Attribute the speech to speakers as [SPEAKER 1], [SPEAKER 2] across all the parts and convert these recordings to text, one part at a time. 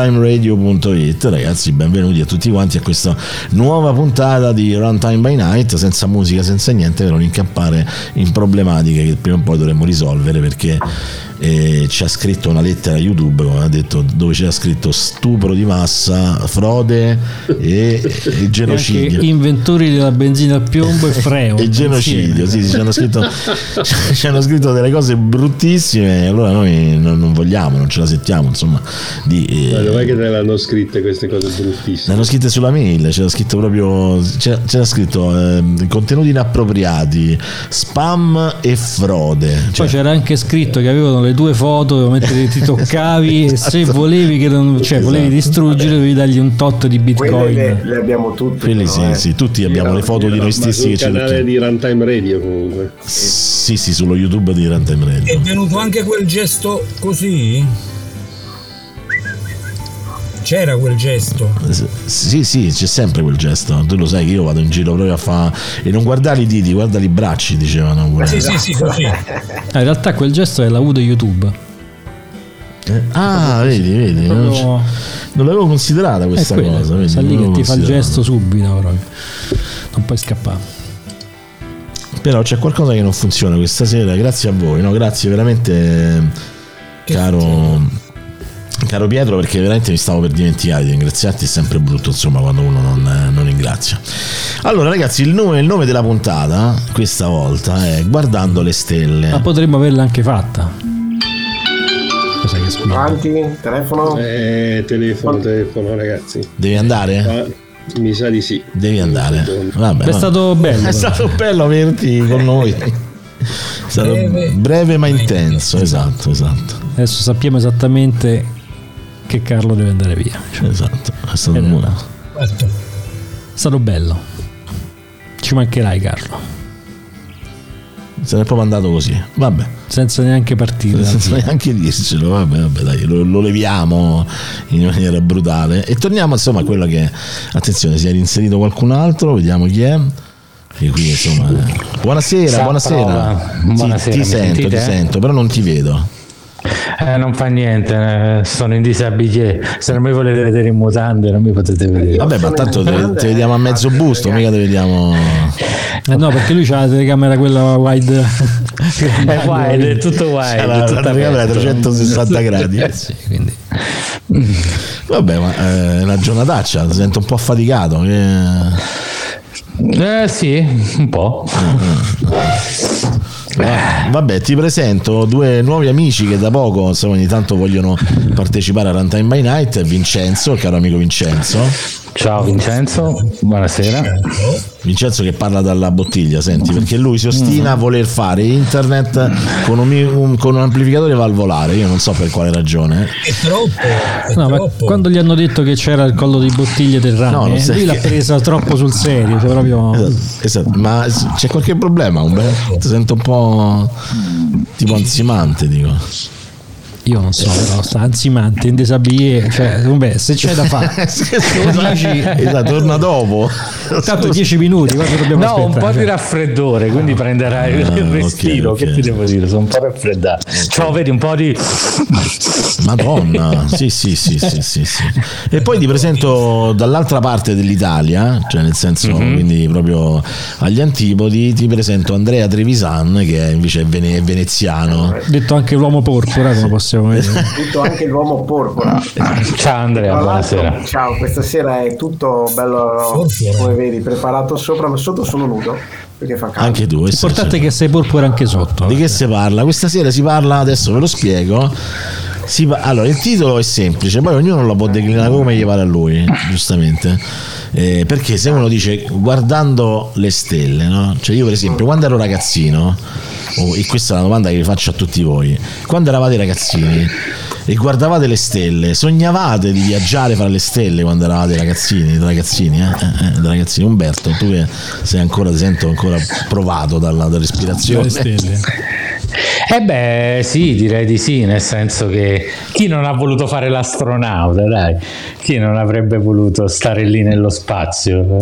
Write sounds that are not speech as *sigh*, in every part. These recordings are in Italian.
[SPEAKER 1] runtimeradio.it ragazzi benvenuti a tutti quanti a questa nuova puntata di Runtime by Night senza musica senza niente per non incappare in problematiche che prima o poi dovremmo risolvere perché eh, ci ha scritto una lettera a YouTube come ha detto dove c'era scritto stupro di massa frode e, e genocidio
[SPEAKER 2] Anche inventori della benzina a piombo
[SPEAKER 1] *laughs*
[SPEAKER 2] e freo
[SPEAKER 1] e genocidio sì, sì, ci, hanno scritto, *laughs* ci hanno scritto delle cose bruttissime e allora noi non, non vogliamo non ce la settiamo insomma di eh,
[SPEAKER 3] Ma dov'è che te l'hanno scritte queste cose bruttissime?
[SPEAKER 1] L'hanno scritta sulla mail, c'era scritto proprio, c'era, c'era scritto eh, contenuti inappropriati, spam e frode. Cioè,
[SPEAKER 2] Poi c'era anche scritto che avevano le tue foto mentre
[SPEAKER 1] *laughs*
[SPEAKER 2] ti toccavi e se volevi, che non- cioè, volevi
[SPEAKER 1] Esatto.
[SPEAKER 2] distruggere dovevi dargli un tot di
[SPEAKER 4] Quelle
[SPEAKER 2] bitcoin.
[SPEAKER 4] le, le abbiamo tutte.
[SPEAKER 1] Quelle
[SPEAKER 4] no,
[SPEAKER 1] sì,
[SPEAKER 4] eh.
[SPEAKER 1] sì, tutti abbiamo le foto di noi stessi che ci
[SPEAKER 3] Sul canale
[SPEAKER 1] tocchiamo.
[SPEAKER 3] di Runtime Radio comunque.
[SPEAKER 1] Sì, sì, sullo YouTube di Runtime
[SPEAKER 5] È
[SPEAKER 1] Radio.
[SPEAKER 5] venuto anche quel gesto così? C'era quel gesto.
[SPEAKER 1] Sì, sì, c'è sempre quel gesto. Tu lo sai che io vado in giro proprio a fare. E non guardare i diti, guarda i bracci, dicevano. pure.
[SPEAKER 5] Sì, sì, sì, così.
[SPEAKER 2] Ah, in realtà quel gesto è la U di YouTube.
[SPEAKER 1] Eh, Ah, vedi, vedi. Non,
[SPEAKER 2] Proprio-
[SPEAKER 1] c- non l'avevo considerata
[SPEAKER 2] È
[SPEAKER 1] questa
[SPEAKER 2] quello,
[SPEAKER 1] cosa. Vedi,
[SPEAKER 2] sta
[SPEAKER 1] non
[SPEAKER 2] lì che
[SPEAKER 1] l'avevo
[SPEAKER 2] ti fa il
[SPEAKER 1] considerata.
[SPEAKER 2] gesto subito proprio. Non puoi scappare.
[SPEAKER 1] Però c'è qualcosa che non funziona questa sera, grazie a voi, no? Grazie veramente,
[SPEAKER 5] Che
[SPEAKER 1] caro. Caro Pietro, perché veramente mi stavo per dimenticare di ringraziarti, è sempre brutto insomma quando uno non, non ringrazia. Allora ragazzi, il nome, il nome della puntata questa volta è Guardando le
[SPEAKER 2] Ma
[SPEAKER 1] stelle.
[SPEAKER 2] potremmo averla anche fatta. Cosa che squilla?
[SPEAKER 4] Avanti, telefono.
[SPEAKER 3] Eh, telefono, telefono ragazzi.
[SPEAKER 1] Devi andare?
[SPEAKER 3] Ah, mi sa di sì.
[SPEAKER 1] Devi andare. Vabbè,
[SPEAKER 2] È
[SPEAKER 1] no.
[SPEAKER 2] stato bello.
[SPEAKER 1] È stato bello averti con noi. È stato
[SPEAKER 5] Breve,
[SPEAKER 1] breve ma
[SPEAKER 5] ma
[SPEAKER 1] intenso, esatto, esatto.
[SPEAKER 2] Adesso sappiamo esattamente che Carlo deve andare via. Cioè,
[SPEAKER 1] Esatto, è stato
[SPEAKER 2] Eh,
[SPEAKER 1] un...
[SPEAKER 5] Certo.
[SPEAKER 2] è stato bello. Ci mancherai Carlo,
[SPEAKER 1] Se n'è proprio andato così. Vabbè,
[SPEAKER 2] senza neanche partire.
[SPEAKER 6] Eh,
[SPEAKER 2] dal
[SPEAKER 1] senza neanche dircelo. Vabbè, vabbè, dai, lo, lo leviamo in maniera brutale. E torniamo insomma a quello che. Attenzione, si è inserito qualcun altro, vediamo chi è. E qui insomma. eh. Buonasera,
[SPEAKER 6] Sa
[SPEAKER 1] buonasera.
[SPEAKER 6] prova. Buonasera,
[SPEAKER 1] Ti, ti
[SPEAKER 6] mi
[SPEAKER 1] sento,
[SPEAKER 6] sentite?
[SPEAKER 1] ti sento, però non ti vedo.
[SPEAKER 6] Eh, non fa niente, eh, sono in disabile. Se non mi volete vedere in mutande, non mi potete vedere.
[SPEAKER 1] Vabbè, ma
[SPEAKER 4] sono
[SPEAKER 1] tanto
[SPEAKER 4] in
[SPEAKER 1] te,
[SPEAKER 4] grande,
[SPEAKER 1] te vediamo a mezzo
[SPEAKER 4] eh,
[SPEAKER 1] busto,
[SPEAKER 4] ragazzi.
[SPEAKER 1] mica te vediamo.
[SPEAKER 2] vivo. Eh no, perché lui c'ha la telecamera
[SPEAKER 1] *laughs*
[SPEAKER 2] quella wide.
[SPEAKER 6] È wide, Eh, è tutto wide.
[SPEAKER 1] Alla, alla
[SPEAKER 6] tutto
[SPEAKER 1] telecamera
[SPEAKER 6] aperto. *laughs*
[SPEAKER 1] 360 gradi.
[SPEAKER 2] Eh sì, quindi.
[SPEAKER 1] Vabbè, ma eh, è una giornataccia, ti sento un po' affaticato. eh.
[SPEAKER 6] Eh sì, un po'.
[SPEAKER 1] Ah, Vabbè, ti presento due nuovi amici che da poco insomma, ogni tanto vogliono partecipare a Runtime by Night, Vincenzo, il caro amico Vincenzo,
[SPEAKER 6] Ciao Vincenzo, buonasera.
[SPEAKER 1] Vincenzo che parla dalla bottiglia, senti, perché lui si ostina a voler fare internet con un, mi- un- con un amplificatore valvolare, io non so per quale ragione.
[SPEAKER 5] È troppo. È
[SPEAKER 2] No, ma
[SPEAKER 5] troppo.
[SPEAKER 2] quando gli hanno detto che c'era il collo di bottiglie del
[SPEAKER 1] No,
[SPEAKER 2] rame,
[SPEAKER 1] non sai
[SPEAKER 2] lui l'ha
[SPEAKER 1] che-
[SPEAKER 2] presa troppo sul serio. Cioè proprio...
[SPEAKER 1] Esatto, esatto, Ma s- c'è qualche problema, Umberto? Ti sento un po' tipo ansimante, dico.
[SPEAKER 2] Io non so, però sta ansimante, in desabie. Cioè, vabbè, se c'è
[SPEAKER 1] *laughs*
[SPEAKER 2] da fare.
[SPEAKER 1] Esatto, torna dopo.
[SPEAKER 2] Tanto 10 minuti, quanto dobbiamo
[SPEAKER 6] No, un po'
[SPEAKER 2] aspettare?
[SPEAKER 6] di
[SPEAKER 2] Cioè,
[SPEAKER 6] raffreddore, quindi prenderai
[SPEAKER 1] Ah,
[SPEAKER 6] il
[SPEAKER 1] ok,
[SPEAKER 6] respiro.
[SPEAKER 1] ok.
[SPEAKER 6] Che ti devo dire? Sono un po' raffreddato. Ciao, vedi un po' di.
[SPEAKER 1] Madonna, sì, sì, sì, sì, sì, sì. E poi ti presento dall'altra parte dell'Italia, cioè nel senso quindi proprio agli antipodi, ti presento Andrea Trevisan che è invece è vene- è veneziano.
[SPEAKER 2] Detto anche l'uomo porpora, come possiamo vedere.
[SPEAKER 4] Tutto anche l'uomo porpora.
[SPEAKER 6] Ah, Ciao Andrea,
[SPEAKER 4] Tra l'altro,
[SPEAKER 6] buonasera.
[SPEAKER 4] Ciao, questa sera è tutto bello,
[SPEAKER 5] Porpora.
[SPEAKER 4] come vedi, preparato sopra, ma sotto sono nudo perché fa caldo.
[SPEAKER 1] Anche tu, questo è-
[SPEAKER 2] L'importante è che sei porpora anche sotto. eh.
[SPEAKER 1] Di che si parla? Questa sera si parla, adesso ve lo spiego. Si pa- allora, il titolo è semplice, poi ognuno lo può declinare come gli pare a lui, giustamente. Eh, perché se uno dice guardando le stelle, no? Cioè io per esempio quando ero ragazzino, oh, e questa è una domanda che vi faccio a tutti voi, quando eravate ragazzini e guardavate le stelle, sognavate di viaggiare fra le stelle quando eravate ragazzini, ragazzini, eh? Eh, eh, ragazzini. Umberto, tu che sei ancora, ti sento ancora provato dalla, dalla respirazione.
[SPEAKER 2] Le stelle.
[SPEAKER 6] Eh beh, sì, direi di sì, nel senso che chi non ha voluto fare l'astronauta, dai, chi non avrebbe voluto stare lì nello spazio?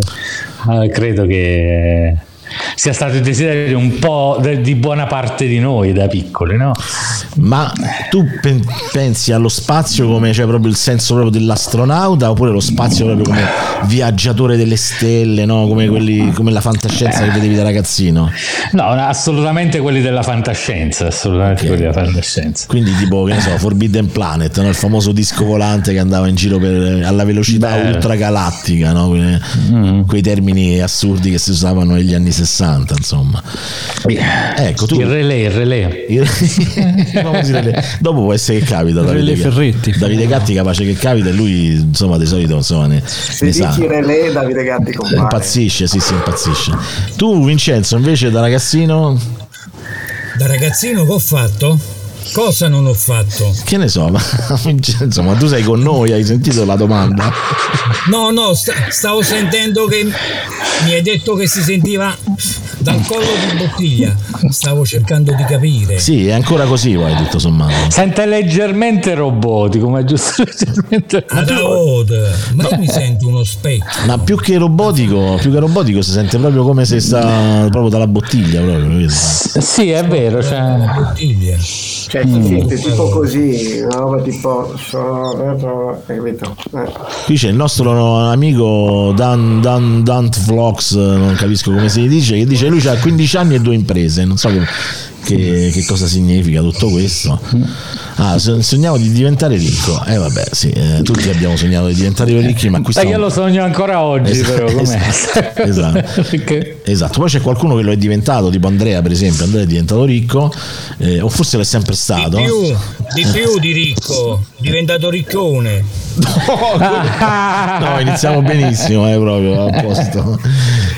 [SPEAKER 6] Eh, credo che sia stato il desiderio un po' de- di buona parte di noi da piccoli, no?
[SPEAKER 1] Ma tu pen- pensi allo spazio come cioè proprio il senso proprio dell'astronauta oppure lo spazio proprio come viaggiatore delle stelle, no? come, quelli- come la fantascienza che vedevi da ragazzino?
[SPEAKER 6] No, no, assolutamente quelli della fantascienza, assolutamente
[SPEAKER 1] Ok.
[SPEAKER 6] quelli della fantascienza.
[SPEAKER 1] Quindi tipo, che ne so, Forbidden Planet, no? il famoso disco volante che andava in giro per- alla velocità
[SPEAKER 6] Bello.
[SPEAKER 1] ultragalattica, no? Que- quei, termini assurdi che si usavano negli anni 60, insomma. Ecco, tu...
[SPEAKER 6] Il relay, il relay.
[SPEAKER 1] *laughs* il- i famosi relè. dopo può essere che capita Davide,
[SPEAKER 2] Relè
[SPEAKER 1] Ga-
[SPEAKER 2] Ferretti.
[SPEAKER 1] Davide Gatti capace che capita e lui insomma di solito insomma, ne,
[SPEAKER 4] Se
[SPEAKER 1] ne sa
[SPEAKER 4] dici Relè, Davide Gatti compare.
[SPEAKER 1] impazzisce sì sì impazzisce tu Vincenzo invece da ragazzino
[SPEAKER 5] Da ragazzino che ho fatto? Cosa non ho fatto?
[SPEAKER 1] che ne so *laughs* ma Vincenzo ma tu sei con noi hai sentito la domanda
[SPEAKER 5] No, no, sta- stavo sentendo che mi hai detto che si sentiva dal collo di bottiglia. Stavo cercando di capire.
[SPEAKER 1] Sì, è ancora così, poi tutto sommato.
[SPEAKER 6] Sente leggermente robotico, ma giusto *laughs* leggermente
[SPEAKER 5] Ad Aod, ma io mi sento uno specchio.
[SPEAKER 1] Ma più che robotico, più che robotico si sente proprio come se sta proprio dalla bottiglia, proprio, capito?
[SPEAKER 6] Sì, è vero, cioè,
[SPEAKER 5] Una bottiglia.
[SPEAKER 4] Cioè, si sente tipo così, una roba tipo. sono- Hai capito? Eh.
[SPEAKER 1] Qui c'è il nostro amico Dan, Dan, Dant Vlogs, non capisco come si dice, che dice lui ha 15 anni e due imprese, non so che, che- che cosa significa tutto questo. Ah, so- sogniamo di diventare ricco. Eh vabbè, sì, eh, tutti abbiamo sognato di diventare ricchi, ma qui
[SPEAKER 6] Sai, io
[SPEAKER 1] stiamo-
[SPEAKER 6] lo sogno ancora oggi,
[SPEAKER 1] Esatto,
[SPEAKER 6] però com'è?
[SPEAKER 1] *laughs*
[SPEAKER 6] *laughs*
[SPEAKER 1] esatto, esatto.
[SPEAKER 6] Perché-
[SPEAKER 1] Esatto, poi c'è qualcuno che lo è diventato, tipo Andrea per esempio, Andrea è diventato ricco, eh, o forse lo è sempre
[SPEAKER 5] Di
[SPEAKER 1] stato.
[SPEAKER 5] più, di più di ricco, diventato riccone.
[SPEAKER 1] No, iniziamo benissimo, è proprio a posto.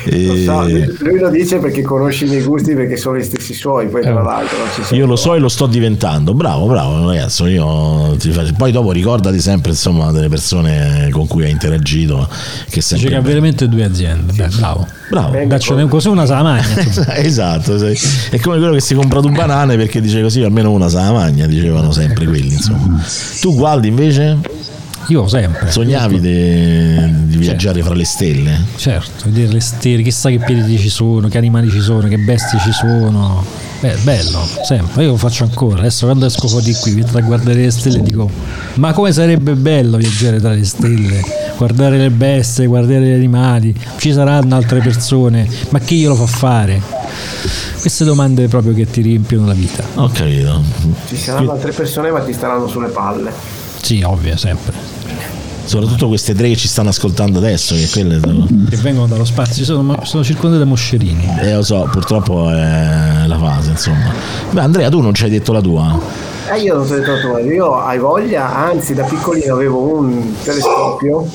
[SPEAKER 4] Lo
[SPEAKER 1] Eh,
[SPEAKER 4] so, lui lo dice perché conosci i miei gusti perché sono gli stessi suoi, poi tra l'altro non ci sono.
[SPEAKER 1] Eh. Io lo so e lo sto diventando, bravo, bravo ragazzo. Io ti faccio... Poi dopo ricordati sempre insomma delle persone con cui hai interagito. Che è
[SPEAKER 2] Dice
[SPEAKER 1] sempre
[SPEAKER 2] che ha veramente due aziende. Beh, bravo.
[SPEAKER 1] bravo.
[SPEAKER 4] Venga,
[SPEAKER 2] Daccio ne- così
[SPEAKER 1] *laughs*
[SPEAKER 2] una salamagna.
[SPEAKER 1] esatto, sì. è come quello che si compra due banane perché dice così almeno una se la magna, dicevano sempre quelli. Insomma. Tu guardi invece,
[SPEAKER 2] Io sempre,
[SPEAKER 1] sognavi di, di viaggiare fra le stelle?
[SPEAKER 2] certo, vedere le stelle, chissà che piedi ci sono, che animali ci sono, che bestie ci sono. Beh, bello, sempre. Io lo faccio ancora. Adesso quando esco fuori di qui, vedo a guardare le stelle, dico: Ma come sarebbe bello viaggiare tra le stelle, guardare le bestie, guardare gli animali, ci saranno altre persone, ma chi glielo fa fare? Queste domande proprio che ti riempiono la vita.
[SPEAKER 1] Ho capito.
[SPEAKER 4] Ci saranno altre persone ma ti staranno sulle palle.
[SPEAKER 2] Sì, ovvio, sempre.
[SPEAKER 1] Soprattutto queste tre che ci stanno ascoltando adesso, che quelle sono-
[SPEAKER 2] Che vengono dallo spazio, sono, sono circondate da moscerini.
[SPEAKER 1] Eh, lo so, purtroppo è la fase, insomma. Beh, Andrea, tu non ci hai detto la tua.
[SPEAKER 4] E Eh, io non sono detto altro, io hai voglia, anzi da piccolino avevo un telescopio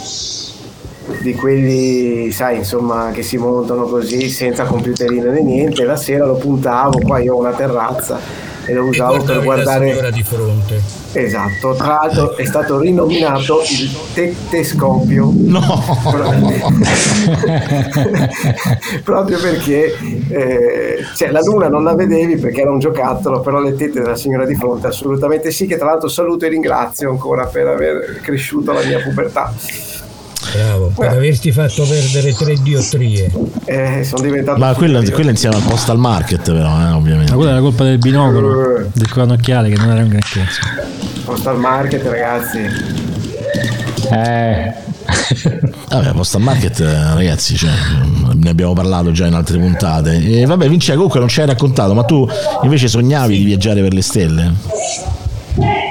[SPEAKER 4] di quelli, sai, insomma, che si montano così senza computerino né niente, la sera lo puntavo, qua io ho una terrazza e lo
[SPEAKER 5] E
[SPEAKER 4] usavo per
[SPEAKER 5] guardavi la
[SPEAKER 4] guardare
[SPEAKER 5] signora di fronte.
[SPEAKER 4] Esatto, tra l'altro è stato rinominato il tetescopio.
[SPEAKER 1] No!
[SPEAKER 4] *laughs* Proprio perché eh, cioè, la luna non la vedevi perché era un giocattolo, però le tette della signora di fronte assolutamente sì, che tra l'altro saluto e ringrazio ancora per aver cresciuto la mia pubertà.
[SPEAKER 5] Bravo, per averti fatto perdere tre diottrie.
[SPEAKER 4] Eh, sono diventato...
[SPEAKER 1] Ma quella, quella insieme al postal market, però, eh, ovviamente.
[SPEAKER 2] Ma quella è la colpa del binocolo,
[SPEAKER 4] Eh.
[SPEAKER 2] del conocchiale che non era un granché.
[SPEAKER 4] Postal market ragazzi.
[SPEAKER 6] Eh.
[SPEAKER 1] Vabbè, postal market, eh, ragazzi, cioè, mm, ne abbiamo parlato già in altre puntate. E vabbè, Vince, comunque non ci hai raccontato, ma tu invece sognavi di viaggiare per le stelle?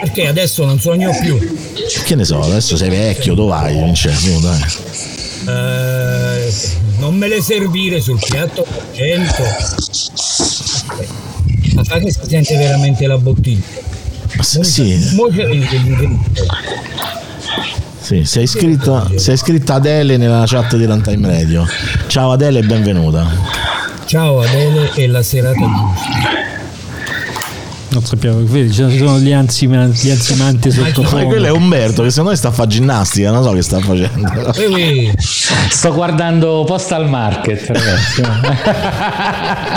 [SPEAKER 5] Perché adesso non sogno più.
[SPEAKER 1] Che ne so, adesso sei vecchio, dove vai, Vince? Su, dai.
[SPEAKER 5] Eh, non me le servire sul piatto argento. Ma fa che si sente veramente la bottiglia.
[SPEAKER 1] Ma se- sì,
[SPEAKER 5] Mo c'è il- il-
[SPEAKER 1] sì, sei iscritta, sei iscritta Adele nella chat di Runtime Radio. Ciao Adele e benvenuta.
[SPEAKER 5] Ciao Adele e la serata giusta.
[SPEAKER 2] Non sappiamo, vedi, ci sono gli, anzima- gli anzimanti sotto
[SPEAKER 1] Ma quello è
[SPEAKER 2] fondo.
[SPEAKER 1] Umberto che secondo me sta a fare ginnastica, non so che sta facendo.
[SPEAKER 5] Ui, ui.
[SPEAKER 6] Sto guardando Postal Market,
[SPEAKER 2] *laughs*
[SPEAKER 6] ragazzi.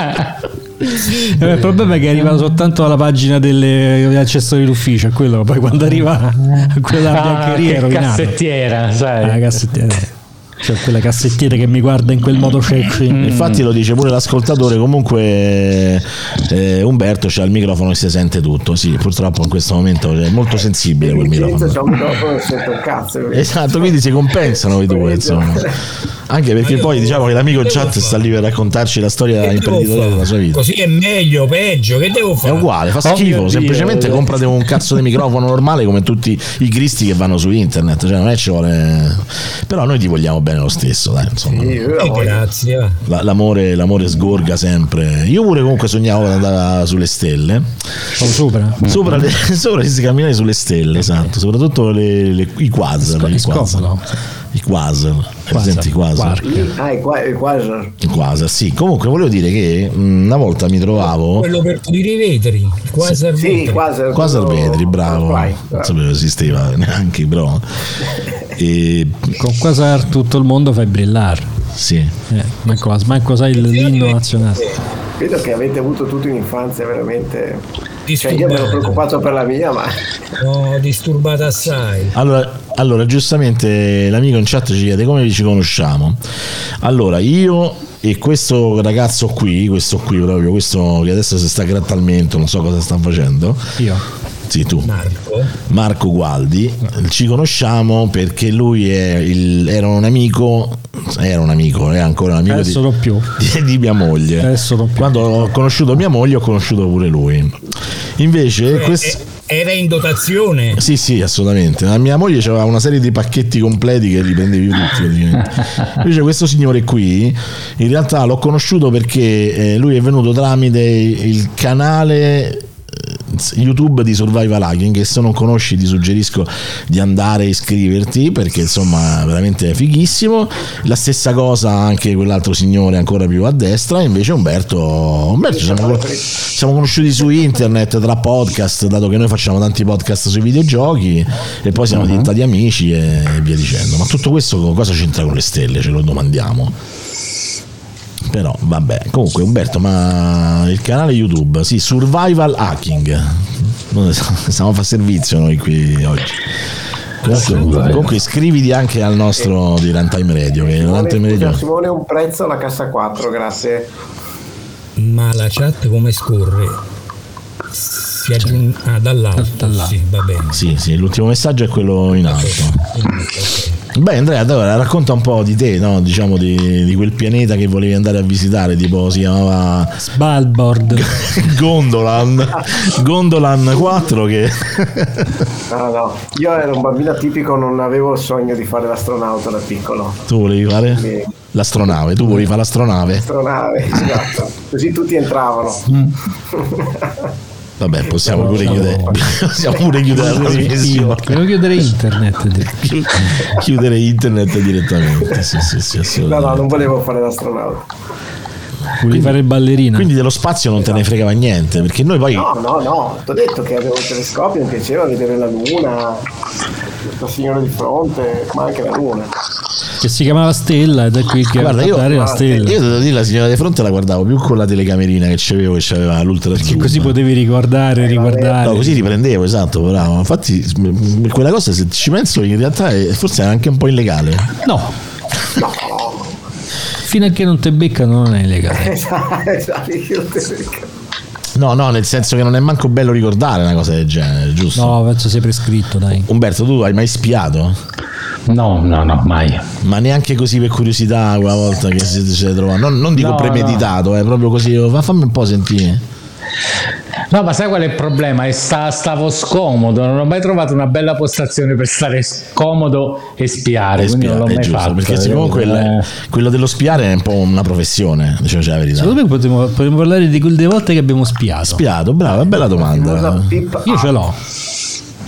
[SPEAKER 2] Eh, beh, Il problema è che è arrivato soltanto alla pagina delle- degli accessori d'ufficio, è quello poi quando arriva a
[SPEAKER 6] Ah,
[SPEAKER 2] quella biancheria è
[SPEAKER 6] che
[SPEAKER 2] rovinato.
[SPEAKER 6] cassettiera,
[SPEAKER 2] Ah,
[SPEAKER 6] sai.
[SPEAKER 2] cassettiera. C'è quella cassettiera che mi guarda in quel modo
[SPEAKER 6] Mm.
[SPEAKER 2] cecchi.
[SPEAKER 1] Infatti lo dice pure l'ascoltatore, comunque eh, Umberto c'ha il microfono e si sente tutto, sì, purtroppo in questo momento è molto sensibile quel
[SPEAKER 4] Vincenzo
[SPEAKER 1] microfono.
[SPEAKER 4] c'ha un microfono e sento un cazzo.
[SPEAKER 1] *laughs* Esatto, quindi si compensano i due, insomma. Anche perché poi diciamo che l'amico
[SPEAKER 5] Devo
[SPEAKER 1] chat
[SPEAKER 5] fare.
[SPEAKER 1] sta lì per raccontarci la storia
[SPEAKER 5] Che devo
[SPEAKER 1] imprenditoriale
[SPEAKER 5] fare?
[SPEAKER 1] della sua vita.
[SPEAKER 5] Così è meglio, peggio, che devo
[SPEAKER 1] È
[SPEAKER 5] fare?
[SPEAKER 1] uguale, fa
[SPEAKER 6] Oh mio
[SPEAKER 1] schifo,
[SPEAKER 6] Dio.
[SPEAKER 1] semplicemente comprate un cazzo di microfono normale come tutti i gristi che vanno su internet, cioè non è ci vuole... Però noi ti vogliamo bene lo stesso, dai, insomma.
[SPEAKER 4] Sì, io la
[SPEAKER 5] Eh,
[SPEAKER 4] voglio.
[SPEAKER 5] grazie, va.
[SPEAKER 1] La- l'amore, l'amore sgorga sempre. Io pure comunque sognavo di andare sulle stelle.
[SPEAKER 2] Oh, sopra.
[SPEAKER 1] Sopra, le, *laughs* sopra si camminare sulle stelle, esatto. Soprattutto le- le- i quasar.
[SPEAKER 2] Sco-
[SPEAKER 1] I quasar.
[SPEAKER 2] scomodo.
[SPEAKER 1] I quasar. Presenti i quasar?
[SPEAKER 2] Quark.
[SPEAKER 4] Ah, è qua, è quasi.
[SPEAKER 1] I quasar, sì. Comunque volevo dire che mh, una volta mi trovavo...
[SPEAKER 5] Quello per pulire i vetri, il quasar
[SPEAKER 4] Sì,
[SPEAKER 5] vetri.
[SPEAKER 4] quasi.
[SPEAKER 1] Eh, Quasar Vetri, bravo.
[SPEAKER 4] Vai,
[SPEAKER 1] Non sapevo esisteva neanche, però... E,
[SPEAKER 2] Con Quasar tutto il mondo fai brillare.
[SPEAKER 1] sì.
[SPEAKER 2] Eh, manco, manco sai il- l'inno nazionale.
[SPEAKER 4] Vedo che avete avuto tutti un'infanzia veramente. Cioè, io mi ero
[SPEAKER 5] Disturbata.
[SPEAKER 4] preoccupato per la mia, ma
[SPEAKER 5] No, disturbata assai.
[SPEAKER 1] Allora, allora, giustamente l'amico in chat ci chiede come ci conosciamo. Allora, io e questo ragazzo qui, questo qui proprio, questo che adesso si sta grattando al mento, non so cosa sta facendo.
[SPEAKER 2] Io.
[SPEAKER 1] Sì, tu.
[SPEAKER 5] Marco,
[SPEAKER 1] Marco Gualdi, ci conosciamo perché lui è il- era un amico, era un amico, è ancora un amico di,
[SPEAKER 2] Adesso non più.
[SPEAKER 1] di- di mia moglie.
[SPEAKER 2] Adesso non più.
[SPEAKER 1] Quando ho conosciuto mia moglie ho conosciuto pure lui. Invece questo...
[SPEAKER 5] eh, era in dotazione.
[SPEAKER 1] Sì, sì, assolutamente. La mia moglie aveva una serie di pacchetti completi che li prendevi tutti. praticamente. Invece questo signore qui, in realtà l'ho conosciuto perché eh, lui è venuto tramite il canale eh, YouTube di Survival Hacking che se non conosci ti suggerisco di andare a iscriverti perché insomma veramente è fighissimo la stessa cosa anche quell'altro signore ancora più a destra invece Umberto Umberto siamo, con- siamo conosciuti su internet tra podcast dato che noi facciamo tanti podcast sui videogiochi e poi siamo diventati amici e via dicendo ma tutto questo co- cosa c'entra con le stelle ce lo domandiamo però vabbè comunque Umberto ma il canale YouTube sì Survival Hacking Noi *laughs* stiamo a fare servizio noi qui oggi Comunque, comunque iscriviti anche al nostro di Runtime Radio che Runtime
[SPEAKER 4] Simone,
[SPEAKER 1] Radio
[SPEAKER 4] Simone un prezzo alla cassa 4, grazie.
[SPEAKER 5] Ma la chat come scorre?
[SPEAKER 2] Cioè,
[SPEAKER 5] Si aggiunge ah, dall'alto. Sì, va bene.
[SPEAKER 1] sì sì l'ultimo messaggio è quello in alto Beh Andrea, allora racconta un po' di te, no? diciamo di, di quel pianeta che volevi andare a visitare, tipo si chiamava *laughs*
[SPEAKER 2] Balboard.
[SPEAKER 1] Gondolan, Gondolan 4 che...
[SPEAKER 4] No, no, io ero un bambino atipico, non avevo il sogno di fare l'astronauta da piccolo.
[SPEAKER 1] Tu volevi fare?
[SPEAKER 4] Sì.
[SPEAKER 1] L'astronave, tu volevi fare l'astronave?
[SPEAKER 4] Astronave, esatto. Così tutti entravano.
[SPEAKER 1] Vabbè, possiamo pure chiudere, *laughs* possiamo pure chiudere la trasmissione.
[SPEAKER 2] Volevo chiudere internet. direi.
[SPEAKER 1] Chiudere internet direttamente. Sì, sì, sì,
[SPEAKER 4] No, no,
[SPEAKER 1] assolutamente.
[SPEAKER 4] non volevo fare l'astronauta.
[SPEAKER 2] Volevi fare il ballerino.
[SPEAKER 1] Quindi dello spazio non te ne fregava niente, perché noi poi...
[SPEAKER 4] No, no, no, ti ho detto che avevo il telescopio, mi piaceva vedere la luna, la signora di fronte, ma anche la luna. *laughs*
[SPEAKER 2] Che si chiamava Stella ed è qui che
[SPEAKER 1] Guarda, io,
[SPEAKER 2] guardare la
[SPEAKER 1] guarda, io
[SPEAKER 2] stella.
[SPEAKER 1] te devo dire, la signora di fronte la guardavo più con la telecamerina che c'avevo, che c'aveva l'ultra
[SPEAKER 2] Che così potevi riguardare, riguardare.
[SPEAKER 1] Eh, No, così riprendevo, esatto, bravo. Infatti, m- m- quella cosa, se ci penso, in realtà è- forse è anche un po' illegale.
[SPEAKER 2] No. Fino a che non te beccano non è legale.
[SPEAKER 4] Esatto, esatto, io te lo dico.
[SPEAKER 1] No, no, nel senso che non è manco bello ricordare una cosa del genere, giusto?
[SPEAKER 2] No, penso sia prescritto, dai.
[SPEAKER 1] Umberto, tu hai mai spiato?
[SPEAKER 6] No, no, no, mai.
[SPEAKER 1] Ma neanche così per curiosità quella volta che si si trova. Non, non dico
[SPEAKER 6] No,
[SPEAKER 1] premeditato, è proprio così. oh, fa- fammi un po' sentire.
[SPEAKER 6] No, ma sai qual è il problema? È sta- stavo scomodo, non ho mai trovato una bella postazione per stare scomodo e spiare. quindi non l'ho
[SPEAKER 1] è
[SPEAKER 6] mai
[SPEAKER 1] giusto,
[SPEAKER 6] fatto.
[SPEAKER 1] perché siccome
[SPEAKER 6] capito?
[SPEAKER 1] quella-
[SPEAKER 6] Eh.
[SPEAKER 1] quello dello spiare è un po' una professione, diciamo la verità.
[SPEAKER 2] Secondo me potremmo, potremmo parlare di quelle volte che abbiamo spiato.
[SPEAKER 1] Spiato, bravo, è bella domanda.
[SPEAKER 4] Famosa pippa.
[SPEAKER 2] Io ce l'ho.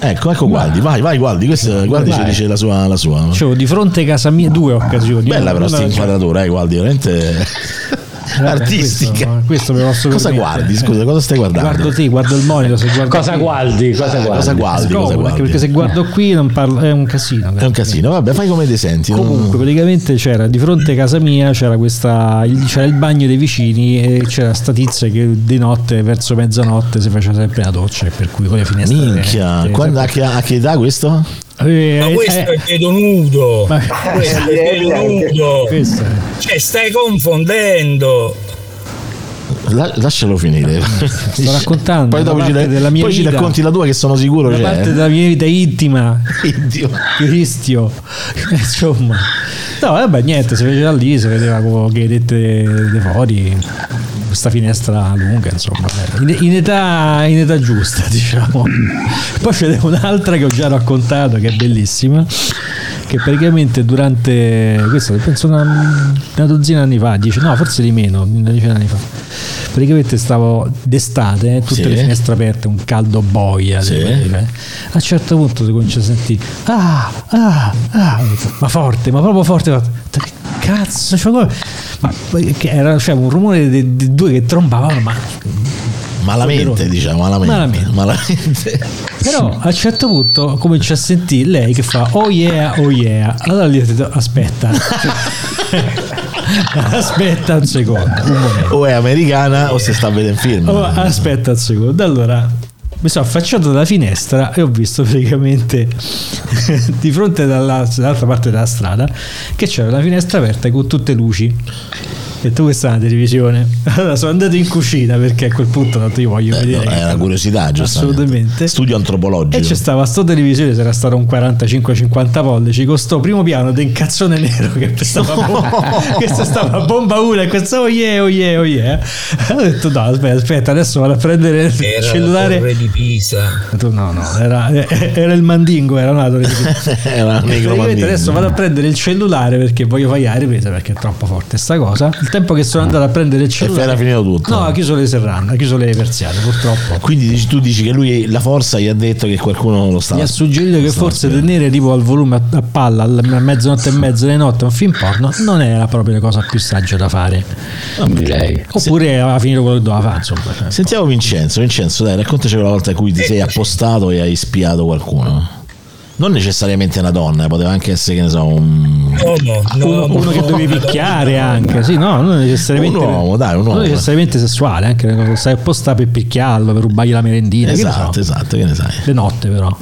[SPEAKER 1] Ecco, ecco, guardi, vai, vai, guardi, questo, guardi, ci dice la sua. La sua.
[SPEAKER 2] Cioè, di fronte a casa mia due occasioni.
[SPEAKER 1] Bella però
[SPEAKER 2] Una-
[SPEAKER 1] sta inquadratura, eh, guardi, veramente artistica.
[SPEAKER 2] Questo, questo me lo posso
[SPEAKER 1] cosa
[SPEAKER 2] permettere.
[SPEAKER 1] guardi? Scusa, cosa stai guardando?
[SPEAKER 2] Guardo te, guardo il monitor. Se guardo
[SPEAKER 6] Cosa
[SPEAKER 2] te,
[SPEAKER 6] guardi? Cosa
[SPEAKER 1] Eh,
[SPEAKER 6] guardi?
[SPEAKER 1] cosa
[SPEAKER 2] è
[SPEAKER 1] guardi? Cosa
[SPEAKER 2] scomodo, anche
[SPEAKER 1] guardi? Eh,
[SPEAKER 2] perché se guardo qui non parlo, è un casino.
[SPEAKER 1] È un casino, vabbè, fai come ti senti. non-
[SPEAKER 2] Comunque, praticamente c'era di fronte a casa mia c'era, questa, il, c'era il bagno dei vicini e c'era sta tizia che di notte, verso mezzanotte, si faceva sempre la doccia. e Per cui con le finestre.
[SPEAKER 1] Minchia,
[SPEAKER 2] aperte,
[SPEAKER 1] quando- a, che, a che età questo?
[SPEAKER 2] sempre- Eh,
[SPEAKER 5] Ma
[SPEAKER 2] eh,
[SPEAKER 5] questo è
[SPEAKER 2] eh,
[SPEAKER 5] chiedo nudo.
[SPEAKER 2] Ma- eh,
[SPEAKER 5] Questo è chiedo nudo.
[SPEAKER 2] questo è-
[SPEAKER 5] Cioè, stai confondendo.
[SPEAKER 1] La- lascialo finire.
[SPEAKER 2] Sto raccontando
[SPEAKER 1] Poi,
[SPEAKER 2] una
[SPEAKER 1] dopo ci,
[SPEAKER 2] parte della mia
[SPEAKER 1] poi ci
[SPEAKER 2] vita.
[SPEAKER 1] racconti la tua che sono sicuro
[SPEAKER 2] la
[SPEAKER 1] c'è.
[SPEAKER 2] parte
[SPEAKER 1] eh.
[SPEAKER 2] della mia
[SPEAKER 1] *laughs*
[SPEAKER 2] vita intima
[SPEAKER 1] Oddio.
[SPEAKER 2] Cristio *laughs* insomma no vabbè niente si vedeva lì si vedeva co- che dette de fuori questa finestra lunga insomma eh. in, in età, in età giusta *laughs* diciamo poi c'è un'altra che ho già raccontato che è bellissima che praticamente durante questo penso una, una dozzina di anni fa dieci, no forse di meno una decina di anni fa praticamente stavo d'estate eh, tutte
[SPEAKER 1] Sì.
[SPEAKER 2] le finestre aperte un caldo boia
[SPEAKER 1] Sì.
[SPEAKER 2] devo dire, eh. a un certo punto si comincia a sentire ah, ah, ah, ma forte, ma proprio forte. ma- Che cazzo, cioè, come- ma che era cioè, un rumore di, di due che trombavano, ma
[SPEAKER 1] Malamente, diciamo, malamente.
[SPEAKER 2] Malamente.
[SPEAKER 1] Malamente.
[SPEAKER 2] però a un certo punto comincia a sentire lei che fa oh yeah, oh yeah. Allora lì ho detto aspetta, *laughs* aspetta un secondo, un momento.
[SPEAKER 1] O è americana o se sta a vedere un film.
[SPEAKER 2] Eh. Oh, aspetta un secondo. Allora, mi sono affacciato dalla finestra e ho visto praticamente *laughs* di fronte dalla- dall'altra parte della strada che c'era una finestra aperta con tutte luci. Ho detto questa è una televisione. *laughs* Allora sono andato in cucina perché a quel punto tanto io voglio
[SPEAKER 1] Eh, no,
[SPEAKER 2] vedere.
[SPEAKER 1] è una curiosità, giustamente.
[SPEAKER 2] Assolutamente.
[SPEAKER 1] Studio antropologico.
[SPEAKER 2] E c'è
[SPEAKER 1] *laughs*
[SPEAKER 2] stava sto televisione, c'era stato un 45-50 pollici con sto primo piano del cazzone nero che
[SPEAKER 5] *laughs*
[SPEAKER 2] stava a bomba, questo stava a bomba 1 e questo oh yeah, oh yeah, oh yeah. Ho detto no, aspetta, aspetta, adesso vado a prendere il
[SPEAKER 5] Era la
[SPEAKER 2] cellulare.
[SPEAKER 5] torre di Pisa.
[SPEAKER 2] Ho detto, No, no, era, era il mandingo, era una
[SPEAKER 5] *laughs*
[SPEAKER 2] torre di-
[SPEAKER 1] Era un
[SPEAKER 2] Praticamente
[SPEAKER 1] necromandino.
[SPEAKER 2] Eh, adesso vado a prendere il cellulare perché voglio fare la ripresa perché è troppo forte sta cosa. Il tempo che sono andato a prendere il cellulare
[SPEAKER 1] era finito tutto.
[SPEAKER 2] No, ha chiuso le serrane, ha chiuso le persiane, purtroppo.
[SPEAKER 1] Quindi dici- tu dici che lui la forza gli ha detto che qualcuno lo stava
[SPEAKER 2] Mi ha suggerito che
[SPEAKER 1] stava
[SPEAKER 2] forse
[SPEAKER 1] spiando.
[SPEAKER 2] tenere tipo al volume a- a palla al- a mezzanotte e mezza di notte un film porno non era proprio la cosa più saggia da fare.
[SPEAKER 6] Direi.
[SPEAKER 2] Oppure aveva finito quello che doveva fare, insomma. cioè.
[SPEAKER 1] Sentiamo Vincenzo, Vincenzo dai raccontaci quella volta in cui ti sei appostato e hai spiato qualcuno. Non necessariamente una donna, eh, poteva anche essere che ne so un...
[SPEAKER 5] Uomo, no,
[SPEAKER 2] Uno,
[SPEAKER 5] no,
[SPEAKER 2] uno che
[SPEAKER 5] no,
[SPEAKER 2] dovevi
[SPEAKER 5] no,
[SPEAKER 2] picchiare anche, sì, no, non necessariamente,
[SPEAKER 1] Un uomo, dai, un uomo.
[SPEAKER 2] non necessariamente sessuale, anche lo stai apposta per picchiarlo, per rubargli la merendina, Eh, che ne so.
[SPEAKER 1] Esatto, esatto, che ne sai.
[SPEAKER 2] le notte però,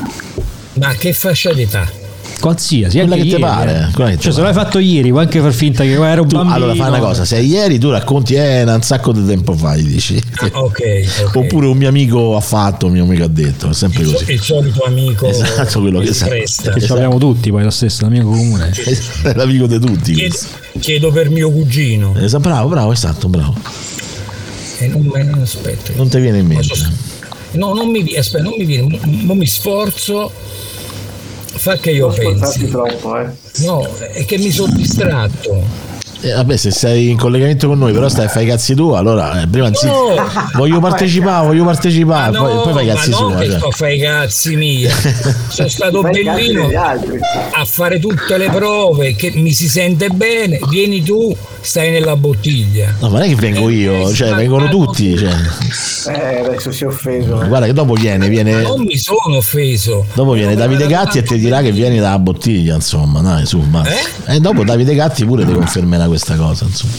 [SPEAKER 5] Ma che fascia d'età?
[SPEAKER 2] qualsiasi,
[SPEAKER 1] Quella
[SPEAKER 2] anche
[SPEAKER 1] che ti
[SPEAKER 2] ieri,
[SPEAKER 1] pare,
[SPEAKER 2] eh.
[SPEAKER 1] quella che ti
[SPEAKER 2] Cioè, se
[SPEAKER 1] pare.
[SPEAKER 2] l'hai fatto ieri, puoi anche far finta che era un
[SPEAKER 1] Tu,
[SPEAKER 2] bambino.
[SPEAKER 1] allora fai una cosa, se ieri tu racconti eh, un sacco di tempo fa, gli dici.
[SPEAKER 5] Ah, ok, ok.
[SPEAKER 1] Oppure un mio amico ha fatto, un mio amico ha detto, è sempre
[SPEAKER 5] il,
[SPEAKER 1] così.
[SPEAKER 5] il solito amico
[SPEAKER 1] Esatto, quello che
[SPEAKER 5] si
[SPEAKER 1] sa.
[SPEAKER 5] presta.
[SPEAKER 2] Che ce l'abbiamo tutti, poi lo stesso, l'amico comune.
[SPEAKER 1] È *laughs* l'amico di tutti.
[SPEAKER 5] Chiedo,
[SPEAKER 1] questo.
[SPEAKER 5] chiedo per mio cugino.
[SPEAKER 1] Esatto, bravo, bravo, esatto, bravo.
[SPEAKER 5] E non me ne aspetta.
[SPEAKER 1] Non ti viene in mente.
[SPEAKER 5] No, non mi, vi- aspetta, non mi viene, mo- mo mi sforzo. Fa che io
[SPEAKER 4] Non sforzarti
[SPEAKER 5] pensi.
[SPEAKER 4] troppo, eh.
[SPEAKER 5] No, è che mi sono distratto.
[SPEAKER 1] Eh, vabbè, se sei in collegamento con noi, però stai a fare i cazzi tu, allora eh, prima anzi,
[SPEAKER 5] No!
[SPEAKER 1] voglio partecipare, voglio
[SPEAKER 4] Ah,
[SPEAKER 1] partecipare,
[SPEAKER 5] Ma
[SPEAKER 1] poi, poi fai i
[SPEAKER 5] ma
[SPEAKER 1] cazzi
[SPEAKER 5] Ah, no,
[SPEAKER 1] tu.
[SPEAKER 5] che
[SPEAKER 1] cioè.
[SPEAKER 5] sto a fare i cazzi
[SPEAKER 4] *laughs*
[SPEAKER 5] miei. sono stato
[SPEAKER 4] Ma i cazzi
[SPEAKER 5] bellino
[SPEAKER 4] degli altri.
[SPEAKER 5] a fare tutte le prove, che mi si sente bene. Vieni tu, stai nella bottiglia.
[SPEAKER 1] No, ma non è che vengo
[SPEAKER 5] Eh,
[SPEAKER 1] io, cioè vengono tutti. cioè.
[SPEAKER 4] Eh, adesso si è offeso. eh.
[SPEAKER 1] Guarda che dopo viene, viene,
[SPEAKER 5] Non mi sono offeso.
[SPEAKER 1] dopo viene Davide Gatti e ti dirà che vieni dalla bottiglia, insomma, dai, su, ma.
[SPEAKER 5] Eh?
[SPEAKER 1] E dopo Davide Gatti pure ti confermerà questa cosa, insomma.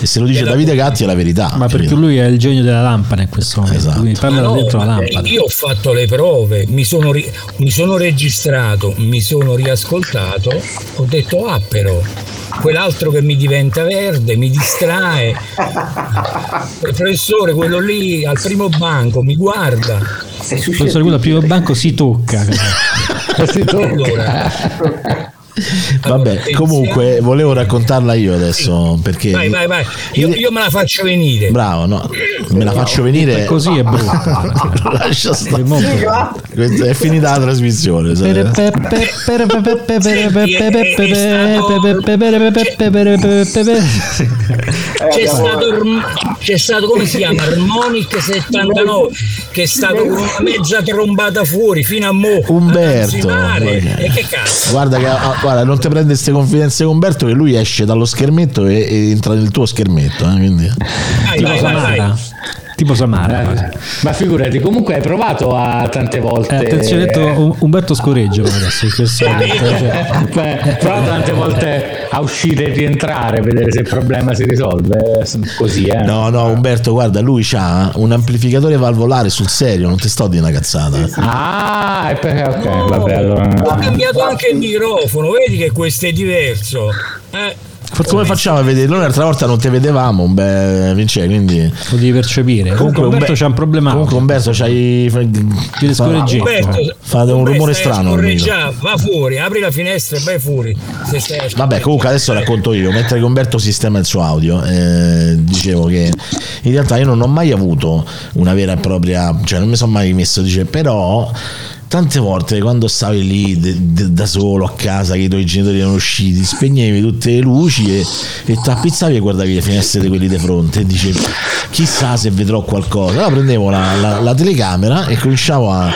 [SPEAKER 1] E se lo dice Davide Gatti è la verità.
[SPEAKER 2] Ma perché
[SPEAKER 1] capito?
[SPEAKER 2] lui è il genio della lampada in questo momento,
[SPEAKER 1] Ah, Esatto.
[SPEAKER 2] quindi parla
[SPEAKER 5] Ma Ah, no,
[SPEAKER 2] dentro la
[SPEAKER 5] ma eh,
[SPEAKER 2] lampada.
[SPEAKER 5] Io ho fatto le prove, mi sono, ri- mi sono registrato, mi sono riascoltato, ho detto ah però, quell'altro che mi diventa verde, mi distrae, il professore quello lì al primo banco mi guarda,
[SPEAKER 4] È
[SPEAKER 2] Poi
[SPEAKER 4] suscettibile.
[SPEAKER 2] solo quello al primo banco si tocca.
[SPEAKER 6] Si tocca.
[SPEAKER 5] allora... allora,
[SPEAKER 1] Vabbè,
[SPEAKER 5] pensiamo-
[SPEAKER 1] comunque volevo raccontarla io adesso perché
[SPEAKER 5] Vai, vai, vai, io, io me la faccio venire.
[SPEAKER 1] Bravo, no, me la faccio venire
[SPEAKER 2] Così è brutto.
[SPEAKER 1] *laughs* Lascia stare.
[SPEAKER 4] Ah,
[SPEAKER 1] Questa è finita la trasmissione. sai.
[SPEAKER 5] C'è
[SPEAKER 4] abbiamo-
[SPEAKER 5] stato, il- c'è stato come si chiama? Harmonic 79 che è stato con una mezza trombata fuori fino a mo.
[SPEAKER 1] Umberto.
[SPEAKER 5] a ansimare.
[SPEAKER 1] Guarda.
[SPEAKER 5] E che cazzo?
[SPEAKER 1] Guarda, che, ah, guarda, non ti prende queste confidenze con Berto che lui esce dallo schermetto e, e entra nel tuo schermetto. eh, quindi.
[SPEAKER 5] Vai, vai, vai, vai.
[SPEAKER 2] Samara. Tipo Samara. quasi.
[SPEAKER 6] Eh, Ma figurati, comunque hai provato a tante volte.
[SPEAKER 2] Eh, attenzione,
[SPEAKER 6] *laughs*
[SPEAKER 2] ho detto um- Umberto Scoreggio adesso. in questo momento, cioè,
[SPEAKER 6] Beh, però eh, tante volte a uscire e rientrare, vedere se il problema si risolve. eh, Così, eh.
[SPEAKER 1] No, no, Umberto, guarda, lui ha un amplificatore valvolare sul serio, non ti sto di una cazzata. eh.
[SPEAKER 6] Ah, è perché ok, vabbè,
[SPEAKER 5] Ho
[SPEAKER 6] allora.
[SPEAKER 5] cambiato anche il microfono, vedi che questo è diverso. Eh,
[SPEAKER 1] Come facciamo a vederlo? Noi l'altra volta non ti vedevamo, beh, Vince, quindi...
[SPEAKER 2] lo devi percepire. Comunque, Umberto
[SPEAKER 1] Umber-
[SPEAKER 2] c'è un problema.
[SPEAKER 1] Comunque Umberto c'hai...
[SPEAKER 2] Ti scorreggi.
[SPEAKER 5] Umberto,
[SPEAKER 1] Fate un
[SPEAKER 5] Umberto,
[SPEAKER 1] rumore
[SPEAKER 5] stai
[SPEAKER 1] strano,
[SPEAKER 5] scorreggiando, Va fuori, apri la finestra e vai fuori. se stai a
[SPEAKER 1] Vabbè, comunque adesso racconto io, mentre che Umberto sistema il suo audio, eh, dicevo che in realtà io non ho mai avuto una vera e propria, cioè non mi sono mai messo, dice, però tante volte quando stavi lì de- de- da solo a casa che i tuoi genitori erano usciti, spegnevi tutte le luci e, e tappizzavi e guardavi le finestre di quelli di fronte e dicevi chissà se vedrò qualcosa. Allora prendevo la, la- la telecamera e cominciavo a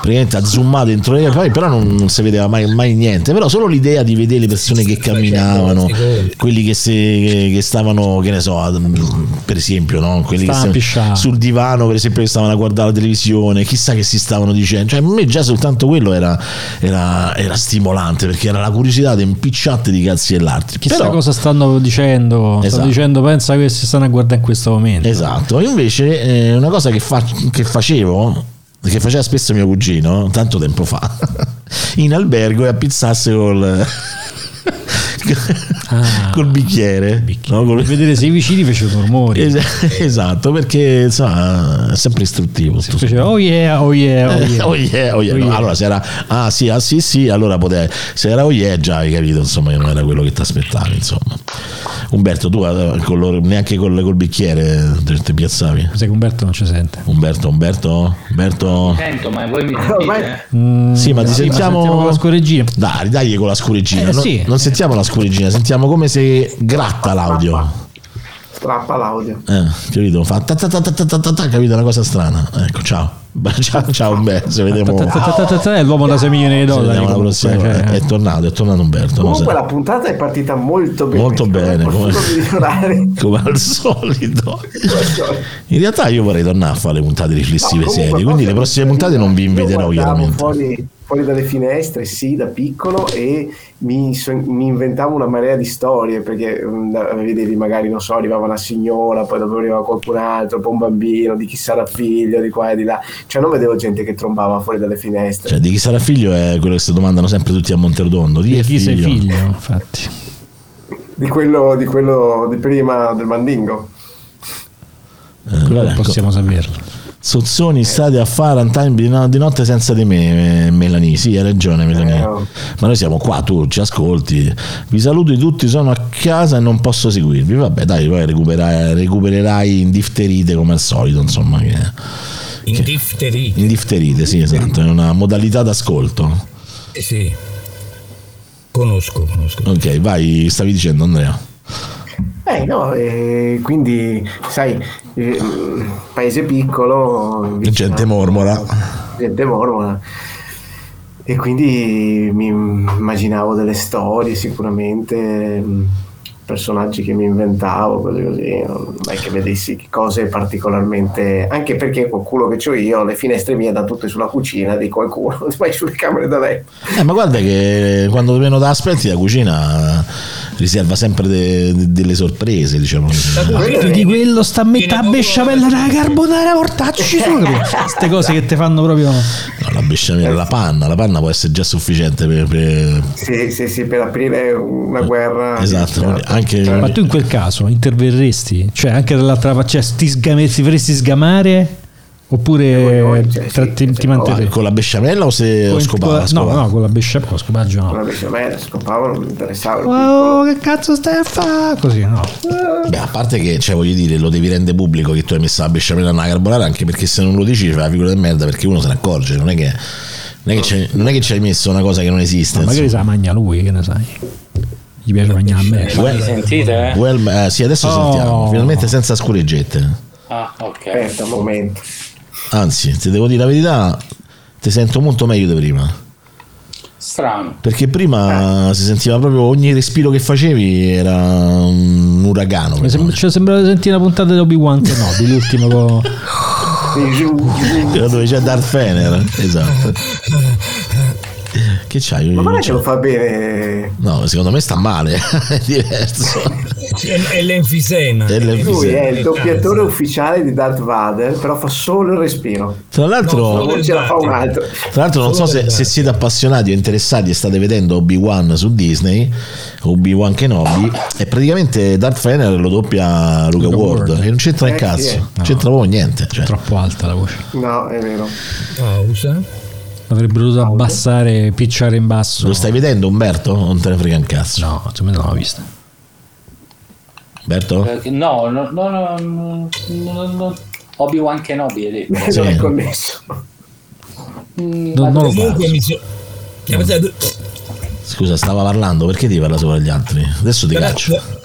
[SPEAKER 1] praticamente a zoomare dentro le poi però non, non si vedeva mai, mai niente però solo l'idea di vedere le persone che camminavano quelli che, se- che stavano che ne so ad- per esempio no? quelli
[SPEAKER 2] Stavano a
[SPEAKER 1] che
[SPEAKER 2] pisciare.
[SPEAKER 1] stavano sul divano per esempio che stavano a guardare la televisione chissà che si stavano dicendo cioè a me già soltanto quello era, era- era stimolante perché era la curiosità di impicciate di cazzi dell'altro
[SPEAKER 2] Chissà
[SPEAKER 1] Però-
[SPEAKER 2] cosa stanno dicendo. Stanno
[SPEAKER 1] Esatto.
[SPEAKER 2] dicendo, pensa che si stanno a guardare in questo momento.
[SPEAKER 1] Esatto, invece eh, una cosa che, fa- che facevo, che faceva spesso mio cugino, tanto tempo fa, *laughs* in albergo e appizzasse col,
[SPEAKER 2] Ah.
[SPEAKER 1] col bicchiere. no?
[SPEAKER 2] Per
[SPEAKER 1] Col-
[SPEAKER 2] vedere se i vicini facevano rumori.
[SPEAKER 1] Es- esatto, perché insomma è sempre istruttivo. sto-
[SPEAKER 2] *laughs* Faceva, oh yeah, oh yeah, oh
[SPEAKER 1] *laughs*
[SPEAKER 2] yeah.
[SPEAKER 1] Oh yeah, oh yeah. No,
[SPEAKER 2] yeah.
[SPEAKER 1] Allora se era ah sì, ah sì, sì, allora potevi. Se era oh yeah, già hai capito, insomma, che non era quello che ti aspettavi, insomma. Umberto, tu eh, con lo- neanche col, col bicchiere te- ti piazzavi?
[SPEAKER 2] Sai che Umberto non ci sente.
[SPEAKER 1] Umberto, Umberto, Umberto.
[SPEAKER 7] Sento, ma voi
[SPEAKER 4] *laughs*
[SPEAKER 7] mi
[SPEAKER 4] Ormai
[SPEAKER 7] sentite?
[SPEAKER 1] Sì, ma ti
[SPEAKER 2] Eh, Sì, ma
[SPEAKER 1] sentiamo.
[SPEAKER 2] sentiamo con la scoreggina.
[SPEAKER 1] Dai, dai con la scureggina.
[SPEAKER 2] Eh,
[SPEAKER 1] non,
[SPEAKER 2] sì.
[SPEAKER 1] non sentiamo la scureggina, sentiamo come se gratta l'audio.
[SPEAKER 4] strappa l'audio.
[SPEAKER 1] Eh, capito? Fa ta ta ta ta ta ta ta ta, capito? Una cosa strana. Ecco, ciao. *laughs*
[SPEAKER 2] *laughs*
[SPEAKER 1] Ciao, ciao Umberto, ci vediamo.
[SPEAKER 2] Ta- ta- ta- ta- ta- ta- È l'uomo da 6 milioni di
[SPEAKER 1] ci
[SPEAKER 2] dollari.
[SPEAKER 1] vediamo la
[SPEAKER 2] comunque,
[SPEAKER 1] prossima.
[SPEAKER 2] cioè,
[SPEAKER 1] È tornato, è tornato Umberto. non
[SPEAKER 4] Comunque
[SPEAKER 1] so-
[SPEAKER 4] la puntata è partita molto bene.
[SPEAKER 1] Molto bene,
[SPEAKER 4] Non
[SPEAKER 1] come- *laughs*
[SPEAKER 4] posso migliorare.
[SPEAKER 1] Come al solito. In realtà io vorrei tornare a fare le puntate riflessive
[SPEAKER 4] No, comunque,
[SPEAKER 1] serie, quindi le prossime puntate non vi
[SPEAKER 4] io
[SPEAKER 1] inviterò
[SPEAKER 4] guardavo
[SPEAKER 1] chiaramente.
[SPEAKER 4] Fuori, fuori dalle finestre, sì, da piccolo e mi, so- mi inventavo una marea di storie perché mm, da- vedevi magari, non so, arrivava una signora, poi dopo arrivava qualcun altro, poi un bambino, di chi sarà figlio, di qua e di là. Cioè non vedevo gente che trombava fuori dalle finestre.
[SPEAKER 1] Cioè, di chi sarà figlio è quello che si domandano sempre tutti a Monterotondo. Di
[SPEAKER 2] Di
[SPEAKER 1] è
[SPEAKER 2] chi sei figlio, infatti.
[SPEAKER 4] Di quello di, quello di prima del mandingo.
[SPEAKER 1] Eh,
[SPEAKER 2] Quello
[SPEAKER 1] vabbè,
[SPEAKER 2] non possiamo saperlo.
[SPEAKER 1] Sozzoni state a fare un time di, no- di notte senza di me, eh, Melanie. Sì, hai ragione, Melanie.
[SPEAKER 4] Eh,
[SPEAKER 1] Ma
[SPEAKER 4] oh.
[SPEAKER 1] noi siamo qua, tu ci ascolti. Vi saluto tutti, sono a casa e non posso seguirvi. Vabbè, dai, poi recuperai, recupererai in difterite come al solito, insomma. Che,
[SPEAKER 5] In difterite.
[SPEAKER 1] in difterite, sì, esatto, è una modalità d'ascolto.
[SPEAKER 5] Eh Sì, conosco, conosco.
[SPEAKER 1] Ok, vai, stavi dicendo Andrea.
[SPEAKER 4] Eh no, eh, quindi sai, eh, paese piccolo,
[SPEAKER 1] Gente
[SPEAKER 4] vicino-
[SPEAKER 1] mormora.
[SPEAKER 4] gente mormona. E quindi mi immaginavo delle storie sicuramente, mh, personaggi che mi inventavo, cose così, non è che vedessi cose particolarmente, anche perché col culo che ho io, le finestre mie da tutte sulla cucina di qualcuno, *laughs* poi sulle camere da letto.
[SPEAKER 1] Eh, ma guarda che quando meno te aspetti la cucina riserva sempre de- de- delle sorprese, diciamo.
[SPEAKER 7] Ah.
[SPEAKER 2] Di quello sta a metà besciamella della carbonara portacci su. Queste cose che ti fanno proprio.
[SPEAKER 1] No, la besciamella, la panna, la panna può essere già sufficiente per... per-
[SPEAKER 4] Sì, sì, sì, per aprire una guerra.
[SPEAKER 1] Esatto, anche-
[SPEAKER 4] Cioè,
[SPEAKER 2] Ma tu in quel caso interverresti? Cioè, anche dall'altra parte, cioè, ti, sgame- ti faresti sgamare? Oppure
[SPEAKER 4] Cioè, sì,
[SPEAKER 2] tra- ti,
[SPEAKER 4] sì,
[SPEAKER 2] ti
[SPEAKER 4] sì.
[SPEAKER 1] Ah,
[SPEAKER 2] manterresti?
[SPEAKER 1] con la besciamella o se o
[SPEAKER 2] Con-
[SPEAKER 1] scopava?
[SPEAKER 2] con- no,
[SPEAKER 1] scopava?
[SPEAKER 2] no, con la besciamella, con lo scopaggio no.
[SPEAKER 1] Eh.
[SPEAKER 4] una besciamella, scopavo, non mi interessava. ero
[SPEAKER 2] Oh, che cazzo stai a fare? Così, no.
[SPEAKER 4] Eh.
[SPEAKER 1] Beh, a parte che, cioè, voglio dire, lo devi rendere pubblico che tu hai messo la besciamella nella carbonara, anche perché se non lo dici fai la figura di merda, perché uno se ne accorge, non è che... Non è, che c'è- non è che ci hai messo una cosa che non esiste.
[SPEAKER 2] Ma magari
[SPEAKER 1] insomma.
[SPEAKER 2] se la magna lui, che ne sai. Gli piace mangiare a me.
[SPEAKER 7] Mi
[SPEAKER 1] Well,
[SPEAKER 7] sentite? eh?
[SPEAKER 1] well, eh, sì, adesso
[SPEAKER 2] Oh.
[SPEAKER 1] sentiamo. Finalmente senza scureggette.
[SPEAKER 7] Ah,
[SPEAKER 5] Eh,
[SPEAKER 7] ok.
[SPEAKER 4] Aspetta un momento.
[SPEAKER 1] Anzi, ti devo dire la verità, ti sento molto meglio di prima.
[SPEAKER 6] Strano.
[SPEAKER 1] Perché prima si sentiva proprio ogni respiro che facevi era un uragano.
[SPEAKER 2] Mi sem- cioè, sembrava di sentire una puntata di Obi-Wan Kenobi, l'ultimo con...
[SPEAKER 1] Quello dove c'è Darth Fener. Esatto. Che c'hai?
[SPEAKER 4] Ma guarda che lo fa bene.
[SPEAKER 1] No, secondo me sta male. *laughs* È diverso.
[SPEAKER 5] È, è l'enfisema.
[SPEAKER 1] È l'enfisema.
[SPEAKER 4] Lui è il doppiatore ufficiale di Darth Vader, però fa solo il respiro.
[SPEAKER 1] Tra l'altro.
[SPEAKER 5] No,
[SPEAKER 4] Non ce la fa un altro.
[SPEAKER 1] Tra l'altro non so se, se siete appassionati o interessati e state vedendo Obi-Wan su Disney, Obi-Wan Kenobi, e praticamente Darth Fener lo doppia Luca Ward, e non c'entra un
[SPEAKER 4] Eh, sì,
[SPEAKER 1] cazzo,
[SPEAKER 4] eh.
[SPEAKER 1] non c'entra proprio niente. cioè.
[SPEAKER 2] *laughs* Troppo alta la voce.
[SPEAKER 4] No, è vero. *laughs*
[SPEAKER 5] Pausa.
[SPEAKER 2] Avrebbero dovuto abbassare, picciare in basso.
[SPEAKER 1] Lo stai vedendo Umberto? Non te ne frega un cazzo.
[SPEAKER 2] No, secondo me non l'ho vista.
[SPEAKER 1] Umberto?
[SPEAKER 6] Eh, No, no, no, no, no, no, no. Obi-Wan Kenobi è detto.
[SPEAKER 1] Sì.
[SPEAKER 4] Non è connesso.
[SPEAKER 6] Mm,
[SPEAKER 2] Non, non lo
[SPEAKER 5] Comunque
[SPEAKER 2] faccio.
[SPEAKER 5] mi sono.
[SPEAKER 1] Scusa, stava parlando, perché devi parlare sopra gli altri? Adesso ti caccio.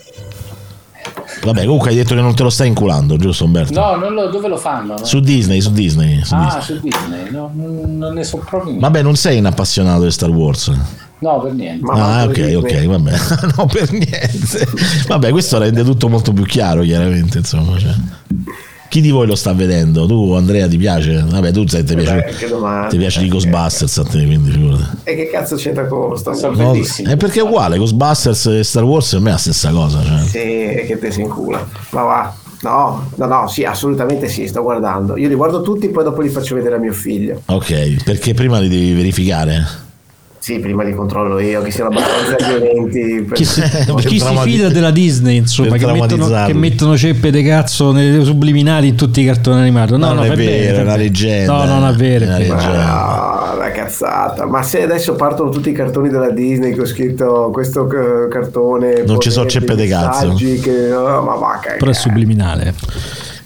[SPEAKER 1] Vabbè, comunque hai detto che non te lo stai inculando, giusto Umberto?
[SPEAKER 6] No, non lo- dove lo fanno?
[SPEAKER 1] Su Disney, su Disney. su
[SPEAKER 6] ah,
[SPEAKER 1] Disney.
[SPEAKER 6] su Disney, no, non non ne so proprio niente.
[SPEAKER 1] Vabbè, non sei un appassionato di Star Wars.
[SPEAKER 6] No, per niente.
[SPEAKER 4] Ma
[SPEAKER 1] Ah,
[SPEAKER 4] manco
[SPEAKER 1] ok,
[SPEAKER 4] Disney.
[SPEAKER 1] ok, vabbè. *laughs* no, per niente. Vabbè, questo rende tutto molto più chiaro, chiaramente, insomma. cioè. Chi di voi lo sta vedendo? Tu, Andrea, ti piace? Vabbè, tu sai, ti
[SPEAKER 4] Vabbè,
[SPEAKER 1] piace,
[SPEAKER 4] che domanda.
[SPEAKER 1] ti piace di Ghostbusters a te, quindi figurati.
[SPEAKER 4] E che cazzo c'entra con sto
[SPEAKER 6] Sono
[SPEAKER 1] No,
[SPEAKER 6] bellissimi.
[SPEAKER 1] è perché è uguale, Ghostbusters e Star Wars per me è la stessa cosa. Cioè.
[SPEAKER 4] Sì, e che te si incula. Ma va. No, no, no, sì, assolutamente sì, sto guardando. Io li guardo tutti, poi dopo li faccio vedere a mio figlio.
[SPEAKER 1] Ok, perché prima li devi verificare.
[SPEAKER 4] Sì, prima li controllo io, che siano abbastanza violenti. per-
[SPEAKER 2] Chi
[SPEAKER 1] *laughs*
[SPEAKER 2] si,
[SPEAKER 1] Per
[SPEAKER 2] chi si
[SPEAKER 1] traumati-
[SPEAKER 2] fida della Disney, insomma,
[SPEAKER 1] Eh, per
[SPEAKER 2] che mettono,
[SPEAKER 1] traumatizzarli.
[SPEAKER 2] che mettono ceppe de cazzo nelle subliminali in tutti i cartoni animati. No,
[SPEAKER 1] No,
[SPEAKER 2] no,
[SPEAKER 1] non è
[SPEAKER 2] fa bene,
[SPEAKER 1] vero,
[SPEAKER 2] fa
[SPEAKER 1] è una
[SPEAKER 2] bene.
[SPEAKER 1] leggenda. eh.
[SPEAKER 2] No, no, non è vero.
[SPEAKER 1] È una
[SPEAKER 2] è vero.
[SPEAKER 1] leggenda.
[SPEAKER 4] Ah, la cazzata. Ma se adesso partono tutti i cartoni della Disney che ho scritto questo eh, cartone.
[SPEAKER 1] Non ci sono
[SPEAKER 4] potente,
[SPEAKER 1] ceppe de cazzo.
[SPEAKER 4] messaggi Che, no, ma va, che-
[SPEAKER 2] Però è subliminale.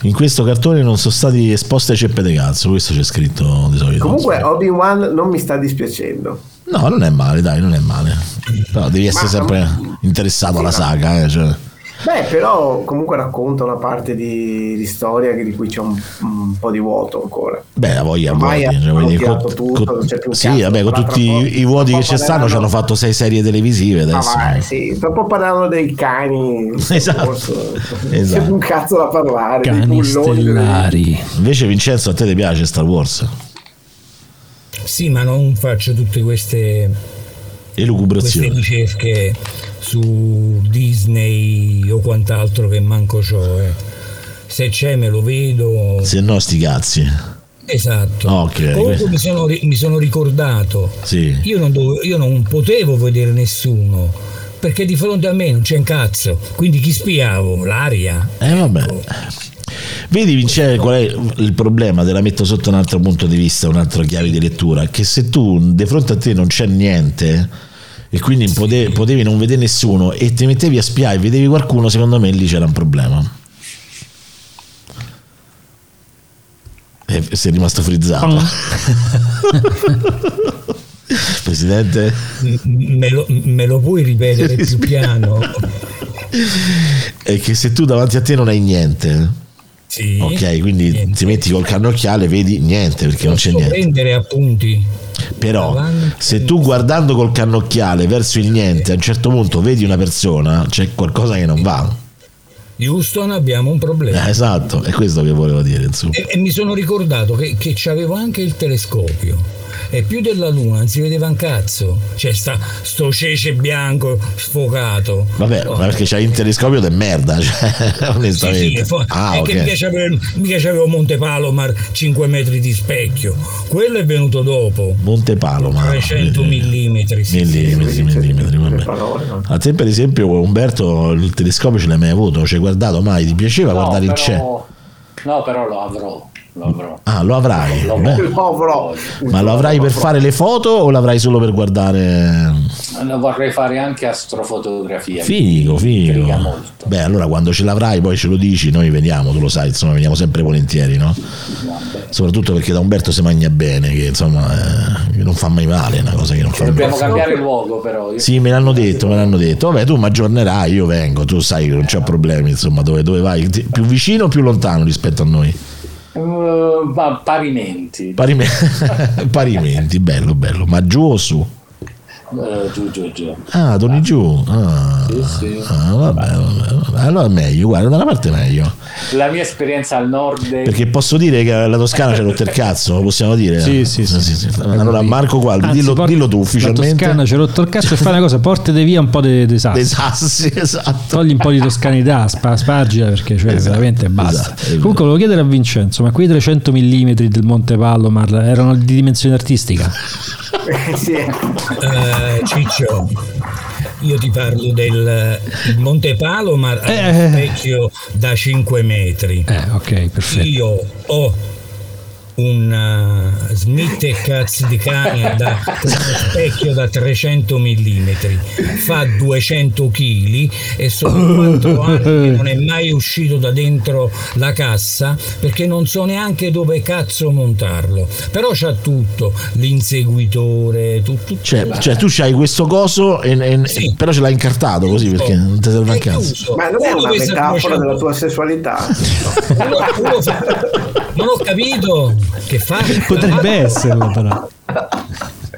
[SPEAKER 1] In questo cartone non sono stati esposte ceppe de cazzo, questo c'è scritto di solito.
[SPEAKER 4] Comunque Obi-Wan non mi sta dispiacendo.
[SPEAKER 1] No, non è male, dai, non è male. Però devi essere
[SPEAKER 4] Ma-
[SPEAKER 1] sempre interessato alla saga, eh, cioè.
[SPEAKER 4] Beh, però comunque racconta una parte di, di storia che- di cui c'è un, un po' di vuoto ancora.
[SPEAKER 1] Beh, la voglia a
[SPEAKER 4] Ormai
[SPEAKER 1] vuoti. Cioè,
[SPEAKER 4] hanno
[SPEAKER 1] voglio dire,
[SPEAKER 4] tirato tutto, non c'è più un
[SPEAKER 1] sì,
[SPEAKER 4] cazzo,
[SPEAKER 1] vabbè, con
[SPEAKER 4] tra- tra
[SPEAKER 1] tutti
[SPEAKER 4] poco-
[SPEAKER 1] i, i vuoti
[SPEAKER 4] tra
[SPEAKER 1] che
[SPEAKER 4] poco
[SPEAKER 1] ci stanno ci
[SPEAKER 4] parleranno-
[SPEAKER 1] hanno fatto sei serie televisive
[SPEAKER 4] Ma
[SPEAKER 1] adesso.
[SPEAKER 4] vai, sì, sto un po' parlando dei cani.
[SPEAKER 1] Esatto.
[SPEAKER 4] C'è
[SPEAKER 1] Esatto.
[SPEAKER 4] un cazzo da parlare. dei
[SPEAKER 2] Cani
[SPEAKER 4] bulloni, delle-
[SPEAKER 2] stellari.
[SPEAKER 1] Invece Vincenzo a te ti piace Star Wars?
[SPEAKER 5] Sì, ma non faccio tutte queste,
[SPEAKER 1] E
[SPEAKER 5] queste
[SPEAKER 1] lucubrazione.
[SPEAKER 5] ricerche su Disney o quant'altro che manco c'ho. eh. Se c'è me lo vedo.
[SPEAKER 1] Se no sti cazzi.
[SPEAKER 5] Esatto.
[SPEAKER 1] Ok.
[SPEAKER 5] Comunque mi sono, ri- mi sono ricordato,
[SPEAKER 1] Sì.
[SPEAKER 5] io non, dovevo- io non potevo vedere nessuno, perché di fronte a me non c'è un cazzo, quindi chi spiavo? L'aria?
[SPEAKER 1] Eh vabbè. Vedi Vincenzo qual è il problema? Te la metto sotto un altro punto di vista, un'altra chiave di lettura, che se tu di fronte a te non c'è niente e quindi pote- potevi non vedere nessuno e ti mettevi a spiare e vedevi qualcuno, secondo me lì c'era un problema. E Eh, sei rimasto frizzato. *laughs* Presidente,
[SPEAKER 5] M- Me lo, me lo puoi ripetere
[SPEAKER 1] *laughs*
[SPEAKER 5] più piano?
[SPEAKER 1] è che se tu davanti a te non hai niente,
[SPEAKER 5] Sì.
[SPEAKER 1] ok, quindi
[SPEAKER 5] Niente.
[SPEAKER 1] ti metti col cannocchiale, vedi niente perché non c'è
[SPEAKER 5] Posso
[SPEAKER 1] niente.
[SPEAKER 5] prendere appunti.
[SPEAKER 1] Però
[SPEAKER 5] Davanti.
[SPEAKER 1] se tu guardando col cannocchiale verso il niente a un certo punto vedi una persona, c'è qualcosa che non va.
[SPEAKER 5] Houston abbiamo un problema.
[SPEAKER 1] Eh, esatto, è questo che volevo dire, insomma.
[SPEAKER 5] E, e mi sono ricordato che, che c'avevo anche il telescopio. E più della luna non si vedeva un cazzo. C'è sta, sto cece bianco sfocato.
[SPEAKER 1] Vabbè,
[SPEAKER 5] No,
[SPEAKER 1] ma perché c'hai il telescopio del merda, *laughs* cioè,
[SPEAKER 5] Sì, sì,
[SPEAKER 1] onestamente.
[SPEAKER 5] è fo-
[SPEAKER 1] ah,
[SPEAKER 5] è
[SPEAKER 1] ok.
[SPEAKER 5] che mica c'avevo, mica c'avevo Monte Palomar 5 metri di specchio. Quello è venuto dopo.
[SPEAKER 1] Monte Paloma. Eh,
[SPEAKER 5] 300 millimetri. sì, sì.
[SPEAKER 1] Ah, Millimetri, millimetri,
[SPEAKER 4] Le
[SPEAKER 1] vabbè.
[SPEAKER 4] parole, no?
[SPEAKER 1] A te per esempio Umberto il telescopio ce l'hai mai avuto, ci hai guardato mai, ti piaceva
[SPEAKER 6] No,
[SPEAKER 1] guardare il cielo?
[SPEAKER 6] però, no, però lo avrò. Lo avrò.
[SPEAKER 1] Ah, lo avrai. beh.
[SPEAKER 4] Il povero.
[SPEAKER 1] Ma lo avrai per fare le foto o l'avrai solo per guardare?
[SPEAKER 6] Lo vorrei fare anche astrofotografia.
[SPEAKER 1] Figo,
[SPEAKER 6] Mi
[SPEAKER 1] figo.
[SPEAKER 6] intriga molto.
[SPEAKER 1] Beh, allora quando ce l'avrai poi ce lo dici, noi veniamo, tu lo sai, insomma, veniamo sempre volentieri, no? Soprattutto perché da Umberto si mangia bene, che insomma eh, non fa mai male, è una cosa che non fa mai
[SPEAKER 6] Dobbiamo cambiare luogo, però. Io-
[SPEAKER 1] Sì, me l'hanno detto, me l'hanno detto. Vabbè, tu mi aggiornerai, io vengo, tu sai che non c'ho problemi, insomma, dove, dove vai? Ti- Più vicino o più lontano rispetto a noi?
[SPEAKER 6] Eh, ma parimenti.
[SPEAKER 1] *laughs* Parime- Parimenti, bello, bello. Ma giù o su?
[SPEAKER 7] eh, giù, giù, giù.
[SPEAKER 1] Ah, torni giù. Ah,
[SPEAKER 7] Sì, sì.
[SPEAKER 1] ah, vabbè, vabbè, vabbè. Allora è meglio, guarda, da una parte è meglio.
[SPEAKER 7] La mia esperienza al nord è-
[SPEAKER 1] Perché posso dire che la Toscana c'è rotto il cazzo, lo possiamo dire? Ah,
[SPEAKER 2] Sì, sì, sì.
[SPEAKER 1] Allora Marco Gualbi,
[SPEAKER 2] Anzi,
[SPEAKER 1] dillo,
[SPEAKER 2] por-
[SPEAKER 1] dillo tu
[SPEAKER 2] La Toscana
[SPEAKER 1] ufficialmente.
[SPEAKER 2] ci ha rotto il cazzo e fai una cosa, portate via un po' dei, dei sassi.
[SPEAKER 1] Dei sassi, *laughs* esatto.
[SPEAKER 2] Togli un po' di toscanità, spa- spargila perché cioè,
[SPEAKER 1] Esatto,
[SPEAKER 2] veramente basta.
[SPEAKER 1] esatto, è vero.
[SPEAKER 2] Comunque volevo chiedere a Vincenzo, ma quei 300 mm del Monte Palomar erano di dimensione artistica?
[SPEAKER 4] *laughs* sì.
[SPEAKER 5] Eh, Ciccio, io ti parlo del il Monte Palomar, ha
[SPEAKER 2] Eh.
[SPEAKER 5] uno specchio da 5 metri.
[SPEAKER 2] Eh, ok, perfetto.
[SPEAKER 5] Io ho un eh, Smith e cazzo di cane da con uno specchio da 300 mm fa 200 kg e sono 4 anni che non è mai uscito da dentro la cassa perché non so neanche dove cazzo montarlo però c'ha tutto l'inseguitore tu- tutto
[SPEAKER 1] Cioè, cioè, tu c'hai questo coso, e, e-
[SPEAKER 5] Sì.
[SPEAKER 1] però ce l'hai incartato così perché non ti serve un
[SPEAKER 5] È
[SPEAKER 1] cazzo.
[SPEAKER 5] chiuso.
[SPEAKER 4] Ma non è
[SPEAKER 5] Uno
[SPEAKER 4] una
[SPEAKER 5] questa
[SPEAKER 4] metafora
[SPEAKER 5] conoscenza-
[SPEAKER 4] della tua sessualità?
[SPEAKER 5] uno- uno fa- non ho capito che fa
[SPEAKER 2] *laughs* Potrebbe esserlo però.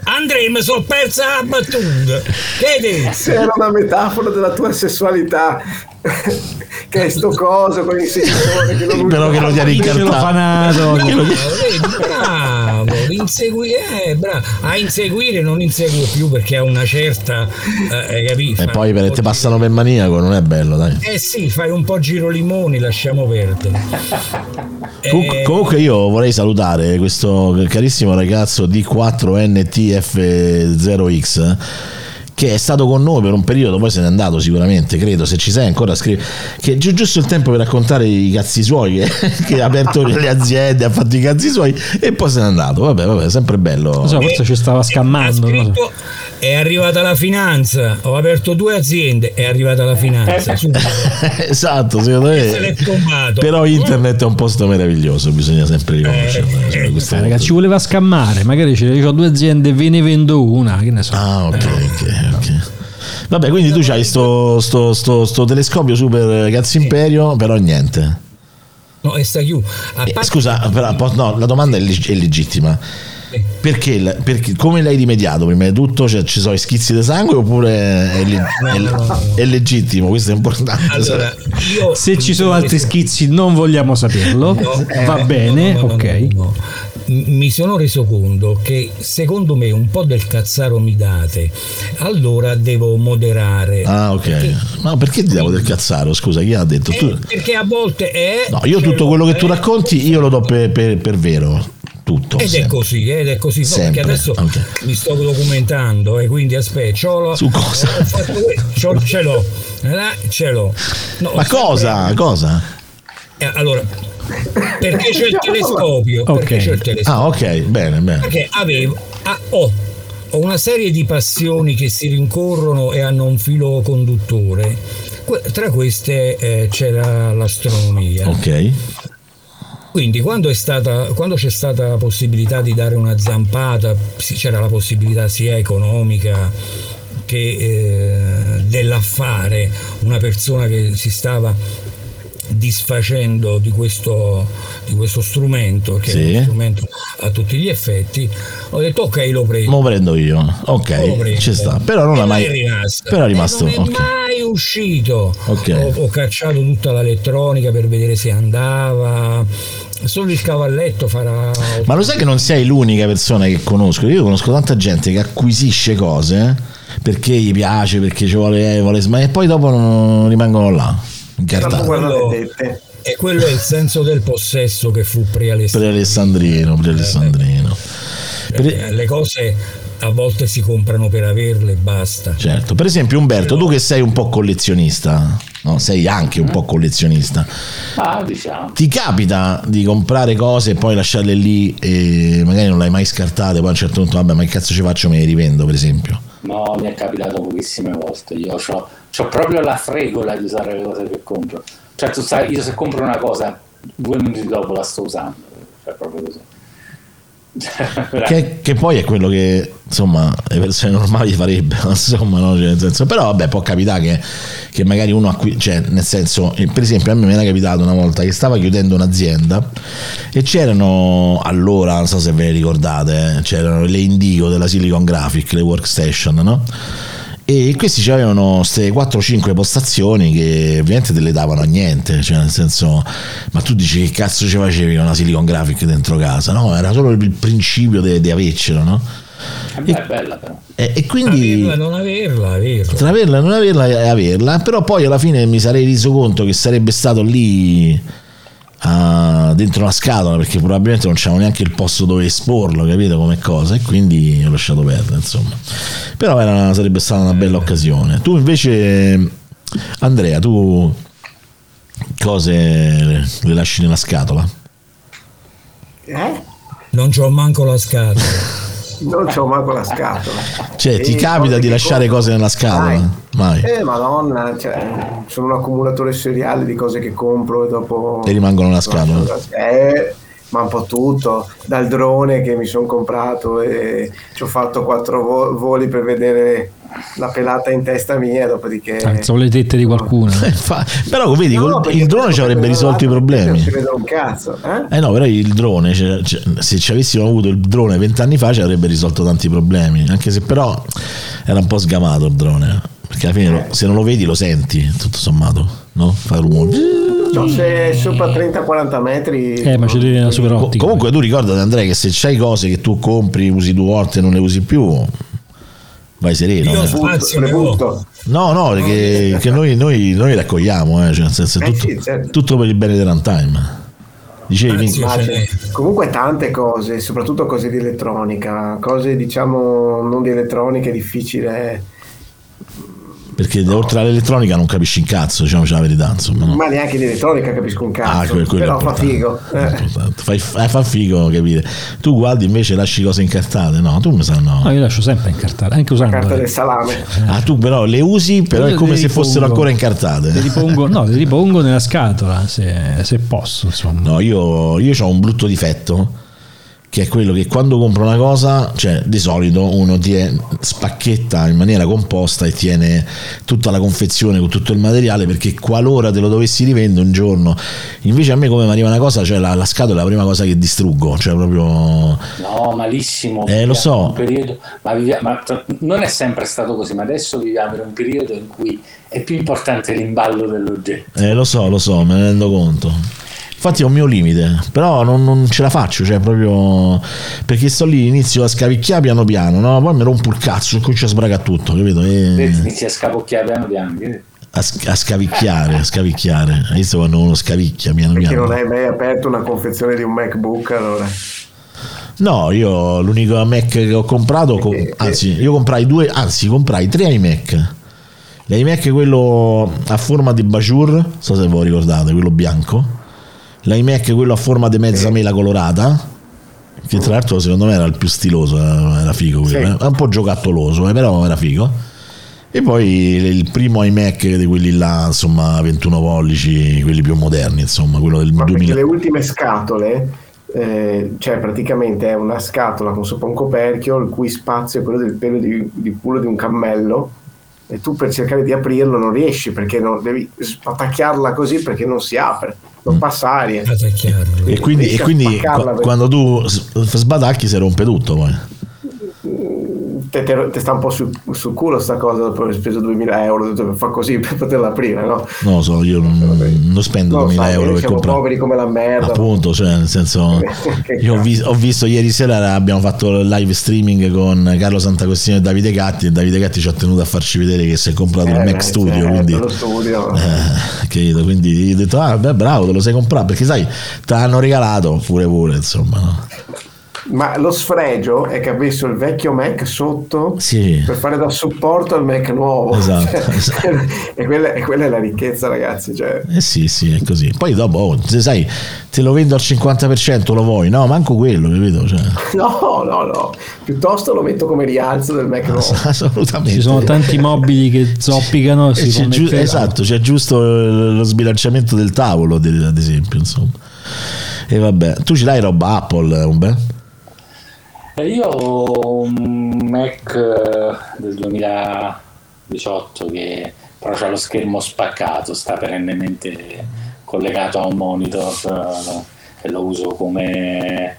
[SPEAKER 5] Andrei, mi sono persa la battuta. Vedi?
[SPEAKER 4] *laughs* Se era una metafora della tua sessualità, *laughs* che è sto coso con il sensore che
[SPEAKER 1] *laughs*
[SPEAKER 4] lo
[SPEAKER 1] Però che lo tieni
[SPEAKER 2] Ce l'ho
[SPEAKER 1] incartato.
[SPEAKER 2] fanato.
[SPEAKER 5] Bravo, vedi, bravo, inseguire, eh, bravo. a inseguire non inseguo più perché ha una certa, eh, hai capito?
[SPEAKER 1] E
[SPEAKER 5] Fa
[SPEAKER 1] poi
[SPEAKER 5] un
[SPEAKER 1] per,
[SPEAKER 5] po'
[SPEAKER 1] te
[SPEAKER 5] di-
[SPEAKER 1] passano per maniaco, non è bello, dai.
[SPEAKER 5] Eh sì, fai un po' giro limoni, lasciamo perdere.
[SPEAKER 2] Eh,
[SPEAKER 1] Comunque,
[SPEAKER 5] Eh,
[SPEAKER 1] comunque io vorrei salutare questo carissimo ragazzo D4NTF0X che è stato con noi per un periodo, poi se n'è andato sicuramente, credo, se ci sei ancora scrivi, che è giu- giusto il tempo per raccontare i cazzi suoi, che, *laughs* che ha aperto le aziende, ha fatto i cazzi suoi e poi se n'è andato, vabbè, vabbè, sempre bello.
[SPEAKER 2] Non so, forse ci stava
[SPEAKER 5] ha
[SPEAKER 2] scammando. non lo so.
[SPEAKER 5] scritto, è arrivata la finanza, ho aperto due aziende, è arrivata la
[SPEAKER 2] Eh,
[SPEAKER 5] finanza. subito.
[SPEAKER 1] *laughs* esatto, secondo
[SPEAKER 5] Se l'è
[SPEAKER 1] me.
[SPEAKER 5] tombato.
[SPEAKER 1] Però internet è un posto meraviglioso, bisogna sempre riconoscerlo. cioè, questo
[SPEAKER 2] Eh,
[SPEAKER 1] è
[SPEAKER 2] ragazzi,
[SPEAKER 1] molto-
[SPEAKER 2] ci voleva scammare, magari ci ho due aziende, ve ne vendo una, che ne so.
[SPEAKER 1] Ah, ok,
[SPEAKER 5] Eh,
[SPEAKER 1] ok, ok. Vabbè, quindi tu c'hai sto, sto, sto, sto telescopio super eh, cazzo imperio, però niente.
[SPEAKER 5] No, è sta chiù. A
[SPEAKER 1] Eh,
[SPEAKER 5] parte-
[SPEAKER 1] scusa, però, po- no, la domanda è, leg- è legittima. Perché, la- perché- come l'hai rimediato? Prima di tutto cioè, ci sono i schizzi di sangue oppure è, le- è le- è legittimo? Questo è importante.
[SPEAKER 5] Allora, eh, io
[SPEAKER 2] Se ci sono altri schizzi non vogliamo saperlo,
[SPEAKER 5] No,
[SPEAKER 2] va
[SPEAKER 5] eh,
[SPEAKER 2] bene,
[SPEAKER 5] no, no, no,
[SPEAKER 2] ok.
[SPEAKER 5] no, no. M- Mi sono reso conto che secondo me un po' del cazzaro mi date, allora devo moderare.
[SPEAKER 1] Ah, ok. Ma perché ti devo del cazzaro? Scusa, chi ha detto?
[SPEAKER 5] Eh,
[SPEAKER 1] Tu-
[SPEAKER 5] perché a volte è.
[SPEAKER 1] No, io
[SPEAKER 5] ce
[SPEAKER 1] tutto
[SPEAKER 5] l'ho,
[SPEAKER 1] quello che tu
[SPEAKER 5] eh,
[SPEAKER 1] racconti io lo do per, per- per vero. Tutto.
[SPEAKER 5] Ed è
[SPEAKER 1] sempre.
[SPEAKER 5] così, eh, ed è così. No,
[SPEAKER 1] Sempre,
[SPEAKER 5] perché adesso
[SPEAKER 1] ok.
[SPEAKER 5] mi sto documentando e quindi aspetta, c'ho lo-
[SPEAKER 1] Su cosa?
[SPEAKER 5] ho fatto que- c'ho- ce l'ho, eh, ce l'ho. No,
[SPEAKER 1] Ma
[SPEAKER 5] sempre-
[SPEAKER 1] cosa? Cosa?
[SPEAKER 5] eh, allora, perché c'è il telescopio? Perché
[SPEAKER 2] Ok.
[SPEAKER 5] c'è il telescopio?
[SPEAKER 1] Ah, ok, bene, bene.
[SPEAKER 5] perché avevo ah, ho, ho una serie di passioni che si rincorrono e hanno un filo conduttore Que- tra queste eh, c'era l'astronomia
[SPEAKER 1] Ok.
[SPEAKER 5] quindi quando, è stata, quando c'è stata la possibilità di dare una zampata, sì, c'era la possibilità sia economica che eh, dell'affare, una persona che si stava disfacendo di questo, di questo strumento, che
[SPEAKER 1] Sì.
[SPEAKER 5] è uno strumento a tutti gli effetti, ho detto ok lo prendo.
[SPEAKER 1] Mo prendo io.
[SPEAKER 5] Lo
[SPEAKER 1] Ok,
[SPEAKER 5] prendo.
[SPEAKER 1] ci sta. Però non
[SPEAKER 5] E
[SPEAKER 1] è mai.
[SPEAKER 5] è rimasto.
[SPEAKER 1] Però è
[SPEAKER 5] E
[SPEAKER 1] rimasto.
[SPEAKER 5] non è
[SPEAKER 1] ok.
[SPEAKER 5] mai uscito.
[SPEAKER 1] Ok.
[SPEAKER 5] Ho, ho cacciato tutta l'elettronica per vedere se andava. Solo il cavalletto farà.
[SPEAKER 1] Ma lo sai che non sei l'unica persona che conosco? Io conosco tanta gente che acquisisce cose eh, perché gli piace, perché ci vuole, eh, vuole ma e poi dopo non rimangono là.
[SPEAKER 4] Tanto
[SPEAKER 1] Incartati.
[SPEAKER 4] guardano le tette.
[SPEAKER 5] E quello è il senso del possesso che fu
[SPEAKER 1] Per
[SPEAKER 5] prealessandro.
[SPEAKER 1] Alessandrino, per Alessandrino. Per-
[SPEAKER 5] Eh, Le cose a volte si comprano per averle e basta.
[SPEAKER 1] Certo, per esempio Umberto, tu che sei un po' collezionista, no? sei anche un po' collezionista,
[SPEAKER 7] Ah, diciamo.
[SPEAKER 1] Ti capita di comprare cose e poi lasciarle lì e magari non le hai mai scartate, poi a un certo punto, vabbè, ma che cazzo ci faccio, me le rivendo, per esempio.
[SPEAKER 7] No, mi è capitato pochissime volte. Io ho proprio la fregola di usare le cose che compro. Cioè, tu sai, *laughs* io se compro una cosa, due minuti dopo la sto usando. Cioè, proprio così.
[SPEAKER 1] Che, che poi è quello che insomma le persone normali farebbero, *laughs* insomma, no? Cioè, nel senso- però vabbè, può capitare che, che magari uno acqui- cioè, nel senso, eh, per esempio, a me mi era capitato una volta che stava chiudendo un'azienda e c'erano allora, non so se ve le ricordate, eh, c'erano le Indigo della Silicon Graphic, le workstation, no? E questi avevano queste 4-5 postazioni che ovviamente te le davano a niente, cioè nel senso, ma tu dici che cazzo ci facevi con la Silicon Graphic dentro casa? No, era solo il principio de- di avercelo, no?
[SPEAKER 7] Beh, è bella però.
[SPEAKER 1] E, e quindi
[SPEAKER 5] Averla, non averla, averla.
[SPEAKER 1] tra averla e non averla e averla, però poi alla fine mi sarei reso conto che sarebbe stato lì ah, dentro una scatola perché probabilmente non c'avevo neanche il posto dove esporlo, capito come cosa, e quindi ho lasciato perdere, insomma. Però era una- sarebbe stata una
[SPEAKER 4] Eh.
[SPEAKER 1] bella occasione. Tu invece Andrea, tu cose le- le lasci nella scatola?
[SPEAKER 4] Eh?
[SPEAKER 5] Non c'ho manco la scatola.
[SPEAKER 4] Non c'ho manco la scatola.
[SPEAKER 1] Cioè, ti
[SPEAKER 4] Eh,
[SPEAKER 1] capita
[SPEAKER 4] cose
[SPEAKER 1] di
[SPEAKER 4] che
[SPEAKER 1] lasciare
[SPEAKER 4] compro.
[SPEAKER 1] cose nella scatola? Mai.
[SPEAKER 4] Eh, madonna, cioè, sono un accumulatore seriale di cose che compro e dopo...
[SPEAKER 1] E rimangono nella scatola.
[SPEAKER 4] Eh, ma un po' tutto, dal drone che mi sono comprato e ci ho fatto quattro vo- voli per vedere la pelata in testa mia, dopodiché...
[SPEAKER 2] Alzo le tette di qualcuno.
[SPEAKER 1] *laughs* Eh, fa- però vedi,
[SPEAKER 4] No,
[SPEAKER 1] col-
[SPEAKER 4] no, perché
[SPEAKER 1] il drone
[SPEAKER 4] dopo
[SPEAKER 1] ci avrebbe
[SPEAKER 4] vedo
[SPEAKER 1] risolto i
[SPEAKER 4] l'altro, Non
[SPEAKER 1] problemi.
[SPEAKER 4] si vede un cazzo, eh?
[SPEAKER 1] Eh no, però il drone, cioè, cioè, se ci avessimo avuto il drone vent'anni fa, ci avrebbe risolto tanti problemi. Anche se però era un po' sgamato il drone. eh. Perché alla fine lo- se non lo vedi lo senti, tutto sommato, no? Fa rumore.
[SPEAKER 4] No, se è sopra 30-40 metri...
[SPEAKER 2] Eh, ma ci devi la super
[SPEAKER 1] Co-
[SPEAKER 2] ottica.
[SPEAKER 1] comunque tu ricordati Andrea che se c'hai cose che tu compri, usi due volte e non le usi più, vai sereno.
[SPEAKER 5] Io
[SPEAKER 1] eh.
[SPEAKER 5] su- Spazio
[SPEAKER 4] le
[SPEAKER 5] ne ho.
[SPEAKER 4] butto.
[SPEAKER 1] No, no, che, che noi, noi, noi raccogliamo, eh, cioè, nel senso, è
[SPEAKER 4] Eh
[SPEAKER 1] tutto,
[SPEAKER 4] sì, certo.
[SPEAKER 1] tutto per il bene del runtime. Dicevi,
[SPEAKER 5] Anzi,
[SPEAKER 1] minchia,
[SPEAKER 4] Ma
[SPEAKER 5] ce
[SPEAKER 4] c'è-
[SPEAKER 5] n'è.
[SPEAKER 4] comunque tante cose, soprattutto cose di elettronica, cose diciamo non di elettronica, è difficile,
[SPEAKER 1] perché oltre all'elettronica non capisci un cazzo, diciamo c'è la verità, insomma. no?
[SPEAKER 4] ma neanche di elettronica capisco un
[SPEAKER 1] Ah,
[SPEAKER 4] cazzo,
[SPEAKER 1] quello, quello
[SPEAKER 4] però
[SPEAKER 1] è
[SPEAKER 4] fa figo.
[SPEAKER 1] importante,
[SPEAKER 4] Eh.
[SPEAKER 1] è importante. Fai, eh, fa figo capire. Tu guardi invece lasci cose incartate, no? Tu mi sa no.
[SPEAKER 2] No, io lascio sempre incartare, anche usando.
[SPEAKER 4] Carta
[SPEAKER 2] eh.
[SPEAKER 4] del salame.
[SPEAKER 1] Ah, tu però le usi, però
[SPEAKER 2] Io
[SPEAKER 1] è come
[SPEAKER 2] le
[SPEAKER 1] se fossero
[SPEAKER 2] ripongo.
[SPEAKER 1] ancora incartate.
[SPEAKER 2] Le ripongo, no, le ripongo nella scatola se, se posso, insomma.
[SPEAKER 1] No, io, io ho un brutto difetto che è quello che quando compro una cosa, cioè di solito uno tie- spacchetta in maniera composta e tiene tutta la confezione con tutto il materiale perché qualora te lo dovessi rivendere un giorno, invece a me come mi arriva una cosa, cioè la, la scatola è la prima cosa che distruggo, cioè proprio...
[SPEAKER 7] No, malissimo.
[SPEAKER 1] Eh, lo so.
[SPEAKER 7] Viviamo un periodo- ma vivia- ma tra- non è sempre stato così, ma adesso viviamo in un periodo in cui è più importante l'imballo dell'oggetto.
[SPEAKER 1] Eh, lo so, lo so, me ne rendo conto. Infatti è un mio limite, però non, non ce la faccio, cioè proprio perché sto lì, inizio a scavicchiare piano piano, no? poi mi rompo il cazzo, comincio a sbragare tutto, capito? E-
[SPEAKER 7] Inizi a scapocchiare piano piano. che-
[SPEAKER 1] a, sc- a scavicchiare, a scavicchiare. Hai visto quando uno scavicchia piano
[SPEAKER 4] Perché
[SPEAKER 1] piano?
[SPEAKER 4] non hai mai aperto una confezione di un MacBook allora?
[SPEAKER 1] No, io l'unico Mac che ho comprato, co-
[SPEAKER 4] Eh, eh.
[SPEAKER 1] anzi, io comprai due, anzi, comprai tre iMac. L'iMac è quello a forma di Bajur, non so se ve lo ricordate, quello bianco. L'iMac è quello a forma di mezza
[SPEAKER 4] Eh.
[SPEAKER 1] mela colorata. Che tra l'altro secondo me era il più stiloso, era era figo quello,
[SPEAKER 4] Sì.
[SPEAKER 1] eh. Era un po' giocattoloso, eh, però era figo. E poi il- il primo iMac di quelli là, insomma, 21 pollici, quelli più moderni, insomma, quello del
[SPEAKER 4] Ma perché
[SPEAKER 1] 2000.
[SPEAKER 4] le ultime scatole, eh, cioè praticamente è una scatola con sopra un coperchio il cui spazio è quello del pelo di, di culo di un cammello e tu per cercare di aprirlo non riesci perché non, devi spatacchiarla così perché non si apre,
[SPEAKER 1] Mm.
[SPEAKER 4] non passa aria.
[SPEAKER 1] Eh.
[SPEAKER 5] Ah, è chiaro.
[SPEAKER 1] *laughs* E quindi, e
[SPEAKER 4] Riesci a
[SPEAKER 1] quindi
[SPEAKER 4] spaccarla
[SPEAKER 1] qua-
[SPEAKER 4] perché-
[SPEAKER 1] quando tu s- sbadacchi si rompe tutto poi.
[SPEAKER 4] Te, te- te sta un po' su- sul culo sta cosa dopo aver speso 2000 euro ho detto, per far così per poterla aprire, no?
[SPEAKER 1] Non lo so, io non, non spendo
[SPEAKER 4] Non lo
[SPEAKER 1] 2000
[SPEAKER 4] so,
[SPEAKER 1] euro
[SPEAKER 4] noi
[SPEAKER 1] per
[SPEAKER 4] siamo
[SPEAKER 1] comprare.
[SPEAKER 4] poveri come la merda.
[SPEAKER 1] Appunto, cioè, nel senso,
[SPEAKER 4] *laughs* Che
[SPEAKER 1] io ho,
[SPEAKER 4] cazzo.
[SPEAKER 1] vis- ho visto ieri sera abbiamo fatto il live streaming con Carlo Santagostino e Davide Gatti. E Davide Gatti ci ha tenuto a farci vedere che si è comprato
[SPEAKER 4] Eh,
[SPEAKER 1] il Mac
[SPEAKER 4] beh,
[SPEAKER 1] Studio.
[SPEAKER 4] certo,
[SPEAKER 1] quindi,
[SPEAKER 4] lo studio.
[SPEAKER 1] Eh, capito? Quindi gli ho detto, ah, beh, bravo, te lo sei comprato perché sai, te l'hanno regalato pure, pure. Insomma, no?
[SPEAKER 4] Ma lo sfregio è che ha messo il vecchio Mac sotto
[SPEAKER 1] Sì.
[SPEAKER 4] per fare da supporto al Mac nuovo.
[SPEAKER 1] Esatto,
[SPEAKER 4] Cioè,
[SPEAKER 1] esatto.
[SPEAKER 4] *laughs* e, quella, e quella è la ricchezza, ragazzi. Cioè,
[SPEAKER 1] Eh sì, sì, è così. Poi dopo, oh, se sai, te lo vendo al 50%, lo vuoi? No, manco quello, capito? Cioè,
[SPEAKER 4] no, no, no. Piuttosto lo metto come rialzo del Mac
[SPEAKER 1] Esatto. *laughs*
[SPEAKER 4] nuovo.
[SPEAKER 1] assolutamente.
[SPEAKER 2] Oh. Ci sono tanti mobili che zoppicano e
[SPEAKER 1] Eh,
[SPEAKER 2] si
[SPEAKER 1] c'è giu-
[SPEAKER 2] connetteranno.
[SPEAKER 1] esatto, c'è giusto eh, lo sbilanciamento del tavolo, eh, ad ad esempio, insomma. E vabbè, tu ce l'hai roba Apple, un bel?
[SPEAKER 7] Eh, Io ho un Mac eh, del 2018 che però ha lo schermo spaccato, sta perennemente collegato a un monitor eh, e lo uso come...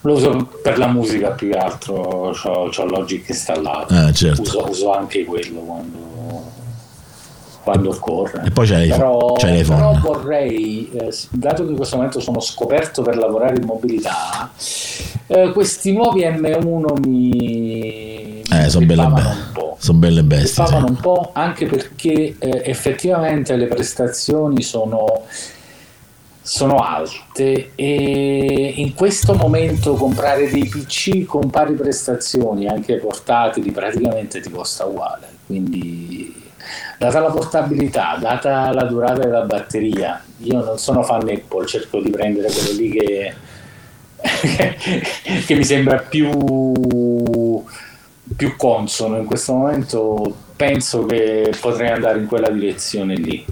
[SPEAKER 7] Lo uso per la musica più che altro, c'ho, c'ho Logic installato,
[SPEAKER 1] Ah, certo.
[SPEAKER 7] uso, uso anche quello quando, quando occorre.
[SPEAKER 1] E poi c'è l'iPhone.
[SPEAKER 7] Però,
[SPEAKER 1] C'è l'iPhone.
[SPEAKER 7] però vorrei, eh, s- dato che in questo momento sono scoperto per lavorare in mobilità, eh, questi nuovi M1 mi...
[SPEAKER 1] Eh, sono
[SPEAKER 7] mi
[SPEAKER 1] belle,
[SPEAKER 7] bavano
[SPEAKER 1] be-
[SPEAKER 7] un po'.
[SPEAKER 1] son belle
[SPEAKER 7] Mi
[SPEAKER 1] bestie.
[SPEAKER 7] bavano
[SPEAKER 1] sì.
[SPEAKER 7] un po' anche perché eh, effettivamente le prestazioni sono, sono alte e in questo momento comprare dei PC con pari prestazioni, anche portatili, praticamente ti costa uguale. Quindi data la portabilità, data la durata della batteria, io non sono fan Apple, cerco di prendere quello lì che, *laughs* che mi sembra più, più consono in questo momento, penso che potrei andare in quella direzione lì,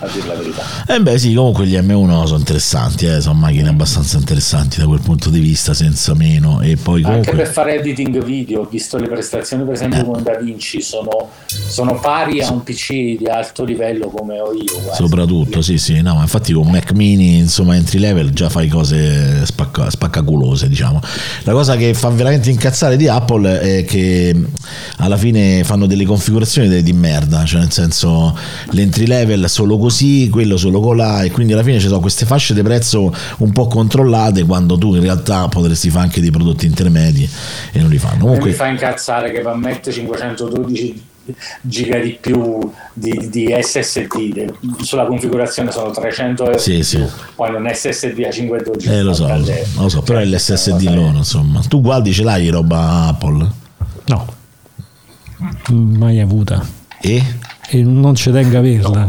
[SPEAKER 7] a dire la verità.
[SPEAKER 1] Eh beh sì, comunque gli M1 sono interessanti, eh, sono macchine abbastanza interessanti da quel punto di vista, senza meno. E poi
[SPEAKER 7] Anche per
[SPEAKER 1] comunque...
[SPEAKER 7] fare editing video, ho visto le prestazioni per
[SPEAKER 1] Eh.
[SPEAKER 7] esempio con DaVinci, sono, sono pari a un PC di alto livello come ho io. quasi.
[SPEAKER 1] Soprattutto, sì, sì, no, ma infatti con Mac Mini, insomma, entry level già fai cose spacca- spaccaculose, diciamo. La cosa che fa veramente incazzare di Apple è che alla fine fanno delle configurazioni de- di merda, cioè nel senso l'entry level solo così, quello solo colà, e quindi alla fine ci sono queste fasce di prezzo un po' controllate quando tu in realtà potresti fare anche dei prodotti intermedi e non li fanno.
[SPEAKER 7] E
[SPEAKER 1] Comunque,
[SPEAKER 7] mi fa incazzare che va a mettere 512 giga di più di, di SSD de- sulla configurazione sono 300 euro
[SPEAKER 1] Sì,
[SPEAKER 7] in
[SPEAKER 1] sì.
[SPEAKER 7] più, quando un SSD a 512
[SPEAKER 1] Eh, lo so, lo so, lo so, però è
[SPEAKER 7] Cioè,
[SPEAKER 1] l'SSD loro, insomma. Tu guardi ce l'hai roba Apple?
[SPEAKER 2] No, mai avuta.
[SPEAKER 1] E?
[SPEAKER 2] E non ci tengo a averla.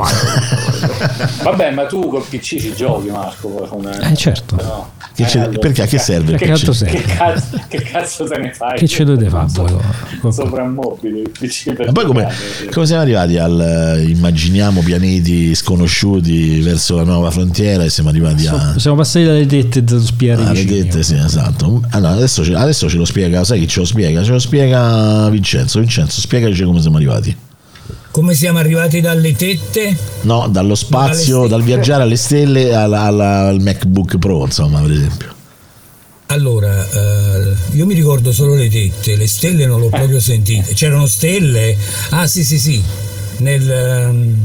[SPEAKER 7] vabbè ma tu col PC ci giochi Marco poi come
[SPEAKER 2] Eh certo.
[SPEAKER 7] no.
[SPEAKER 1] Che
[SPEAKER 7] Eh,
[SPEAKER 1] ce-
[SPEAKER 7] allora,
[SPEAKER 1] perché a che serve?
[SPEAKER 2] Che altro serve?
[SPEAKER 7] che cazzo, che cazzo te ne fai
[SPEAKER 2] Che ce lo devi fare boh? poi?
[SPEAKER 7] *laughs* Sopra- soprammorbidi il PC per
[SPEAKER 1] E poi come,
[SPEAKER 7] giocare.
[SPEAKER 1] come siamo arrivati al eh, immaginiamo pianeti sconosciuti verso la nuova frontiera e siamo arrivati a...
[SPEAKER 2] Siamo passati dalle dette da spiare
[SPEAKER 1] Ah, vedete, sì, esatto. Allora, adesso, ce, adesso ce lo spiega, sai chi ce lo spiega? Ce lo spiega Vincenzo. Vincenzo, spiegaci come siamo arrivati.
[SPEAKER 5] Come siamo arrivati dalle tette?
[SPEAKER 1] No, dallo spazio,
[SPEAKER 5] stelle.
[SPEAKER 1] dal viaggiare alle stelle alla- alla- al MacBook Pro, insomma, per esempio.
[SPEAKER 5] Allora, eh, io mi ricordo solo le tette, le stelle non l'ho proprio sentite. C'erano stelle? Ah sì sì sì, nel, ehm,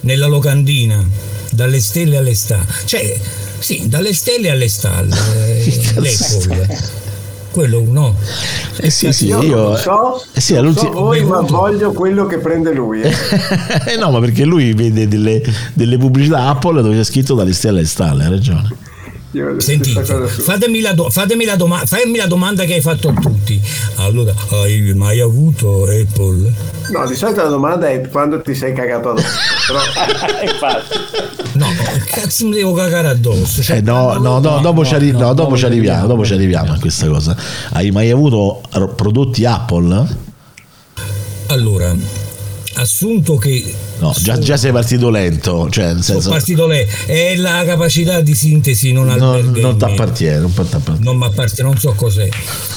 [SPEAKER 5] nella locandina, dalle stelle alle stalle. Cioè, sì, dalle stelle alle stalle. eh, L'Apple. Quello no.
[SPEAKER 1] Eh sì, sì,
[SPEAKER 4] Io,
[SPEAKER 1] io...
[SPEAKER 4] non so,
[SPEAKER 1] eh sì,
[SPEAKER 4] non
[SPEAKER 1] all'ulti-
[SPEAKER 4] so voi, ma voglio quello che prende lui. eh.
[SPEAKER 1] *laughs* Eh no, ma perché lui vede delle, delle pubblicità Apple dove c'è scritto dalle stelle alle stalle, hai ragione.
[SPEAKER 4] Io
[SPEAKER 5] Sentite,
[SPEAKER 4] questa cosa su-
[SPEAKER 5] fatemi la, do- fatemi la doma- fammi la domanda che hai fatto a tutti. Allora, hai mai avuto Apple?
[SPEAKER 4] No, di solito la domanda è quando ti sei cagato addosso.
[SPEAKER 5] *laughs*
[SPEAKER 4] Però
[SPEAKER 7] *laughs* Infatti.
[SPEAKER 5] No, cazzo mi devo cagare addosso. Cioè,
[SPEAKER 1] Eh, no, no, no, dopo, ci, arri- no, dopo ci arriviamo, dopo ci arriviamo a questa cosa. Hai mai avuto ro- prodotti Apple?
[SPEAKER 5] Allora, assunto che
[SPEAKER 1] No, già, già sei partito lento, cioè nel senso...
[SPEAKER 5] sono partito lei, è la capacità di sintesi non
[SPEAKER 1] Non,
[SPEAKER 5] alberga
[SPEAKER 1] non
[SPEAKER 5] in me.
[SPEAKER 1] t'appartiene, non t'appartiene.
[SPEAKER 5] Non mi appartiene, non so cos'è.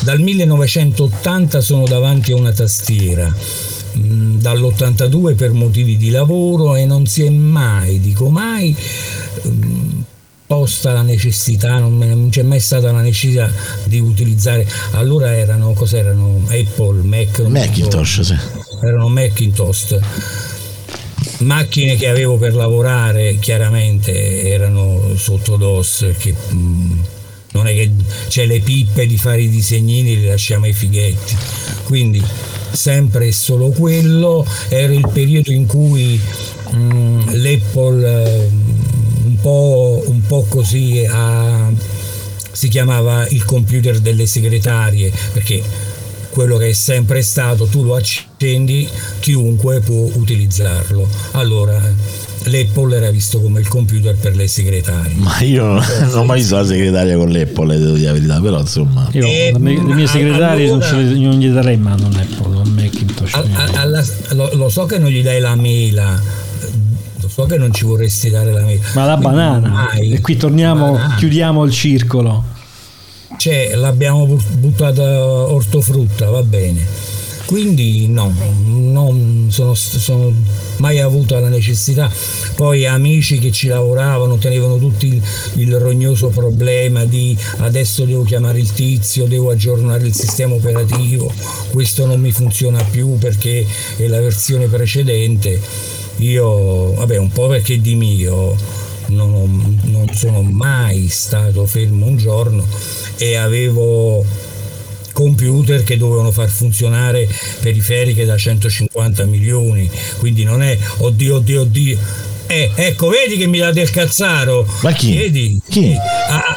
[SPEAKER 5] Dal 1980 sono davanti a una tastiera. Mm, Dall'82 per motivi di lavoro e non si è mai, dico mai, mm, posta la necessità, non, me- non c'è mai stata la necessità di utilizzare. Allora erano, cos'erano? Apple, Mac, non mi ricordo
[SPEAKER 1] Macintosh, sì.
[SPEAKER 5] erano Macintosh macchine che avevo per lavorare chiaramente erano sotto DOS perché mh, non è che c'è le pippe di fare i disegnini li lasciamo ai fighetti quindi sempre e solo quello era il periodo in cui mh, l'Apple eh, un po', un po' così a- si chiamava il computer delle segretarie perché quello che è sempre stato, tu lo accendi, chiunque può utilizzarlo. Allora, l'Apple era visto come il computer per le segretarie.
[SPEAKER 1] Ma io non ho mai visto la segretaria con l'Apple, devo dire la verità, però insomma...
[SPEAKER 2] Io,
[SPEAKER 5] Eh,
[SPEAKER 2] le mie, le mie
[SPEAKER 5] ma
[SPEAKER 2] segretarie non,
[SPEAKER 5] allora-
[SPEAKER 2] ce le- non gli darei in mano un Apple, un Macintosh.
[SPEAKER 5] Al- al- alla- lo, lo so che non gli dai la mela, lo so che non ci vorresti dare la mela.
[SPEAKER 2] ma la
[SPEAKER 5] Quindi
[SPEAKER 2] banana.
[SPEAKER 5] mai.
[SPEAKER 2] E qui torniamo,
[SPEAKER 5] Banana.
[SPEAKER 2] chiudiamo il circolo.
[SPEAKER 5] cioè l'abbiamo buttata eh, ortofrutta, va bene. Quindi no, non sono, sono mai avuta la necessità. Poi amici che ci lavoravano tenevano tutti il, il rognoso problema di adesso devo chiamare il tizio, devo aggiornare il sistema operativo, questo non mi funziona più perché è la versione precedente. Io, vabbè, un po' perché di mio, non, ho- non sono mai stato fermo un giorno e avevo computer che dovevano far funzionare periferiche da 150 milioni quindi non è oddio oddio oddio eh, ecco vedi che mi dà del cazzaro
[SPEAKER 1] Ma chi?
[SPEAKER 5] vedi Eh,
[SPEAKER 1] Chi?
[SPEAKER 5] A- a-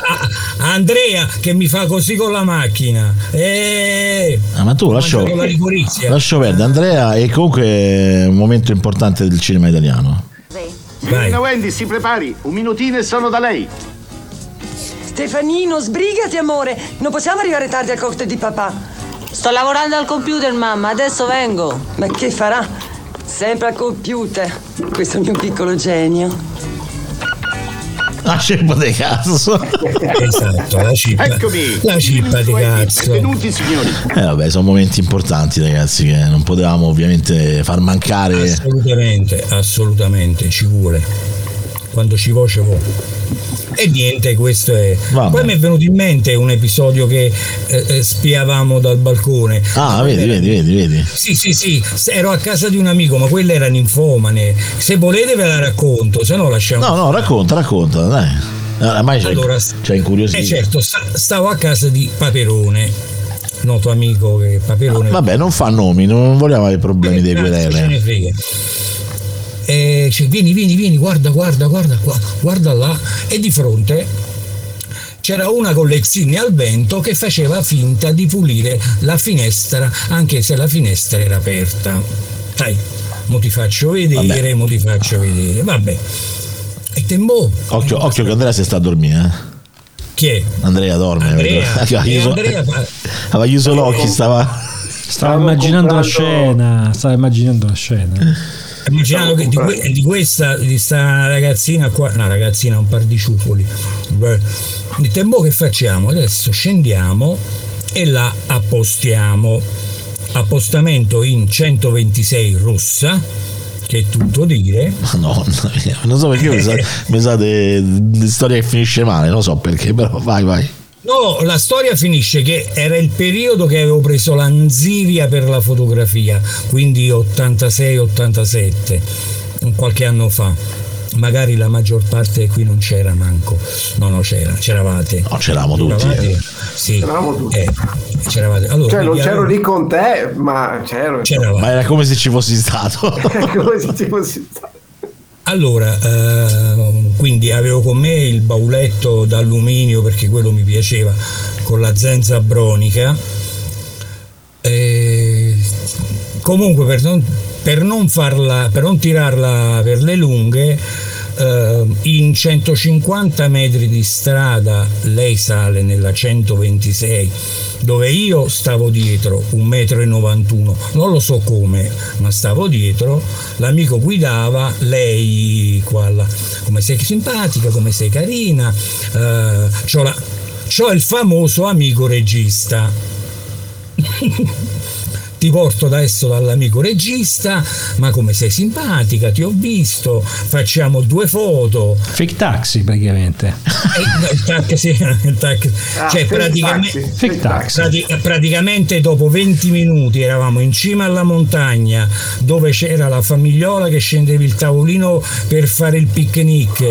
[SPEAKER 5] a- Andrea che mi fa così con la macchina eh,
[SPEAKER 1] Ah, ma tu lascio,
[SPEAKER 5] mangiato la licorizia.
[SPEAKER 1] lascio perdere Andrea e comunque è un momento importante del cinema italiano.
[SPEAKER 5] Vai.
[SPEAKER 8] Signorina Wendy, si prepari, un minutino e sono da lei.
[SPEAKER 9] Stefanino, sbrigati amore, non possiamo arrivare tardi al cocktail di papà. Sto lavorando al computer mamma, adesso vengo. Ma che farà? Sempre al computer. Questo è il mio piccolo genio.
[SPEAKER 1] Ah, scemo di cazzo.
[SPEAKER 5] esatto la cippa
[SPEAKER 8] Eccomi.
[SPEAKER 5] la cippa di cazzo
[SPEAKER 8] Benvenuti signori.
[SPEAKER 1] Eh vabbè, sono momenti importanti ragazzi che non potevamo ovviamente far mancare.
[SPEAKER 5] Assolutamente, assolutamente, ci vuole. Quando ci voce vo. E niente, questo è.
[SPEAKER 1] Vabbè.
[SPEAKER 5] Poi mi è venuto in mente un episodio che eh, eh, spiavamo dal balcone.
[SPEAKER 1] Ah, vedi, vedi, vedi, vedi.
[SPEAKER 5] Sì, sì, sì, s- ero a casa di un amico, ma quella era ninfomane. Se volete ve la racconto, se no lasciamo.
[SPEAKER 1] No, no, racconta, racconta, dai. Ormai c'è,
[SPEAKER 5] Allora,
[SPEAKER 1] c'è incuriosito.
[SPEAKER 5] Eh certo, sta- stavo a casa di Paperone, noto amico che Paperone
[SPEAKER 1] Vabbè, non fa nomi, non vogliamo avere problemi dei
[SPEAKER 5] Eh, Grazie, ce ne
[SPEAKER 1] querele.
[SPEAKER 5] frega. Eh, cioè, vieni, vieni, vieni, guarda, guarda, guarda qua, guarda là. E di fronte c'era una con le zinne al vento che faceva finta di pulire la finestra, anche se la finestra era aperta. Dai, mo ti faccio vedere, mo ti faccio vedere. Vabbè. E te mo,
[SPEAKER 1] Occhio, occhio che Andrea si sta a dormire. eh.
[SPEAKER 5] chi è?
[SPEAKER 1] Andrea dorme. *laughs*
[SPEAKER 5] Andrea,
[SPEAKER 1] vedo. Aveva
[SPEAKER 5] eh,
[SPEAKER 1] chiuso-
[SPEAKER 5] Andrea fa-
[SPEAKER 1] Aveva chiuso l'occhio, stava...
[SPEAKER 2] Stavo
[SPEAKER 4] Stavo
[SPEAKER 2] immaginando la
[SPEAKER 4] comprando-
[SPEAKER 2] scena, stavo immaginando la scena.
[SPEAKER 5] Immaginavo che di, que- di questa di sta ragazzina qua, una ragazzina, un par di ciufoli. Beh, Dite, boh, che facciamo? Adesso scendiamo e la appostiamo. Appostamento in 126 rossa, che è tutto dire.
[SPEAKER 1] Madonna mia, non so perché mi
[SPEAKER 5] *laughs*
[SPEAKER 1] sa, mi sa de- di storia che finisce male, non so perché, però vai, vai.
[SPEAKER 5] No, la storia finisce che era il periodo che avevo preso l'Anziria per la fotografia, quindi 86-87, un qualche anno fa. Magari la maggior parte qui non c'era manco. No, no, c'era, c'eravate.
[SPEAKER 1] No, c'eravamo tutti.
[SPEAKER 5] C'eravate?
[SPEAKER 1] eh.
[SPEAKER 5] Sì.
[SPEAKER 4] C'eravamo tutti.
[SPEAKER 5] eh, c'eravate. Allora,
[SPEAKER 4] Cioè, non
[SPEAKER 5] quindi
[SPEAKER 4] c'ero
[SPEAKER 5] allora-
[SPEAKER 4] lì con te, ma c'ero.
[SPEAKER 5] C'eravate.
[SPEAKER 1] Ma era come se ci fossi
[SPEAKER 5] *laughs*
[SPEAKER 1] stato.
[SPEAKER 4] *laughs* Come se ci fosse stato.
[SPEAKER 5] Allora, eh, quindi avevo con me il bauletto d'alluminio perché quello mi piaceva, con la zenza bronica. Eh, comunque, per non, per non farla, per non tirarla per le lunghe, eh, in 150 metri di strada lei sale nella 126, dove io stavo dietro, 1,91 m, non lo so come, ma stavo dietro, l'amico guidava, lei qua, là, come sei simpatica, come sei carina, eh, c'ho, la- c'ho il famoso amico regista ti porto adesso dall'amico regista, ma come sei simpatica, ti ho visto, facciamo due foto.
[SPEAKER 2] Fake taxi praticamente.
[SPEAKER 5] E- tac, sì, tac.
[SPEAKER 4] Ah,
[SPEAKER 5] Cioè,
[SPEAKER 4] fake
[SPEAKER 5] praticamente,
[SPEAKER 4] taxi,
[SPEAKER 2] Fake taxi.
[SPEAKER 5] Prati- praticamente dopo 20 minuti eravamo in cima alla montagna dove c'era la famigliola che scendeva il tavolino per fare il picnic,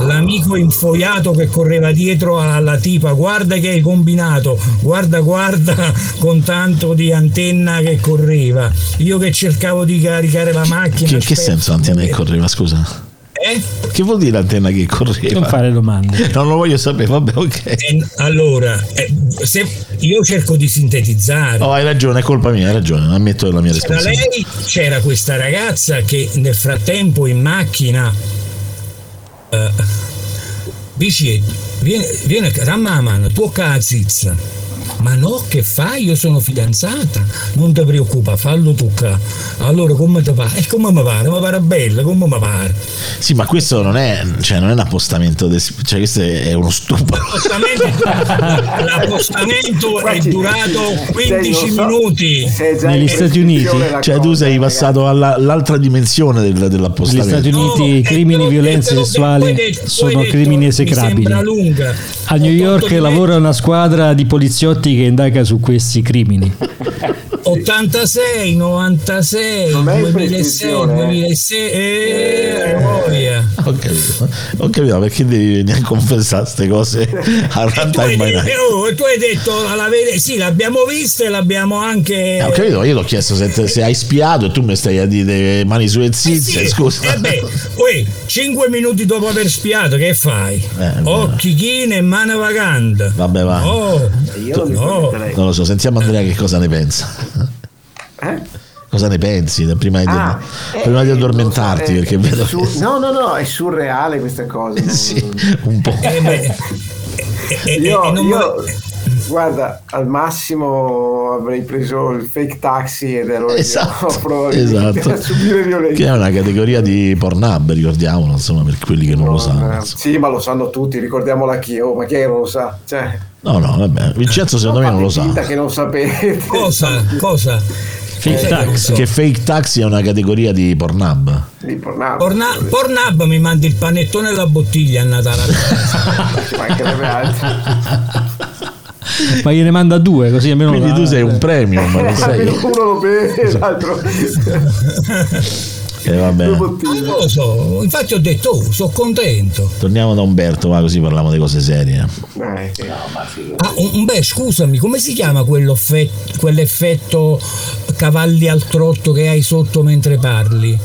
[SPEAKER 5] l'amico infoiato che correva dietro alla tipa, guarda che hai combinato, guarda guarda *laughs* con tanto di antenna che correva, io che cercavo di caricare la macchina.
[SPEAKER 1] Che, in che
[SPEAKER 5] aspetta-
[SPEAKER 1] senso l'antenna che correva, scusa?
[SPEAKER 5] Eh?
[SPEAKER 1] Che vuol dire l'antenna che
[SPEAKER 2] Non
[SPEAKER 1] correva?
[SPEAKER 2] fare domande.
[SPEAKER 1] Non lo voglio sapere, vabbè, ok.
[SPEAKER 5] Eh, Allora, eh, se io cerco di sintetizzare,
[SPEAKER 1] Oh, hai ragione, è colpa mia, hai ragione, ammetto la mia
[SPEAKER 5] C'era
[SPEAKER 1] responsabilità.
[SPEAKER 5] lei, c'era questa ragazza che nel frattempo in macchina eh, dice vieni, vieni a mamma, tu cazzo ma no che fai io sono fidanzata non ti preoccupa fallo tu qua allora come ti pare e come mi pare mi pare bella come mi pare
[SPEAKER 1] Sì, ma questo non è, cioè, non è un appostamento, des- cioè, questo è è uno stupro.
[SPEAKER 5] L'appostamento-
[SPEAKER 4] *laughs*
[SPEAKER 5] l'appostamento è
[SPEAKER 4] Guardi,
[SPEAKER 5] durato
[SPEAKER 4] sei,
[SPEAKER 5] 15
[SPEAKER 4] non so,
[SPEAKER 5] minuti
[SPEAKER 4] sei già
[SPEAKER 2] Negli
[SPEAKER 4] in
[SPEAKER 2] Stati Uniti?
[SPEAKER 4] descrizione la
[SPEAKER 1] Cioè, tu
[SPEAKER 4] cosa,
[SPEAKER 1] sei
[SPEAKER 4] ragazzi.
[SPEAKER 1] passato alla- all'altra dimensione del-
[SPEAKER 2] Negli Stati
[SPEAKER 1] dell'appostamento.
[SPEAKER 2] Uniti
[SPEAKER 5] No,
[SPEAKER 2] crimini,
[SPEAKER 5] e te lo-
[SPEAKER 2] violenze
[SPEAKER 5] e te lo- poi
[SPEAKER 2] sessuali
[SPEAKER 5] detto- poi
[SPEAKER 2] sono
[SPEAKER 5] detto,
[SPEAKER 2] crimini
[SPEAKER 5] mi
[SPEAKER 2] esecrabili.
[SPEAKER 5] sembra lunga.
[SPEAKER 2] A New
[SPEAKER 5] Ho
[SPEAKER 2] York
[SPEAKER 5] tolto di me-
[SPEAKER 2] lavora una squadra di poliziotti che indaga su questi crimini. Eh
[SPEAKER 5] 86, 96,
[SPEAKER 4] Non è in
[SPEAKER 5] 2006,
[SPEAKER 4] prescrizione, eh.
[SPEAKER 5] 2006, eh, voglia.
[SPEAKER 1] Ho capito, eh? ho capito perché devi neanche confessare queste
[SPEAKER 4] *laughs*
[SPEAKER 1] cose a
[SPEAKER 5] E tu, hai
[SPEAKER 1] runtime by
[SPEAKER 5] detto,
[SPEAKER 1] night.
[SPEAKER 5] oh, e tu hai detto la verità, sì, l'abbiamo vista e l'abbiamo anche.
[SPEAKER 1] Eh,
[SPEAKER 2] Ah,
[SPEAKER 1] Ho capito, io l'ho chiesto se, te- se hai spiato e tu mi stai a dire mani sulle
[SPEAKER 5] Eh
[SPEAKER 1] zizze,
[SPEAKER 5] sì,
[SPEAKER 1] scusa.
[SPEAKER 5] eh beh, poi 5 minuti dopo aver spiato, che fai?
[SPEAKER 1] Eh,
[SPEAKER 5] Occhi chine e mano vagante.
[SPEAKER 1] Vabbè, va.
[SPEAKER 5] Oh,
[SPEAKER 4] Io non mi
[SPEAKER 5] No.
[SPEAKER 4] permetterei.
[SPEAKER 1] Non lo so, sentiamo Andrea che cosa ne pensa.
[SPEAKER 4] Eh?
[SPEAKER 1] Cosa ne pensi da- prima di,
[SPEAKER 4] Ah,
[SPEAKER 1] prima di
[SPEAKER 4] eh,
[SPEAKER 1] addormentarti?
[SPEAKER 4] non so,
[SPEAKER 1] perché
[SPEAKER 4] eh,
[SPEAKER 1] vedo
[SPEAKER 4] su- no, no, no, è surreale questa cosa. non-
[SPEAKER 1] *laughs* sì, un po'.
[SPEAKER 5] eh, beh, eh, eh, eh,
[SPEAKER 4] Io,
[SPEAKER 5] non
[SPEAKER 4] io-
[SPEAKER 5] me-
[SPEAKER 4] guarda, al massimo avrei preso il fake taxi ed ero io,
[SPEAKER 1] *laughs* Esatto,
[SPEAKER 4] *laughs* probabilmente
[SPEAKER 1] esatto.
[SPEAKER 4] *laughs* a subire
[SPEAKER 1] che è
[SPEAKER 4] violenza.
[SPEAKER 1] una categoria di pornab, ricordiamolo, insomma, per quelli che non lo sanno. insomma.
[SPEAKER 4] eh, Sì, ma lo sanno tutti, ricordiamola chi, oh, ma chi è che non lo sa? Cioè,
[SPEAKER 1] No, no, vabbè, Vincenzo secondo me non lo sa.
[SPEAKER 4] fate finta che non sapete. *laughs*
[SPEAKER 5] cosa? Cosa?
[SPEAKER 2] Fake
[SPEAKER 5] Eh, non
[SPEAKER 2] tax.
[SPEAKER 5] so.
[SPEAKER 1] Che fake taxi è una categoria di pornab.
[SPEAKER 4] Di pornare.
[SPEAKER 5] Porna- Pornhub mi mandi il panettone e la bottiglia a Natale.
[SPEAKER 4] Ci
[SPEAKER 1] *laughs*
[SPEAKER 4] mancherebbe altro.
[SPEAKER 2] Ma gliene manda due così almeno.
[SPEAKER 1] Quindi
[SPEAKER 2] la-
[SPEAKER 1] tu sei un premium,
[SPEAKER 4] *laughs*
[SPEAKER 1] non sei.
[SPEAKER 4] Almeno uno lo beve,
[SPEAKER 1] Esatto.
[SPEAKER 4] l'altro
[SPEAKER 1] Eh, vabbè.
[SPEAKER 4] due bottiglie.
[SPEAKER 5] Non lo so, infatti ho detto, oh, sono contento.
[SPEAKER 1] Torniamo da Umberto, va così parliamo di cose serie.
[SPEAKER 4] Eh, sì.
[SPEAKER 5] Ah, un, un- beh, scusami, come si chiama quell'offe- quell'effetto cavalli al trotto che hai sotto mentre parli?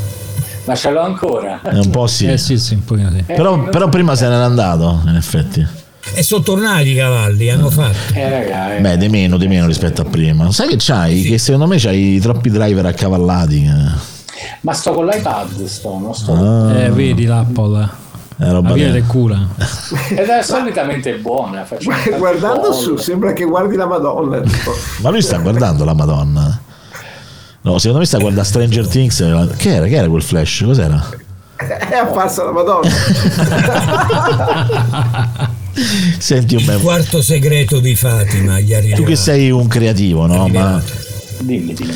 [SPEAKER 7] Ma ce l'ho ancora.
[SPEAKER 1] È un po' sì.
[SPEAKER 2] Eh sì, sì, un pochino sì.
[SPEAKER 1] Però, però prima se n'era andato, in effetti.
[SPEAKER 5] E sono tornati i cavalli,
[SPEAKER 1] Ah.
[SPEAKER 5] hanno fatto.
[SPEAKER 7] Eh, raga, eh.
[SPEAKER 1] Beh, di meno, di meno rispetto a prima. Sai che c'hai? Che secondo me c'hai troppi driver accavallati. eh.
[SPEAKER 7] Ma sto con l'iPad, sto, non sto.
[SPEAKER 2] Eh, vedi l'Apple.
[SPEAKER 1] È roba
[SPEAKER 2] La via
[SPEAKER 1] vera.
[SPEAKER 2] del culo.
[SPEAKER 7] Ed è solitamente buona. faccio un
[SPEAKER 4] Gu-
[SPEAKER 7] tanto
[SPEAKER 4] Guardando
[SPEAKER 7] gol.
[SPEAKER 4] su, sembra che guardi la Madonna. tipo.
[SPEAKER 1] Ma lui sta guardando la Madonna. No, secondo me sta guardando Stranger Things. Che era? Che era quel flash? Cos'era?
[SPEAKER 4] È apparsa la
[SPEAKER 1] *laughs*
[SPEAKER 4] Madonna.
[SPEAKER 1] Senti un
[SPEAKER 5] Il
[SPEAKER 1] me.
[SPEAKER 5] quarto segreto di Fatima, gli arriva.
[SPEAKER 1] Tu che sei un creativo, no? Ma
[SPEAKER 7] Dimmi, dimmi.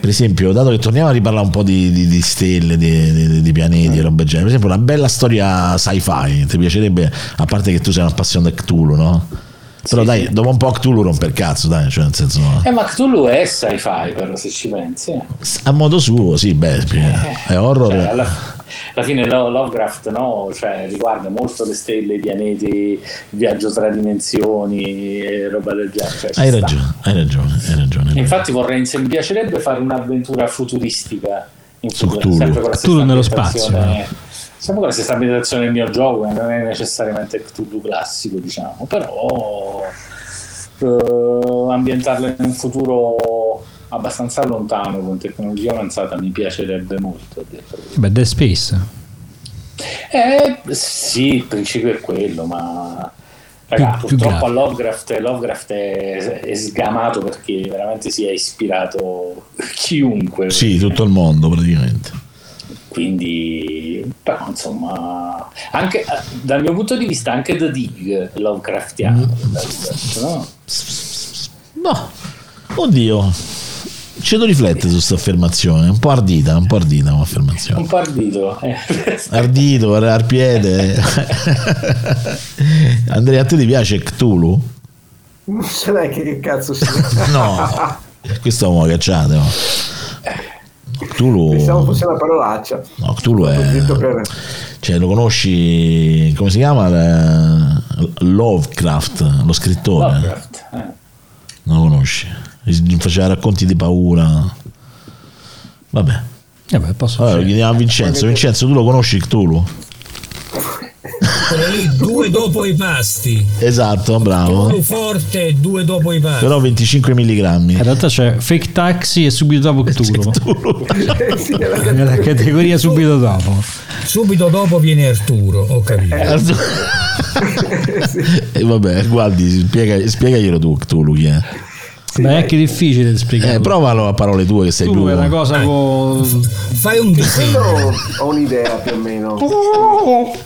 [SPEAKER 1] per esempio, dato che torniamo a riparlare un po' di, di- di stelle, di, di- di pianeti e roba del genere, per esempio, una bella storia sci-fi. Ti piacerebbe, a parte che tu sei una passione da Cthulhu, no? Però dai, dopo un po' Cthulhu rompe il cazzo, dai, cioè nel senso.
[SPEAKER 7] Eh, ma Cthulhu è sci-fi, però, se ci pensi. eh.
[SPEAKER 1] A modo suo, sì, beh, è horror.
[SPEAKER 7] Cioè, alla, alla fine Lo- Lovecraft no, cioè, riguarda molto le stelle, i pianeti, il viaggio tra dimensioni e roba del genere. cioè, ci
[SPEAKER 1] Hai
[SPEAKER 7] sta.
[SPEAKER 1] ragione, hai ragione, hai ragione.
[SPEAKER 7] Infatti vorrei, se mi piacerebbe fare un'avventura futuristica in
[SPEAKER 1] Su
[SPEAKER 7] futuro,
[SPEAKER 1] Cthulhu.
[SPEAKER 7] sempre con la
[SPEAKER 2] Cthulhu
[SPEAKER 7] stessa
[SPEAKER 2] nello
[SPEAKER 7] ambientazione-
[SPEAKER 2] spazio,
[SPEAKER 7] Sempre con la stessa ambientazione del mio gioco, che non è necessariamente Cthulhu classico, diciamo, però eh, ambientarlo in un futuro abbastanza lontano con tecnologia avanzata mi piacerebbe molto. a dire il vero.
[SPEAKER 2] Beh, Dead Space.
[SPEAKER 7] Eh, sì, il principio è quello, ma raga,
[SPEAKER 2] Più- più
[SPEAKER 7] purtroppo a
[SPEAKER 2] grave.
[SPEAKER 7] Lovecraft, Lovecraft è, è sgamato perché veramente si è ispirato chiunque.
[SPEAKER 1] Sì, tutto il mondo praticamente.
[SPEAKER 7] Quindi, però insomma, anche eh, dal mio punto di vista, anche The Dig è Lovecraftiano. no?
[SPEAKER 1] No, Boh, oddio, ci devo riflettere su questa affermazione, un po' ardita, un po' ardita come affermazione.
[SPEAKER 7] Un po' ardito. eh. *laughs*
[SPEAKER 1] Ardito, ar- arpiede. *laughs* Andrea, a te ti piace Cthulhu?
[SPEAKER 4] Non so neanche che cazzo sia.
[SPEAKER 1] *laughs* No, questo è un uomo cacciato. no.
[SPEAKER 4] Pensavo
[SPEAKER 1] Cthulhu,
[SPEAKER 4] fosse una parolaccia.
[SPEAKER 1] no, Cthulhu
[SPEAKER 4] Ho detto
[SPEAKER 1] è...
[SPEAKER 4] per-
[SPEAKER 1] Cioè, lo conosci, come si chiama? Eh, Lovecraft, lo scrittore.
[SPEAKER 7] Lovecraft. eh.
[SPEAKER 1] Non lo conosci. Gli Faceva racconti di paura. Vabbè.
[SPEAKER 2] Eh beh, posso
[SPEAKER 1] Allora, chiediamo a Vincenzo. Vincenzo, tu lo conosci Cthulhu?
[SPEAKER 5] Quello lì, due dopo i pasti.
[SPEAKER 1] Esatto, bravo.
[SPEAKER 5] Uno forte e due dopo i pasti.
[SPEAKER 1] Però 25
[SPEAKER 2] In
[SPEAKER 1] mg.
[SPEAKER 2] realtà c'è fake taxi e subito *laughs* dopo Cthulhu.
[SPEAKER 4] Sì, è la
[SPEAKER 2] Nella categoria subito dopo.
[SPEAKER 5] Subito dopo viene Arturo, ho
[SPEAKER 1] Eh.
[SPEAKER 5] capito.
[SPEAKER 1] *laughs* E Eh, vabbè, guardi, spiega- spiegaglielo tu, Cthulhu chi è.
[SPEAKER 2] Ma è anche difficile da
[SPEAKER 1] Eh,
[SPEAKER 2] spiegare.
[SPEAKER 1] provalo a parole tue che sei
[SPEAKER 2] Tu
[SPEAKER 1] blu.
[SPEAKER 2] è una cosa con.
[SPEAKER 5] Fai un disegno.
[SPEAKER 4] Io ho un'idea più o meno. Sì,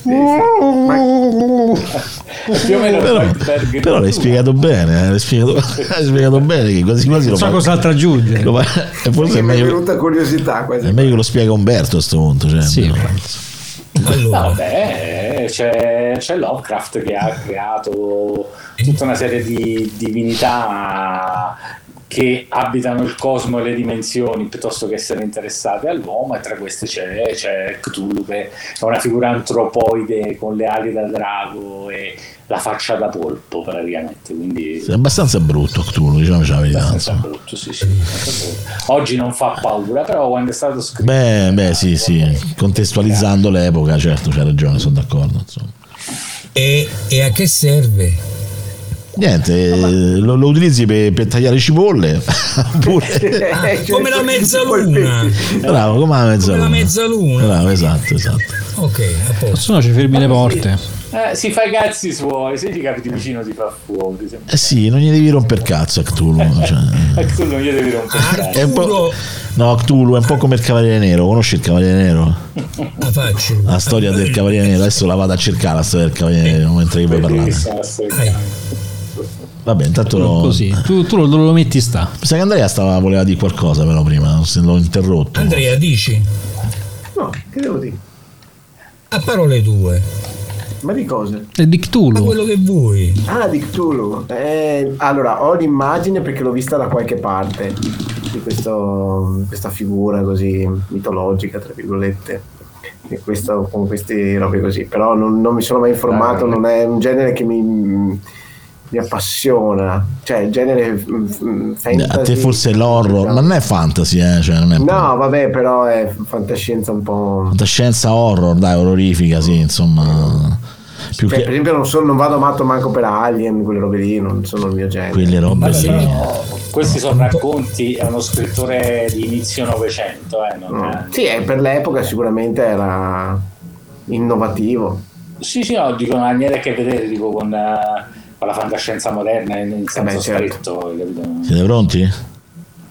[SPEAKER 4] sì. Ma
[SPEAKER 7] Più o meno
[SPEAKER 1] Però,
[SPEAKER 7] Goldberg.
[SPEAKER 1] però l'hai spiegato bene, eh, l'hai spiegato, *laughs* l'hai spiegato bene che quasi quasi lo
[SPEAKER 2] Non so
[SPEAKER 1] fa-
[SPEAKER 2] cos'altro aggiungere.
[SPEAKER 1] lo fa- e forse è
[SPEAKER 4] mi è
[SPEAKER 1] meglio,
[SPEAKER 4] venuta curiosità
[SPEAKER 1] è
[SPEAKER 4] quasi.
[SPEAKER 1] meglio che lo spiega Umberto a sto punto. Cioè,
[SPEAKER 2] Sì,
[SPEAKER 1] almeno.
[SPEAKER 5] Allora,
[SPEAKER 7] Vabbè, eh, c'è, c'è Lovecraft che ha creato tutta una serie di divinità che abitano il cosmo e le dimensioni piuttosto che essere interessate all'uomo e tra queste c'è, c'è Cthulhu che è una figura antropoide con le ali da drago e la faccia da polpo praticamente quindi
[SPEAKER 1] È abbastanza brutto Cthulhu, diciamoci la verità.
[SPEAKER 7] abbastanza
[SPEAKER 1] insomma.
[SPEAKER 7] brutto, sì, sì, abbastanza brutto. oggi non fa paura però quando è stato scritto
[SPEAKER 1] Beh, beh, sì, sì, contestualizzando l'epoca, certo, c'ha ragione, sono d'accordo. Insomma.
[SPEAKER 5] e, e a che serve?
[SPEAKER 1] Niente, eh, lo, lo utilizzi per, per tagliare
[SPEAKER 5] *laughs*
[SPEAKER 1] cipolle. Oppure,
[SPEAKER 4] Eh,
[SPEAKER 5] Come la
[SPEAKER 4] cioè,
[SPEAKER 5] mezzaluna.
[SPEAKER 1] bravo, come la
[SPEAKER 5] Come
[SPEAKER 1] mezzaluna.
[SPEAKER 5] la mezzaluna.
[SPEAKER 1] Bravo, esatto, esatto.
[SPEAKER 5] Ok, a posto.
[SPEAKER 2] Se no ci fermi le porte.
[SPEAKER 7] Eh, si fa i cazzi suoi, se ti capiti vicino ti fa fuori. Se...
[SPEAKER 1] Eh sì, non gli devi romper cazzo a Cthulhu. cioè.
[SPEAKER 7] Eh, tu non gli devi rompere.
[SPEAKER 1] È un po'... No, Cthulhu è un po' come il Cavaliere Nero, conosci il Cavaliere Nero?
[SPEAKER 5] La faccio.
[SPEAKER 1] La storia del Cavaliere Nero, adesso la vado a cercare la storia del Cavaliere Nero mentre che voi parlate. Vabbè, intanto
[SPEAKER 2] Così. Tu, tu lo, lo metti sta.
[SPEAKER 1] Mi sa che Andrea stava, voleva dire qualcosa però prima, se l'ho interrotto.
[SPEAKER 5] Andrea, dici,
[SPEAKER 4] No, che devo dire?
[SPEAKER 5] a parole tue,
[SPEAKER 4] Ma di cose?
[SPEAKER 2] È di
[SPEAKER 5] a
[SPEAKER 2] Cthulhu.
[SPEAKER 5] quello che vuoi.
[SPEAKER 4] Ah, di Cthulhu. Eh, allora, ho l'immagine perché l'ho vista da qualche parte di questo- questa figura così mitologica, tra virgolette. E questo- con queste robe così. Però non, non mi sono mai informato, non è un genere che mi, mi appassiona. Cioè, il genere mm, mm, fantasy. Diciamo.
[SPEAKER 1] A te forse è l'horror, ma non è fantasy, eh, cioè non è
[SPEAKER 4] No, vabbè, però è fantascienza un po'.
[SPEAKER 1] fantascienza horror, dai, orrorifica, sì, insomma. Più
[SPEAKER 4] Cioè, per
[SPEAKER 1] che
[SPEAKER 4] esempio, non, sono- non vado matto manco per Alien, quelle robe lì, non sono il mio genere.
[SPEAKER 1] quelle robe lì.
[SPEAKER 7] Questi sono racconti, è uno scrittore di inizio Novecento. Eh, non
[SPEAKER 4] No.
[SPEAKER 7] è-
[SPEAKER 4] Sì, eh, per l'epoca sicuramente era innovativo.
[SPEAKER 7] Sì, sì, no, dico, non ha niente a che vedere dico, con, eh, con la fantascienza moderna in
[SPEAKER 1] Eh
[SPEAKER 7] in senso
[SPEAKER 4] beh, certo.
[SPEAKER 7] stretto. capito?
[SPEAKER 1] Siete pronti?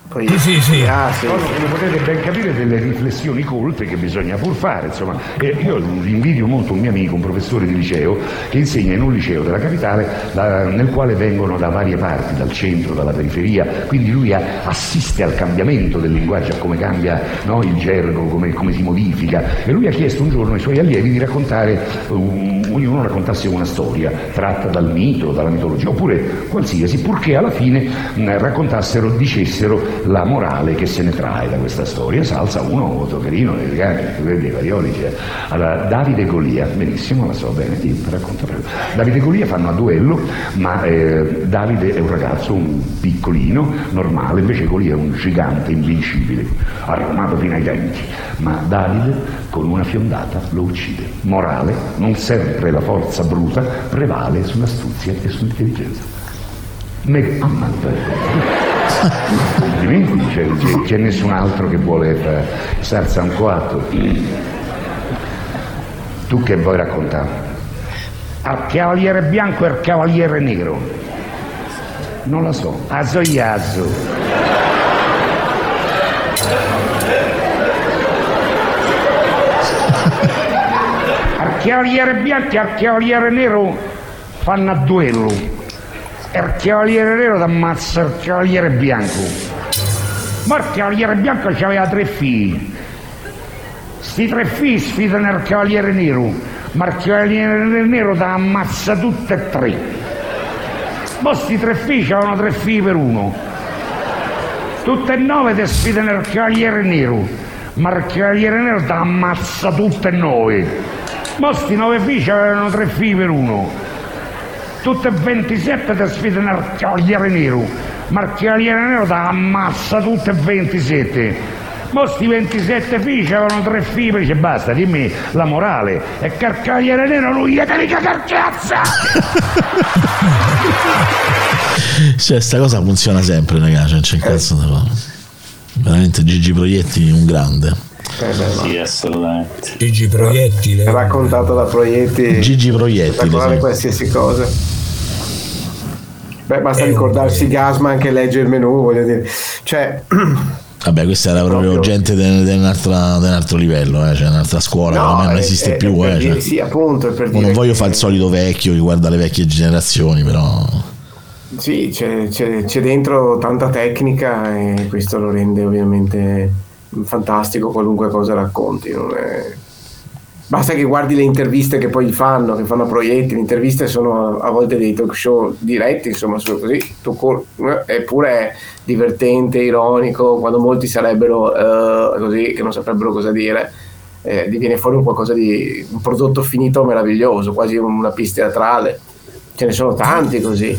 [SPEAKER 4] Poi,
[SPEAKER 5] Sì, sì, sì.
[SPEAKER 4] Ah, sì.
[SPEAKER 10] Cosa che ne potete ben capire delle riflessioni colte che bisogna pur fare, insomma. E io invidio molto un mio amico, un professore di liceo, che insegna in un liceo della capitale da- nel quale vengono da varie parti, dal centro, dalla periferia, quindi lui a- assiste al cambiamento del linguaggio, a come cambia no, il gergo, come, come si modifica. E lui ha chiesto un giorno ai suoi allievi di raccontare, um, ognuno raccontasse una storia tratta dal mito, dalla mitologia, oppure qualsiasi, purché alla fine mh, raccontassero, dicessero la morale che se ne trae da questa storia. Salsa uno, Tocherino, dei Varioli. cioè. Allora, Davide e Golia, benissimo, la so bene, ti racconto. proprio. Davide e Golia fanno a duello, ma eh, Davide è un ragazzo, un piccolino, normale, invece Golia è un gigante invincibile, armato fino ai denti. Ma Davide con una fiondata lo uccide. Morale, non sempre la forza bruta prevale sull'astuzia e sull'intelligenza. Me- Mamma mia. Complimenti, c'è, c'è- c'è nessun altro che vuole eh, sarsa un coatto. Tu che vuoi raccontare? Al cavaliere bianco e al cavaliere nero. Non lo so, azoiazzo. Al cavaliere bianco e al cavaliere nero fanno a duello. E il cavaliere nero ti ammazza il cavaliere bianco. Ma il cavaliere bianco aveva tre figli. Sti tre figli sfidano il cavaliere nero, ma il cavaliere nero ti ammazza tutte e tre. Ma sti tre figli avevano tre figli per uno. Tutte e nove ti sfidano il cavaliere nero, ma il cavaliere nero ti ammazza tutte e nove. Ma sti nove figli avevano tre figli per uno. Tutte e 27 ti sfidano il cavaliere nero, ma il cavaliere nero ti ammazza tutte e 27. Mo sti 27 figli avevano tre figli, dice basta, dimmi la morale. E carcagliere nero lui gli carica carcazza!
[SPEAKER 1] Cioè, sta cosa funziona sempre, ragazzi. Non c'è un cazzo da fare. Veramente Gigi Proietti, un grande.
[SPEAKER 7] Sì, assolutamente.
[SPEAKER 5] Gigi Proiettile.
[SPEAKER 4] Eh, Raccontato da Proietti.
[SPEAKER 1] Gigi esatto. Proietti.
[SPEAKER 4] Raccontare qualsiasi cosa. Beh,
[SPEAKER 1] Eh,
[SPEAKER 4] basta ricordarsi Gasma anche leggere il menù, voglio dire.
[SPEAKER 1] *clears throat*
[SPEAKER 4] Cioè,
[SPEAKER 1] Vabbè, questa era proprio gente de- de- un'altra- di un altro livello, eh, cioè un'altra scuola che ormai non
[SPEAKER 4] eh,
[SPEAKER 1] esiste
[SPEAKER 4] eh,
[SPEAKER 1] più.
[SPEAKER 4] per
[SPEAKER 1] eh,
[SPEAKER 4] dire-
[SPEAKER 1] cioè.
[SPEAKER 4] Sì, appunto, è per
[SPEAKER 1] Mo
[SPEAKER 4] dire
[SPEAKER 1] non voglio
[SPEAKER 4] che-
[SPEAKER 1] fare il solito vecchio che guarda le vecchie generazioni, però.
[SPEAKER 4] Sì, c'è, c'è- c'è dentro tanta tecnica e questo lo rende ovviamente fantastico qualunque cosa racconti. non è- Basta che guardi le interviste che poi gli fanno, che fanno a proietti, le interviste sono a volte dei talk show diretti, insomma, sono così, tu col- eppure è divertente, ironico, quando molti sarebbero eh, così, che non saprebbero cosa dire, eh, gli viene fuori un qualcosa di un prodotto finito meraviglioso, quasi una pista teatrale. Ce ne sono tanti così.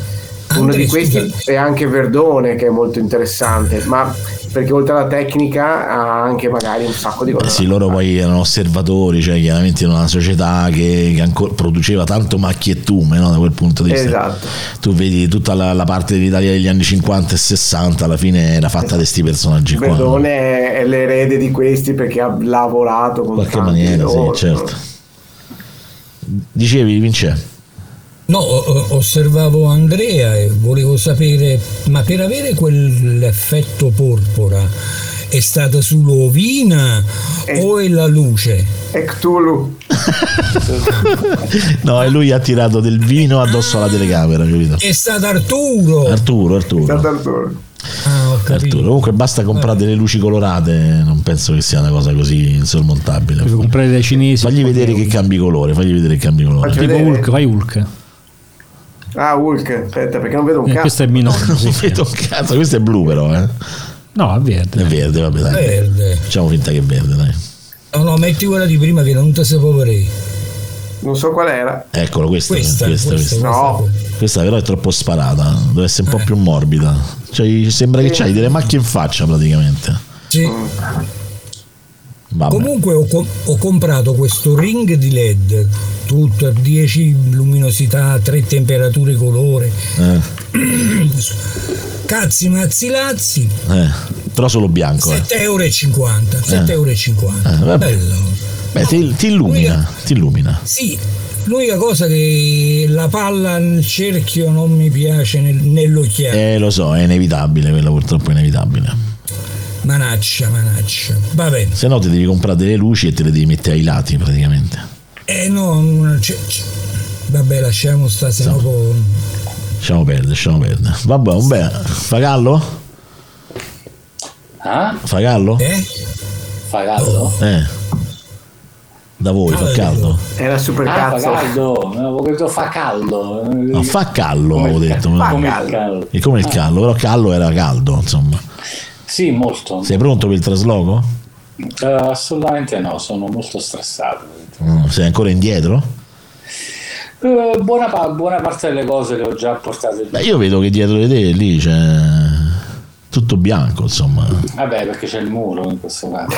[SPEAKER 4] Uno
[SPEAKER 5] Andre,
[SPEAKER 4] di questi è anche Verdone, che è molto interessante, ma perché oltre alla tecnica ha anche magari un sacco di
[SPEAKER 1] Eh
[SPEAKER 4] cose.
[SPEAKER 1] sì, loro poi erano osservatori, cioè chiaramente in una società che, che ancora produceva tanto macchiettume no, da quel punto di vista.
[SPEAKER 4] Esatto.
[SPEAKER 1] Tu vedi tutta la, la parte dell'Italia degli anni 50 e 60 alla fine era fatta di questi personaggi qua. no?
[SPEAKER 4] Verdone è- è l'erede di questi perché ha lavorato con
[SPEAKER 1] In qualche
[SPEAKER 4] tanti di
[SPEAKER 1] maniera, sì,
[SPEAKER 4] loro.
[SPEAKER 1] certo. Dicevi, Vince?
[SPEAKER 5] No, o- o- osservavo Andrea e volevo sapere, ma per avere quell'effetto porpora è stata sull'ovina o è la luce?
[SPEAKER 4] È Cthulhu.
[SPEAKER 1] No, e lui ha tirato del vino addosso alla telecamera, capito?
[SPEAKER 5] È stato Arturo!
[SPEAKER 1] Arturo, Arturo.
[SPEAKER 5] Ah, ho capito.
[SPEAKER 1] Arturo, comunque basta comprare delle luci colorate, non penso che sia una cosa così insormontabile.
[SPEAKER 2] Devo comprare dai cinesi.
[SPEAKER 1] Fagli vedere che cambi colore, fagli vedere che cambi colore.
[SPEAKER 4] Faccio
[SPEAKER 2] Tipo
[SPEAKER 4] vedere.
[SPEAKER 2] Hulk, vai Hulk.
[SPEAKER 4] Ah, Hulk, aspetta perché non vedo un
[SPEAKER 2] Eh,
[SPEAKER 4] cazzo.
[SPEAKER 2] questo è minore. *laughs*
[SPEAKER 1] Non vedo un cazzo, questo è blu però, eh.
[SPEAKER 2] No, è verde.
[SPEAKER 1] È verde, vabbè, dai.
[SPEAKER 5] Verde.
[SPEAKER 1] Facciamo finta che è verde, dai.
[SPEAKER 5] No, no, metti quella di prima che non ti sapevo pre.
[SPEAKER 4] Non so qual era.
[SPEAKER 1] Eccolo, questa,
[SPEAKER 5] Questa,
[SPEAKER 1] questa, questa,
[SPEAKER 5] questa, Eh.
[SPEAKER 4] No,
[SPEAKER 1] Questa però è troppo sparata, deve essere un po' più morbida. Cioè, sembra che c'hai delle macchie in faccia praticamente.
[SPEAKER 5] Sì.
[SPEAKER 1] Vabbè.
[SPEAKER 5] Comunque ho, com- ho comprato questo ring di LED, tutto a 10 luminosità, 3 temperature colore.
[SPEAKER 1] Eh,
[SPEAKER 5] Cazzi, mazzi, lazzi,
[SPEAKER 1] eh. Però solo bianco, eh.
[SPEAKER 5] 7,50 euro. 7,50
[SPEAKER 1] Eh, vabbè.
[SPEAKER 5] Bello.
[SPEAKER 1] Beh, ti, ti illumina, ti illumina.
[SPEAKER 5] Sì, l'unica cosa che la palla nel cerchio non mi piace nel- nell'occhiale.
[SPEAKER 1] Eh, lo so, è inevitabile, quello purtroppo è inevitabile.
[SPEAKER 5] Manaccia, manaccia. Vabbè.
[SPEAKER 1] Se no ti devi comprare delle luci e te le devi mettere ai lati praticamente.
[SPEAKER 5] Eh no, non c'è- c'è- vabbè, lasciamo sta se no con-
[SPEAKER 1] Lasciamo perdere, lasciamo perdere. Vabbè, vabbè, Fagallo?
[SPEAKER 7] Ah,
[SPEAKER 1] Fagallo?
[SPEAKER 5] Eh?
[SPEAKER 7] Fagallo?
[SPEAKER 1] Eh. Da voi fa
[SPEAKER 5] Ah,
[SPEAKER 1] caldo?
[SPEAKER 4] era super
[SPEAKER 7] Ah,
[SPEAKER 4] cazzo.
[SPEAKER 7] Fagallo! No, Avevo detto Facallo.
[SPEAKER 1] No, fa callo, avevo detto.
[SPEAKER 7] Come
[SPEAKER 1] ma-
[SPEAKER 7] il callo.
[SPEAKER 1] E come il callo, però callo era caldo, insomma.
[SPEAKER 7] Sì, molto.
[SPEAKER 1] Sei pronto per il trasloco?
[SPEAKER 7] Eh, assolutamente no, sono molto stressato.
[SPEAKER 1] Mm, Sei ancora indietro?
[SPEAKER 7] Eh, buona, pa- buona parte delle cose le ho già portate
[SPEAKER 1] Beh, io vedo che dietro di te lì c'è tutto bianco, insomma.
[SPEAKER 7] Vabbè, perché c'è il muro in questo caso.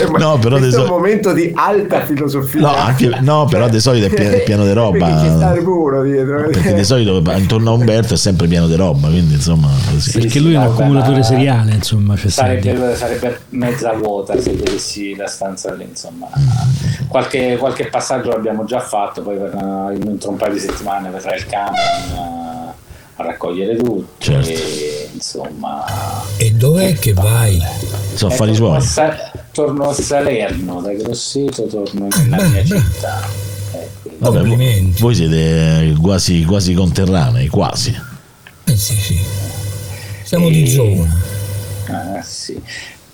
[SPEAKER 4] Eh, *laughs* ma
[SPEAKER 1] No, però
[SPEAKER 4] questo è
[SPEAKER 1] adesso-
[SPEAKER 4] un momento di alta filosofia.
[SPEAKER 1] No, anche- no, però di solito è pie- è pieno di roba.
[SPEAKER 4] Perché ci sta il muro dietro. eh.
[SPEAKER 1] Perché di solito intorno a Umberto è sempre pieno di roba, quindi insomma così.
[SPEAKER 2] Perché
[SPEAKER 7] sì,
[SPEAKER 2] lui è un
[SPEAKER 7] vabbè,
[SPEAKER 2] accumulatore
[SPEAKER 7] ma-
[SPEAKER 2] seriale, insomma. Cioè, sai,
[SPEAKER 7] Sarebbe, sarebbe mezza vuota se vedessi la stanza lì, insomma. Qualche, qualche passaggio l'abbiamo già fatto, poi verrà- in- tra un paio di settimane verrà il camion eh, a raccogliere tutto.
[SPEAKER 1] Certo.
[SPEAKER 7] E, insomma,
[SPEAKER 5] E dov'è che vai?
[SPEAKER 1] Sono
[SPEAKER 7] eh,
[SPEAKER 1] affari
[SPEAKER 7] torno, a
[SPEAKER 1] suoi.
[SPEAKER 7] Sa- torno a Salerno, da Grosseto torno nella mia città. Eh, quindi-
[SPEAKER 1] Vabbè, voi,
[SPEAKER 5] Complimenti.
[SPEAKER 1] voi siete quasi, quasi conterranei, quasi.
[SPEAKER 5] Eh sì, sì. Siamo
[SPEAKER 7] E-
[SPEAKER 5] di zona.
[SPEAKER 7] Ah, sì.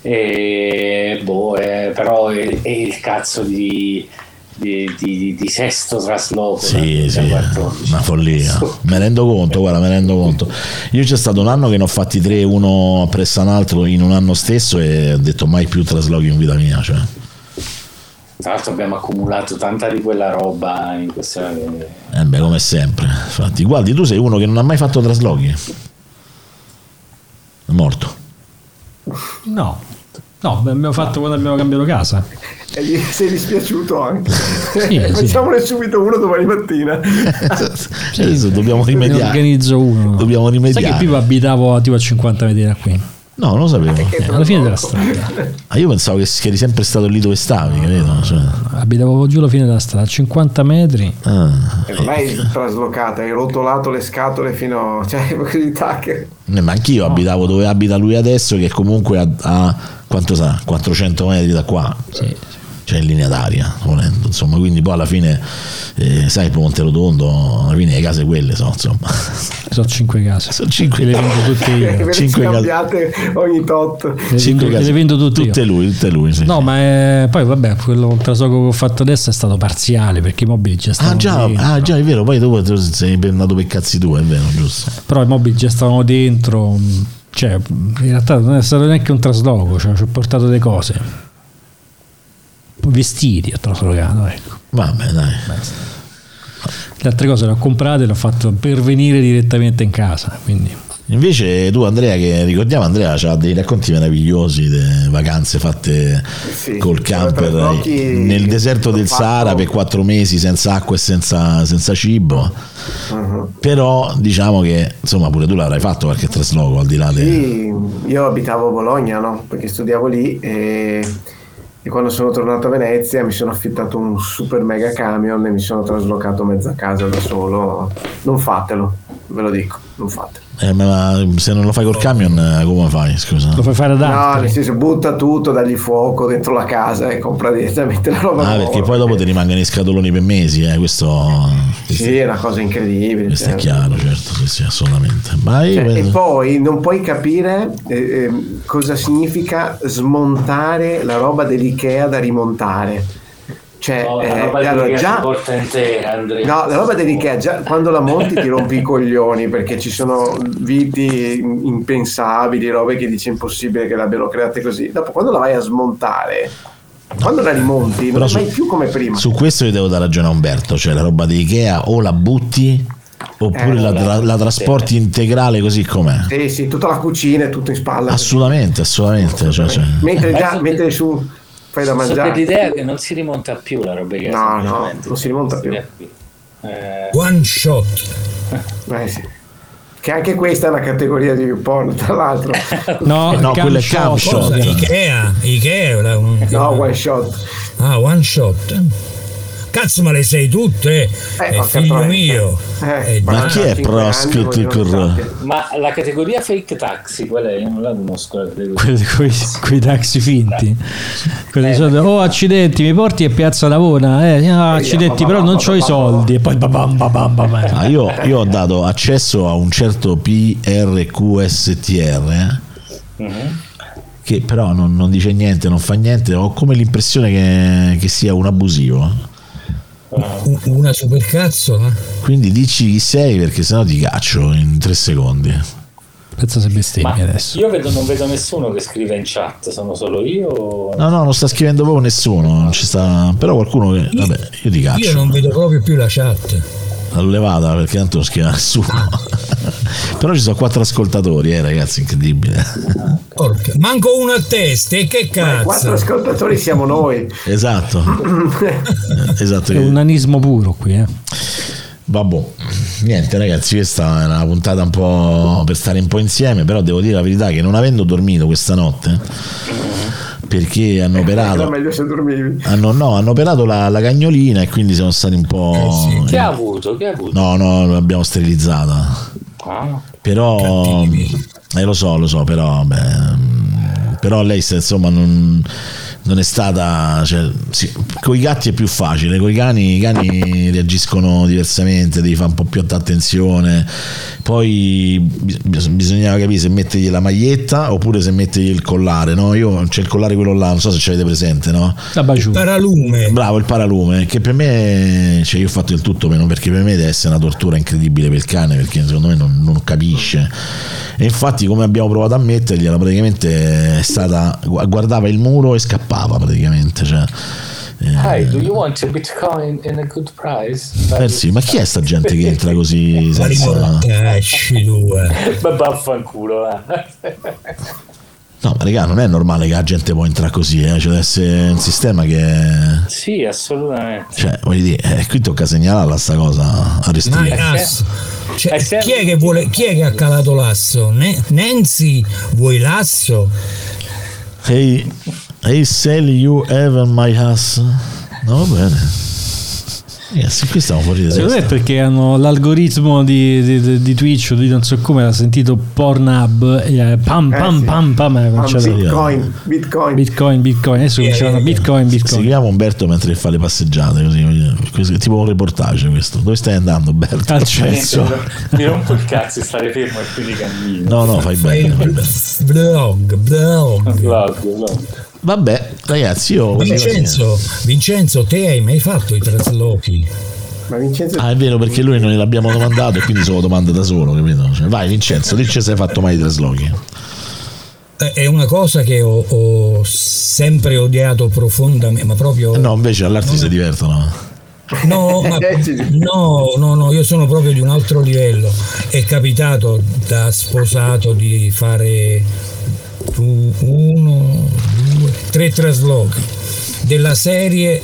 [SPEAKER 7] E, boh, eh, però è, è il cazzo di, di, di- di sesto trasloco.
[SPEAKER 1] Sì,
[SPEAKER 7] dal
[SPEAKER 1] sì,
[SPEAKER 7] 2014.
[SPEAKER 1] una follia. Me ne rendo conto, guarda, me ne rendo conto. Io c'è stato un anno che ne ho fatti tre, uno appresso a un altro in un anno stesso e ho detto mai più traslochi in vita mia. Cioè.
[SPEAKER 7] Tra l'altro abbiamo accumulato tanta di quella roba in questa... eh,
[SPEAKER 1] Eh beh, come sempre. Infatti, guardi, tu sei uno che non ha mai fatto traslochi. È morto.
[SPEAKER 2] No, no, abbiamo fatto quando abbiamo cambiato casa.
[SPEAKER 4] E gli sei dispiaciuto anche.
[SPEAKER 2] Sì, sì.
[SPEAKER 4] *laughs* Facciamone subito uno
[SPEAKER 1] *laughs*
[SPEAKER 4] domani mattina.
[SPEAKER 2] Eh,
[SPEAKER 1] Cioè, Adesso dobbiamo
[SPEAKER 2] Ne
[SPEAKER 1] rimediare.
[SPEAKER 2] organizzo uno.
[SPEAKER 1] Dobbiamo
[SPEAKER 2] Sai che
[SPEAKER 1] rimediare.
[SPEAKER 2] prima abitavo eh, tipo a 50 metri da qui?
[SPEAKER 1] No, non lo sapevo.
[SPEAKER 2] Eh, alla fine della strada.
[SPEAKER 1] Ah, io pensavo che, che eri sempre stato lì dove stavi, credo. Cioè,
[SPEAKER 2] Abitavo giù alla fine della strada, a 50 metri.
[SPEAKER 1] ah.
[SPEAKER 4] E ormai è traslocata, hai rotolato le scatole fino a... cioè *laughs* così tac.
[SPEAKER 1] Eh, ma anch'io abitavo dove abita lui adesso, che comunque a, a- quanto sa, 400 metri da qua. Cioè in linea d'aria, volendo, insomma, quindi poi alla fine, eh, sai, Ponte Rotondo, alla fine le case quelle sono, insomma, *laughs*
[SPEAKER 2] Sono 5 case.
[SPEAKER 1] sono cinque
[SPEAKER 2] Le vendo tutte
[SPEAKER 4] Che
[SPEAKER 2] io.
[SPEAKER 4] ve le
[SPEAKER 1] Eh, cinque gal-
[SPEAKER 4] scambiate ogni tot.
[SPEAKER 2] Le
[SPEAKER 1] cinque
[SPEAKER 2] vendo-
[SPEAKER 1] case.
[SPEAKER 2] le vendo tutte io.
[SPEAKER 1] tutte lui, tutte lui. sì.
[SPEAKER 2] No, ma eh, poi vabbè, quello il trasloco che ho fatto adesso è stato parziale perché i mobili già stavano
[SPEAKER 1] Ah già,
[SPEAKER 2] dentro.
[SPEAKER 1] ah già, è vero, poi dopo te- sei andato per cazzi tu, è vero, giusto.
[SPEAKER 2] Però i mobili già stavano dentro. mh, Cioè, mh, in realtà non è stato neanche un trasloco, cioè ci ho portato delle cose. Vestiti ho traslocato, ecco.
[SPEAKER 1] Vabbè, dai.
[SPEAKER 2] Le altre cose le ho comprate e le ho fatto pervenire direttamente in casa. Quindi.
[SPEAKER 1] Invece tu Andrea, che ricordiamo Andrea, ha dei racconti meravigliosi di vacanze fatte
[SPEAKER 4] Sì,
[SPEAKER 1] col camper
[SPEAKER 4] tra pochi
[SPEAKER 1] eh, nel deserto del
[SPEAKER 4] ho fatto-
[SPEAKER 1] Sahara per quattro mesi senza acqua e senza, senza cibo.
[SPEAKER 4] Mhm.
[SPEAKER 1] Però diciamo che insomma pure tu l'avrai fatto qualche trasloco al di là del...
[SPEAKER 4] Sì, io abitavo a Bologna, no? Perché studiavo lì e, e quando sono tornato a Venezia mi sono affittato un super mega camion e mi sono traslocato mezza casa da solo. Non fatelo, ve lo dico, non fatelo.
[SPEAKER 1] Eh, ma se non lo fai col camion eh, come fai? Scusa.
[SPEAKER 2] Lo fai fare ad
[SPEAKER 4] No, nel
[SPEAKER 2] altri.
[SPEAKER 4] senso butta tutto, dagli fuoco dentro la casa e compra direttamente la roba.
[SPEAKER 1] Ah,
[SPEAKER 4] nuova.
[SPEAKER 1] perché poi dopo ti rimangono i scatoloni per mesi, eh, questo,
[SPEAKER 4] Sì, è una cosa incredibile.
[SPEAKER 1] questo è
[SPEAKER 4] certo.
[SPEAKER 1] chiaro, certo, sì, sì, assolutamente. Ma io
[SPEAKER 4] Cioè, e
[SPEAKER 1] penso-
[SPEAKER 4] poi non puoi capire eh, ehm, cosa significa smontare la roba dell'IKEA da rimontare. Cioè,
[SPEAKER 7] No, la
[SPEAKER 4] eh,
[SPEAKER 7] roba di
[SPEAKER 4] allora,
[SPEAKER 7] Ikea
[SPEAKER 4] già,
[SPEAKER 7] si porta intera, Andrea.
[SPEAKER 4] No, la roba dell'Ikea, già quando la monti ti rompi i coglioni perché ci sono viti impensabili, robe che dici è impossibile che l'abbiano create così. Dopo, quando la vai a smontare, quando la rimonti, non
[SPEAKER 1] Però
[SPEAKER 4] è
[SPEAKER 1] su-
[SPEAKER 4] mai più come prima.
[SPEAKER 1] Su questo io devo dare ragione a Umberto, cioè la roba di Ikea o la butti oppure
[SPEAKER 4] Eh,
[SPEAKER 1] la, la- la trasporti integrale così com'è.
[SPEAKER 4] Sì, sì, tutta la cucina è tutto in spalla.
[SPEAKER 1] Assolutamente, assolutamente. Cioè, cioè.
[SPEAKER 4] Mentre già, mentre su fai da
[SPEAKER 7] Sono per
[SPEAKER 4] mangiare.
[SPEAKER 7] l'idea che non si rimonta più la roba che
[SPEAKER 4] No, no, non si rimonta più.
[SPEAKER 7] Eh,
[SPEAKER 5] One shot.
[SPEAKER 4] Eh, sì. Che anche questa è una categoria di porno, tra l'altro.
[SPEAKER 2] No,
[SPEAKER 1] no, quello è cam
[SPEAKER 2] *laughs* shop.
[SPEAKER 1] shop.
[SPEAKER 5] Cosa? Ikea? Ikea? la- un-
[SPEAKER 4] No, one shot.
[SPEAKER 5] Ah, one shot. Cazzo, ma le sei tutte, eh,
[SPEAKER 4] Eh,
[SPEAKER 5] Eh,
[SPEAKER 4] ho
[SPEAKER 5] figlio
[SPEAKER 4] capito.
[SPEAKER 5] mio.
[SPEAKER 4] Eh,
[SPEAKER 5] Eh,
[SPEAKER 1] Ma chi è
[SPEAKER 4] cinque
[SPEAKER 1] Prosky
[SPEAKER 4] anni vogliono
[SPEAKER 1] Tucker?
[SPEAKER 4] sapere.
[SPEAKER 7] ma la categoria fake taxi, qual è? Io non la conosco. la categoria.
[SPEAKER 2] Quelli- Quei, quei taxi finti Quelli di solito, oh accidenti mi porti a piazza Navona eh, ah, accidenti però non ho i soldi e poi babam, babam, babam.
[SPEAKER 1] Ah, io, io ho dato accesso a un certo PRQSTR eh, che però non, non dice niente, non fa niente, ho come l'impressione che, che sia un abusivo.
[SPEAKER 5] un- una eh? supercazzola?
[SPEAKER 1] Quindi dici chi sei perché sennò ti caccio in tre secondi.
[SPEAKER 2] pensa se
[SPEAKER 7] Ma
[SPEAKER 2] bestemmi adesso
[SPEAKER 7] io vedo- non vedo nessuno che scrive in chat, sono solo io.
[SPEAKER 1] No, no, non sta scrivendo proprio nessuno. non ci sta- Però qualcuno che. Vabbè, io ti
[SPEAKER 5] Io
[SPEAKER 1] caccio.
[SPEAKER 5] non vedo proprio più la chat.
[SPEAKER 1] L'ho levata perché tanto non scrive
[SPEAKER 2] *laughs*
[SPEAKER 1] nessuno. Però ci sono quattro ascoltatori, eh, ragazzi, incredibile. *laughs*
[SPEAKER 5] Porca, manco uno a testa, e che
[SPEAKER 4] Ma i Quattro
[SPEAKER 5] cazzo?
[SPEAKER 4] ascoltatori siamo noi.
[SPEAKER 1] Esatto. Eh, esatto.
[SPEAKER 2] è un anismo puro qui eh.
[SPEAKER 1] Vabbè, niente, ragazzi, questa è una puntata un po' per stare un po' insieme. Però devo dire la verità che non avendo dormito questa notte, perché hanno
[SPEAKER 4] Era
[SPEAKER 1] operato.
[SPEAKER 4] meglio se dormivi.
[SPEAKER 1] Hanno, no, hanno operato la, la cagnolina e quindi siamo stati un po'.
[SPEAKER 7] Che ha avuto? Che ha avuto?
[SPEAKER 1] No, no, l'abbiamo sterilizzata.
[SPEAKER 7] Ah,
[SPEAKER 1] però eh, lo so lo so però beh, mm, però lei se- insomma non, non è stata con i gatti è più facile con i cani i cani reagiscono diversamente devi fare un po' più att- attenzione poi bis- bis- bisognava capire se mettergli la maglietta oppure se mettergli il collare no? Io- c'è il collare quello là non so se ce l'avete presente no?
[SPEAKER 2] la baciù
[SPEAKER 5] Paralume.
[SPEAKER 1] Bravo il paralume, che per me, cioè io ho fatto il tutto meno perché per me deve essere una tortura incredibile per il cane perché secondo me non, non capisce. E infatti come abbiamo provato a mettergliela praticamente è stata, gu- guardava il muro e scappava praticamente. Cioè, eh,
[SPEAKER 7] Hi, do you want a Bitcoin in a good price?
[SPEAKER 1] eh sì, ma chi è sta gente che entra così senza...
[SPEAKER 5] Ma riportacci due.
[SPEAKER 7] eh. Ma vaffanculo, va.
[SPEAKER 1] No, ma raga, non è normale che la gente può entrare così, eh. Cioè, deve essere un sistema che...
[SPEAKER 7] Sì, assolutamente.
[SPEAKER 1] Cioè, voglio dire, eh, qui tocca segnalarla sta cosa a
[SPEAKER 5] Ma
[SPEAKER 1] Restria.
[SPEAKER 5] ass- cioè, chi, è che vuole- chi è che ha calato l'asso? Ne- Nancy, vuoi l'asso?
[SPEAKER 1] Hey, hey, sell you ever my ass? No, va bene. Ragazzi, qui stiamo fuori di
[SPEAKER 2] Secondo me
[SPEAKER 1] testa.
[SPEAKER 2] è perché hanno l'algoritmo di, di- di- di Twitch o di non so come, ha sentito Pornhub, e, pam
[SPEAKER 4] Eh,
[SPEAKER 2] pam
[SPEAKER 4] sì.
[SPEAKER 2] pam pam, ha cominciato
[SPEAKER 4] Bitcoin, Bitcoin.
[SPEAKER 2] Bitcoin, Bitcoin, adesso cominciano Bitcoin, Bitcoin.
[SPEAKER 1] Seguiamo Umberto mentre fa le passeggiate, così, voglio dire, questo è tipo un reportage questo. Dove stai andando, Umberto?
[SPEAKER 2] Al cioè, cesso.
[SPEAKER 7] Mi rompo il cazzo di stare fermo e quindi cammino.
[SPEAKER 1] No, no, fai bene. fai bene.
[SPEAKER 5] Blog, blog.
[SPEAKER 7] Vlog, vlog.
[SPEAKER 1] Vabbè, ragazzi, io...
[SPEAKER 5] Vincenzo, Vincenzo, te hai mai fatto i traslochi?
[SPEAKER 4] Ma Vincenzo
[SPEAKER 1] Ah, è vero, perché lui non gliel'abbiamo domandato e quindi se lo domanda da solo, capito? Cioè, vai, Vincenzo, dici se hai fatto mai i traslochi.
[SPEAKER 5] Eh, È una cosa che ho, ho sempre odiato profondamente, ma proprio...
[SPEAKER 1] Eh, No, invece all'arte si divertono.
[SPEAKER 5] No, ma- no, no, no, io sono proprio di un altro livello. È capitato da sposato di fare tu- uno, due, tre traslochi della serie.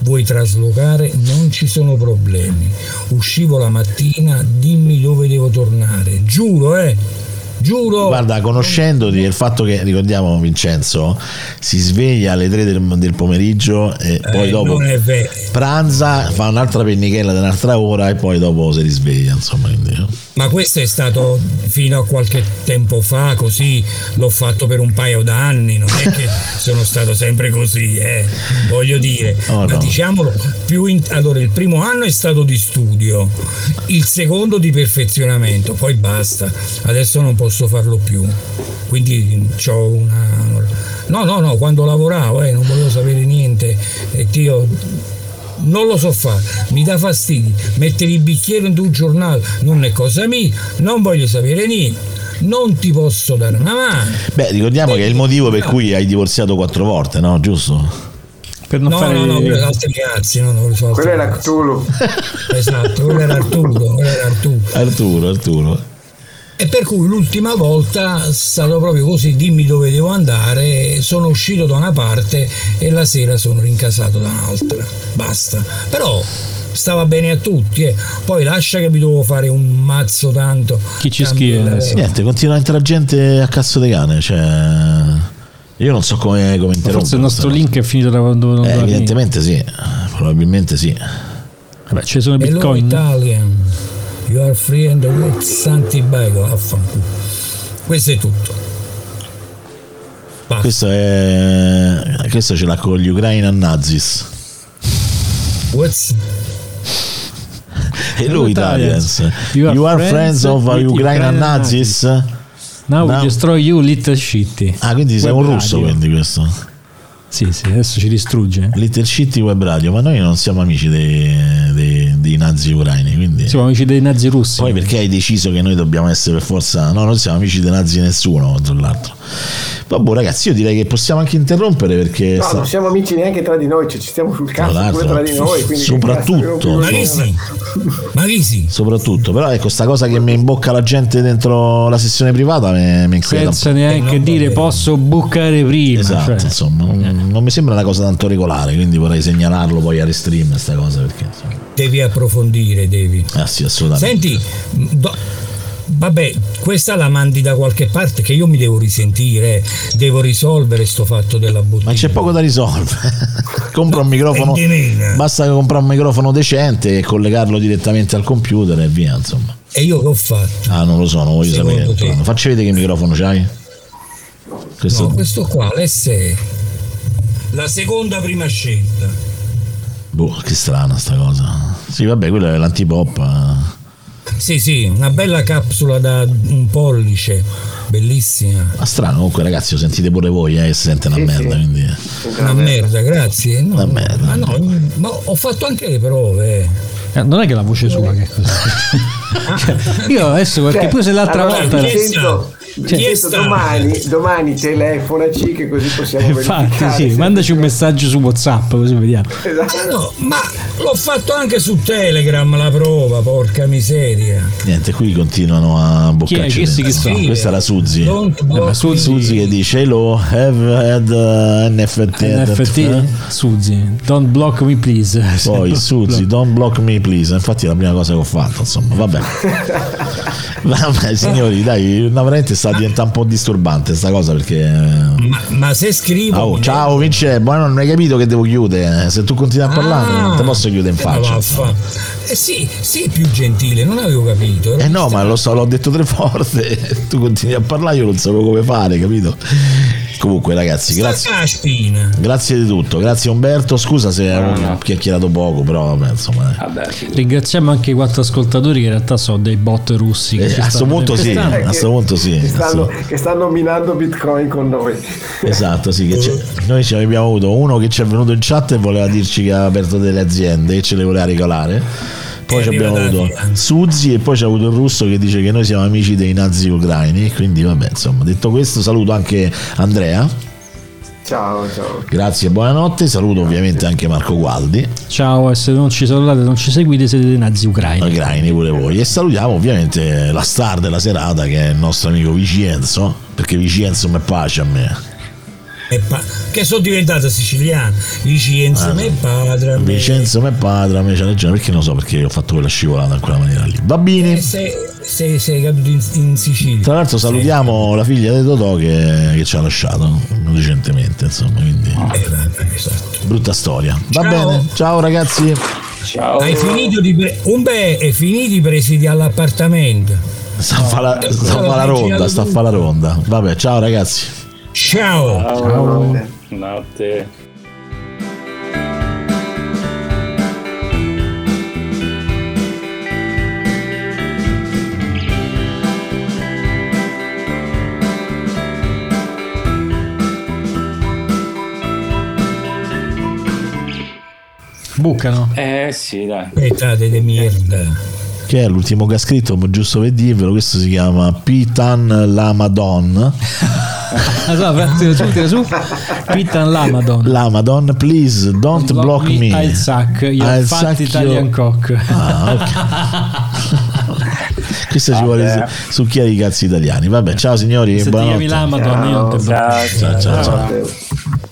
[SPEAKER 5] Vuoi traslocare? Non ci sono problemi. Uscivo la mattina, dimmi dove devo tornare. Giuro, eh. Giuro.
[SPEAKER 1] Guarda, conoscendoti il fatto che, ricordiamo Vincenzo, si sveglia alle 3 del, del pomeriggio e poi
[SPEAKER 5] Eh,
[SPEAKER 1] dopo
[SPEAKER 5] non è vero.
[SPEAKER 1] pranza, fa un'altra pennichella di un'altra ora e poi dopo si risveglia, insomma. quindi, eh. no?
[SPEAKER 5] Ma questo è stato fino a qualche tempo fa così, l'ho fatto per un paio d'anni, non è
[SPEAKER 1] *laughs*
[SPEAKER 5] che sono stato sempre così, eh, voglio dire.
[SPEAKER 1] Oh,
[SPEAKER 5] Ma
[SPEAKER 1] no.
[SPEAKER 5] diciamolo, più in- allora il primo anno è stato di studio, il secondo di perfezionamento, poi basta, adesso non posso farlo più. Quindi ho una... No, no, no, quando lavoravo eh, non volevo sapere niente e io non lo so fare, mi dà fastidio mettere il bicchiere in un giornale, non è cosa mia, non voglio sapere niente, non ti posso dare una mano.
[SPEAKER 1] Beh, ricordiamo che è il motivo per cui hai divorziato quattro volte, no? Giusto?
[SPEAKER 2] *laughs* Per non
[SPEAKER 5] No,
[SPEAKER 2] fare...
[SPEAKER 5] no, no, quello era altri cazzi, no, non lo so.
[SPEAKER 4] Quello era Cthulhu.
[SPEAKER 5] Esatto, quello era Arturo, quello era Arturo.
[SPEAKER 1] Arturo, Arturo.
[SPEAKER 5] E per cui l'ultima volta è stato proprio così, dimmi dove devo andare, sono uscito da una parte e la sera sono rincasato da un'altra. Basta. Però stava bene a tutti, eh. poi lascia che mi dovevo fare un mazzo tanto.
[SPEAKER 2] Chi ci
[SPEAKER 5] Cambio
[SPEAKER 2] scrive?
[SPEAKER 5] la-
[SPEAKER 2] Sì.
[SPEAKER 1] Niente, continua a entrare gente a cazzo di cane, cioè... Io non so come, come interrompere.
[SPEAKER 2] Forse il nostro
[SPEAKER 1] questa
[SPEAKER 2] link è finito da quando non
[SPEAKER 1] cosa. Eh,
[SPEAKER 2] doveva finire.
[SPEAKER 1] evidentemente sì, probabilmente sì.
[SPEAKER 2] Vabbè, ci sono i
[SPEAKER 5] Hello
[SPEAKER 2] bitcoin.
[SPEAKER 5] Italian, you are free and with Santi Bagel, affanculo. Questo è tutto. Basta.
[SPEAKER 1] Questo è. Questo ce l'ha con gli Ukraina Nazis.
[SPEAKER 5] What's-
[SPEAKER 1] E lui Italians. You are, friends, of
[SPEAKER 2] with
[SPEAKER 1] Ukraina
[SPEAKER 2] Ukrainian
[SPEAKER 1] Nazis.
[SPEAKER 2] Now we
[SPEAKER 1] No.
[SPEAKER 2] destroy you little shitty.
[SPEAKER 1] Ah, quindi sei un
[SPEAKER 2] Web
[SPEAKER 1] russo,
[SPEAKER 2] radio.
[SPEAKER 1] quindi questo.
[SPEAKER 2] Sì, sì, adesso ci distrugge.
[SPEAKER 1] Little City Web Radio, ma noi non siamo amici dei, dei- dei nazi ucraini, quindi.
[SPEAKER 2] Siamo amici dei nazi russi.
[SPEAKER 1] Poi perché hai deciso che noi dobbiamo essere per forza. No, non siamo amici dei nazi nessuno contro l'altro. Vabbè, ragazzi, io direi che possiamo anche interrompere perché.
[SPEAKER 4] No,
[SPEAKER 1] sta-
[SPEAKER 4] non siamo amici neanche tra di noi, cioè ci stiamo sul cazzo pure
[SPEAKER 1] l'altro,
[SPEAKER 4] tra di noi. quindi che
[SPEAKER 1] soprattutto.
[SPEAKER 4] cazzo,
[SPEAKER 5] Ma chi si? Ma chi si?
[SPEAKER 1] Soprattutto, però ecco, sta cosa che mi imbocca la gente dentro la sessione privata mi, mi inquieta un po'.
[SPEAKER 2] Senza neanche
[SPEAKER 5] non va
[SPEAKER 2] dire
[SPEAKER 5] bene.
[SPEAKER 2] posso buccare prima.
[SPEAKER 1] Esatto,
[SPEAKER 2] cioè.
[SPEAKER 1] insomma,
[SPEAKER 5] Eh.
[SPEAKER 1] non, non mi sembra una cosa tanto regolare, quindi vorrei segnalarlo poi alle stream sta cosa perché insomma,
[SPEAKER 5] Devi approfondire, devi.
[SPEAKER 1] ah sì, assolutamente.
[SPEAKER 5] Senti, va- vabbè, questa la mandi da qualche parte che io mi devo risentire, eh. devo risolvere sto fatto della bottiglia.
[SPEAKER 1] Ma c'è poco da risolvere. *laughs* Compra un microfono,
[SPEAKER 5] Ventimila.
[SPEAKER 1] basta che compra un microfono decente e collegarlo direttamente al computer e via, insomma.
[SPEAKER 5] E io che ho fatto?
[SPEAKER 1] Ah, non lo so, non voglio
[SPEAKER 5] Secondo
[SPEAKER 1] sapere.
[SPEAKER 5] te?
[SPEAKER 1] Allora, Facci vedere che microfono c'hai. Questo
[SPEAKER 5] No, questo qua, l'S. La seconda prima scelta.
[SPEAKER 1] boh, che strana sta cosa. Sì, vabbè, quello è l'antipop. eh.
[SPEAKER 5] Sì, sì, una bella capsula da un pollice, bellissima.
[SPEAKER 1] Ma strano, comunque ragazzi, lo sentite pure voi, eh, che si sente una merda, quindi eh.
[SPEAKER 5] Una merda, grazie. No,
[SPEAKER 1] Una merda.
[SPEAKER 5] Ma no, ma ho fatto anche le prove.
[SPEAKER 2] Eh, non è che la voce sua che è così. Cioè, io adesso perché
[SPEAKER 4] Cioè,
[SPEAKER 2] pure se l'altra *laughs*
[SPEAKER 4] allora,
[SPEAKER 2] volta era-
[SPEAKER 4] Vincenzo,
[SPEAKER 2] Cioè-
[SPEAKER 4] Cioè, domani, domani telefonaci che così possiamo
[SPEAKER 2] Infatti,
[SPEAKER 4] verificare.
[SPEAKER 2] sì, mandaci un messaggio su WhatsApp, così vediamo.
[SPEAKER 4] Esatto.
[SPEAKER 5] No, ma l'ho fatto anche su Telegram la prova, porca miseria.
[SPEAKER 1] Niente, qui continuano a boccarci.
[SPEAKER 2] Chi è? Chi si- chi
[SPEAKER 1] dentro.
[SPEAKER 2] sono?
[SPEAKER 1] Questa è la Suzzi.
[SPEAKER 5] Don't
[SPEAKER 1] Eh, ma
[SPEAKER 5] block
[SPEAKER 1] Suzzi,
[SPEAKER 5] me.
[SPEAKER 1] Suzzi che dice Hello, have had uh, NFT. eh?
[SPEAKER 2] NFT Suzzi, don't block me please. *laughs*
[SPEAKER 1] Poi Suzzi, don't block me please. Infatti è la prima cosa che ho fatto, insomma, vabbè. vabbè, signori, dai, no, veramente sta diventando un po' disturbante sta cosa perché... eh,
[SPEAKER 5] Ma, ma se scrivo...
[SPEAKER 1] ah, oh, ciao Vince, ma non hai capito che devo chiudere. Se tu continui a parlare
[SPEAKER 5] Ah.
[SPEAKER 1] non ti posso chiudere in
[SPEAKER 5] Eh, ma
[SPEAKER 1] faccia.
[SPEAKER 5] vaffa- Eh sì, sì, più gentile, non avevo capito. Ah,
[SPEAKER 1] Eh no, ma lo so, l'ho detto tre *laughs* volte. Tu continui a parlare, io non sapevo come fare, capito? Comunque, ragazzi, grazie.
[SPEAKER 5] Caspina.
[SPEAKER 1] Grazie di tutto, grazie Umberto. Scusa se ho chiacchierato poco, però vabbè, insomma. eh.
[SPEAKER 7] Vabbè, figurati.
[SPEAKER 2] Ringraziamo anche i quattro ascoltatori che in realtà sono dei bot russi. che
[SPEAKER 1] Eh,
[SPEAKER 2] ci
[SPEAKER 1] a sto
[SPEAKER 2] stanno
[SPEAKER 1] punto sì, a
[SPEAKER 2] tempestando.
[SPEAKER 1] questo punto sì.
[SPEAKER 4] Che
[SPEAKER 1] a
[SPEAKER 4] stanno,
[SPEAKER 1] sto-
[SPEAKER 4] che stanno minando Bitcoin con noi. *laughs*
[SPEAKER 1] Esatto, sì. Che c'è- noi ce ne abbiamo avuto uno che ci è venuto in chat e voleva dirci che aveva aperto delle aziende e ce le voleva regolare. Poi
[SPEAKER 2] Eh,
[SPEAKER 5] E
[SPEAKER 1] ci abbiamo
[SPEAKER 5] arriva
[SPEAKER 1] avuto
[SPEAKER 5] da Milan.
[SPEAKER 1] Suzzi e poi c'è avuto il russo che dice che noi siamo amici dei nazi ucraini. Quindi vabbè, insomma, detto questo saluto anche Andrea.
[SPEAKER 4] Ciao, ciao.
[SPEAKER 1] Grazie e buonanotte. Saluto ovviamente anche Marco Gualdi,
[SPEAKER 2] Ciao, e se non ci salutate, non ci seguite, siete dei nazi ucraini.
[SPEAKER 1] Graini pure voi. E salutiamo ovviamente la star della serata che è il nostro amico Vicenzo, perché Vicenzo mi pace a me.
[SPEAKER 5] E pa- che sono diventato siciliano.
[SPEAKER 1] Ah,
[SPEAKER 5] Vicenza, me padre. me-
[SPEAKER 1] Vicenzo mi padre, a me c'ha ragione, perché non lo so perché ho fatto quella scivolata in quella maniera lì. Va bene.
[SPEAKER 5] Eh, Sei, sei, sei caduto in, in Sicilia.
[SPEAKER 1] Tra l'altro salutiamo la figlia di Totò che, che ci ha lasciato recentemente, insomma, quindi
[SPEAKER 5] Eh, vabbè, esatto.
[SPEAKER 1] brutta storia. Va
[SPEAKER 5] Ciao.
[SPEAKER 1] bene, ciao ragazzi.
[SPEAKER 7] Ciao.
[SPEAKER 5] Hai finito di pre- un beh, è finito i presidi all'appartamento.
[SPEAKER 1] Sta a fa la, sta a fa la ronda, sta a fa la ronda. Vabbè, ciao ragazzi.
[SPEAKER 5] Ciao.
[SPEAKER 7] Ciao. Notte.
[SPEAKER 2] Bucano.
[SPEAKER 7] Eh sì, dai.
[SPEAKER 5] Aspettate di merda.
[SPEAKER 1] Che è l'ultimo che ha scritto, ma giusto per dirvelo, questo si chiama Pitan la Madonna.
[SPEAKER 2] Allora,
[SPEAKER 5] Ah.
[SPEAKER 2] tira su, tira
[SPEAKER 5] *laughs*
[SPEAKER 2] su. Pitan Lamadon.
[SPEAKER 1] La Madonna, please don't block, me.
[SPEAKER 2] Al sac, gli
[SPEAKER 1] Al
[SPEAKER 2] fatti
[SPEAKER 1] sacchio-
[SPEAKER 2] Italian Cock.
[SPEAKER 1] Ah, ok. Questo ci vuole su- succhiare i cazzi italiani. Vabbè, ciao signori,
[SPEAKER 2] Se ti chiami
[SPEAKER 1] buonanotte. Ah,
[SPEAKER 2] Lamadon, io non te blocco.
[SPEAKER 7] Ciao.
[SPEAKER 1] Ciao, ciao, ciao.
[SPEAKER 4] Ciao.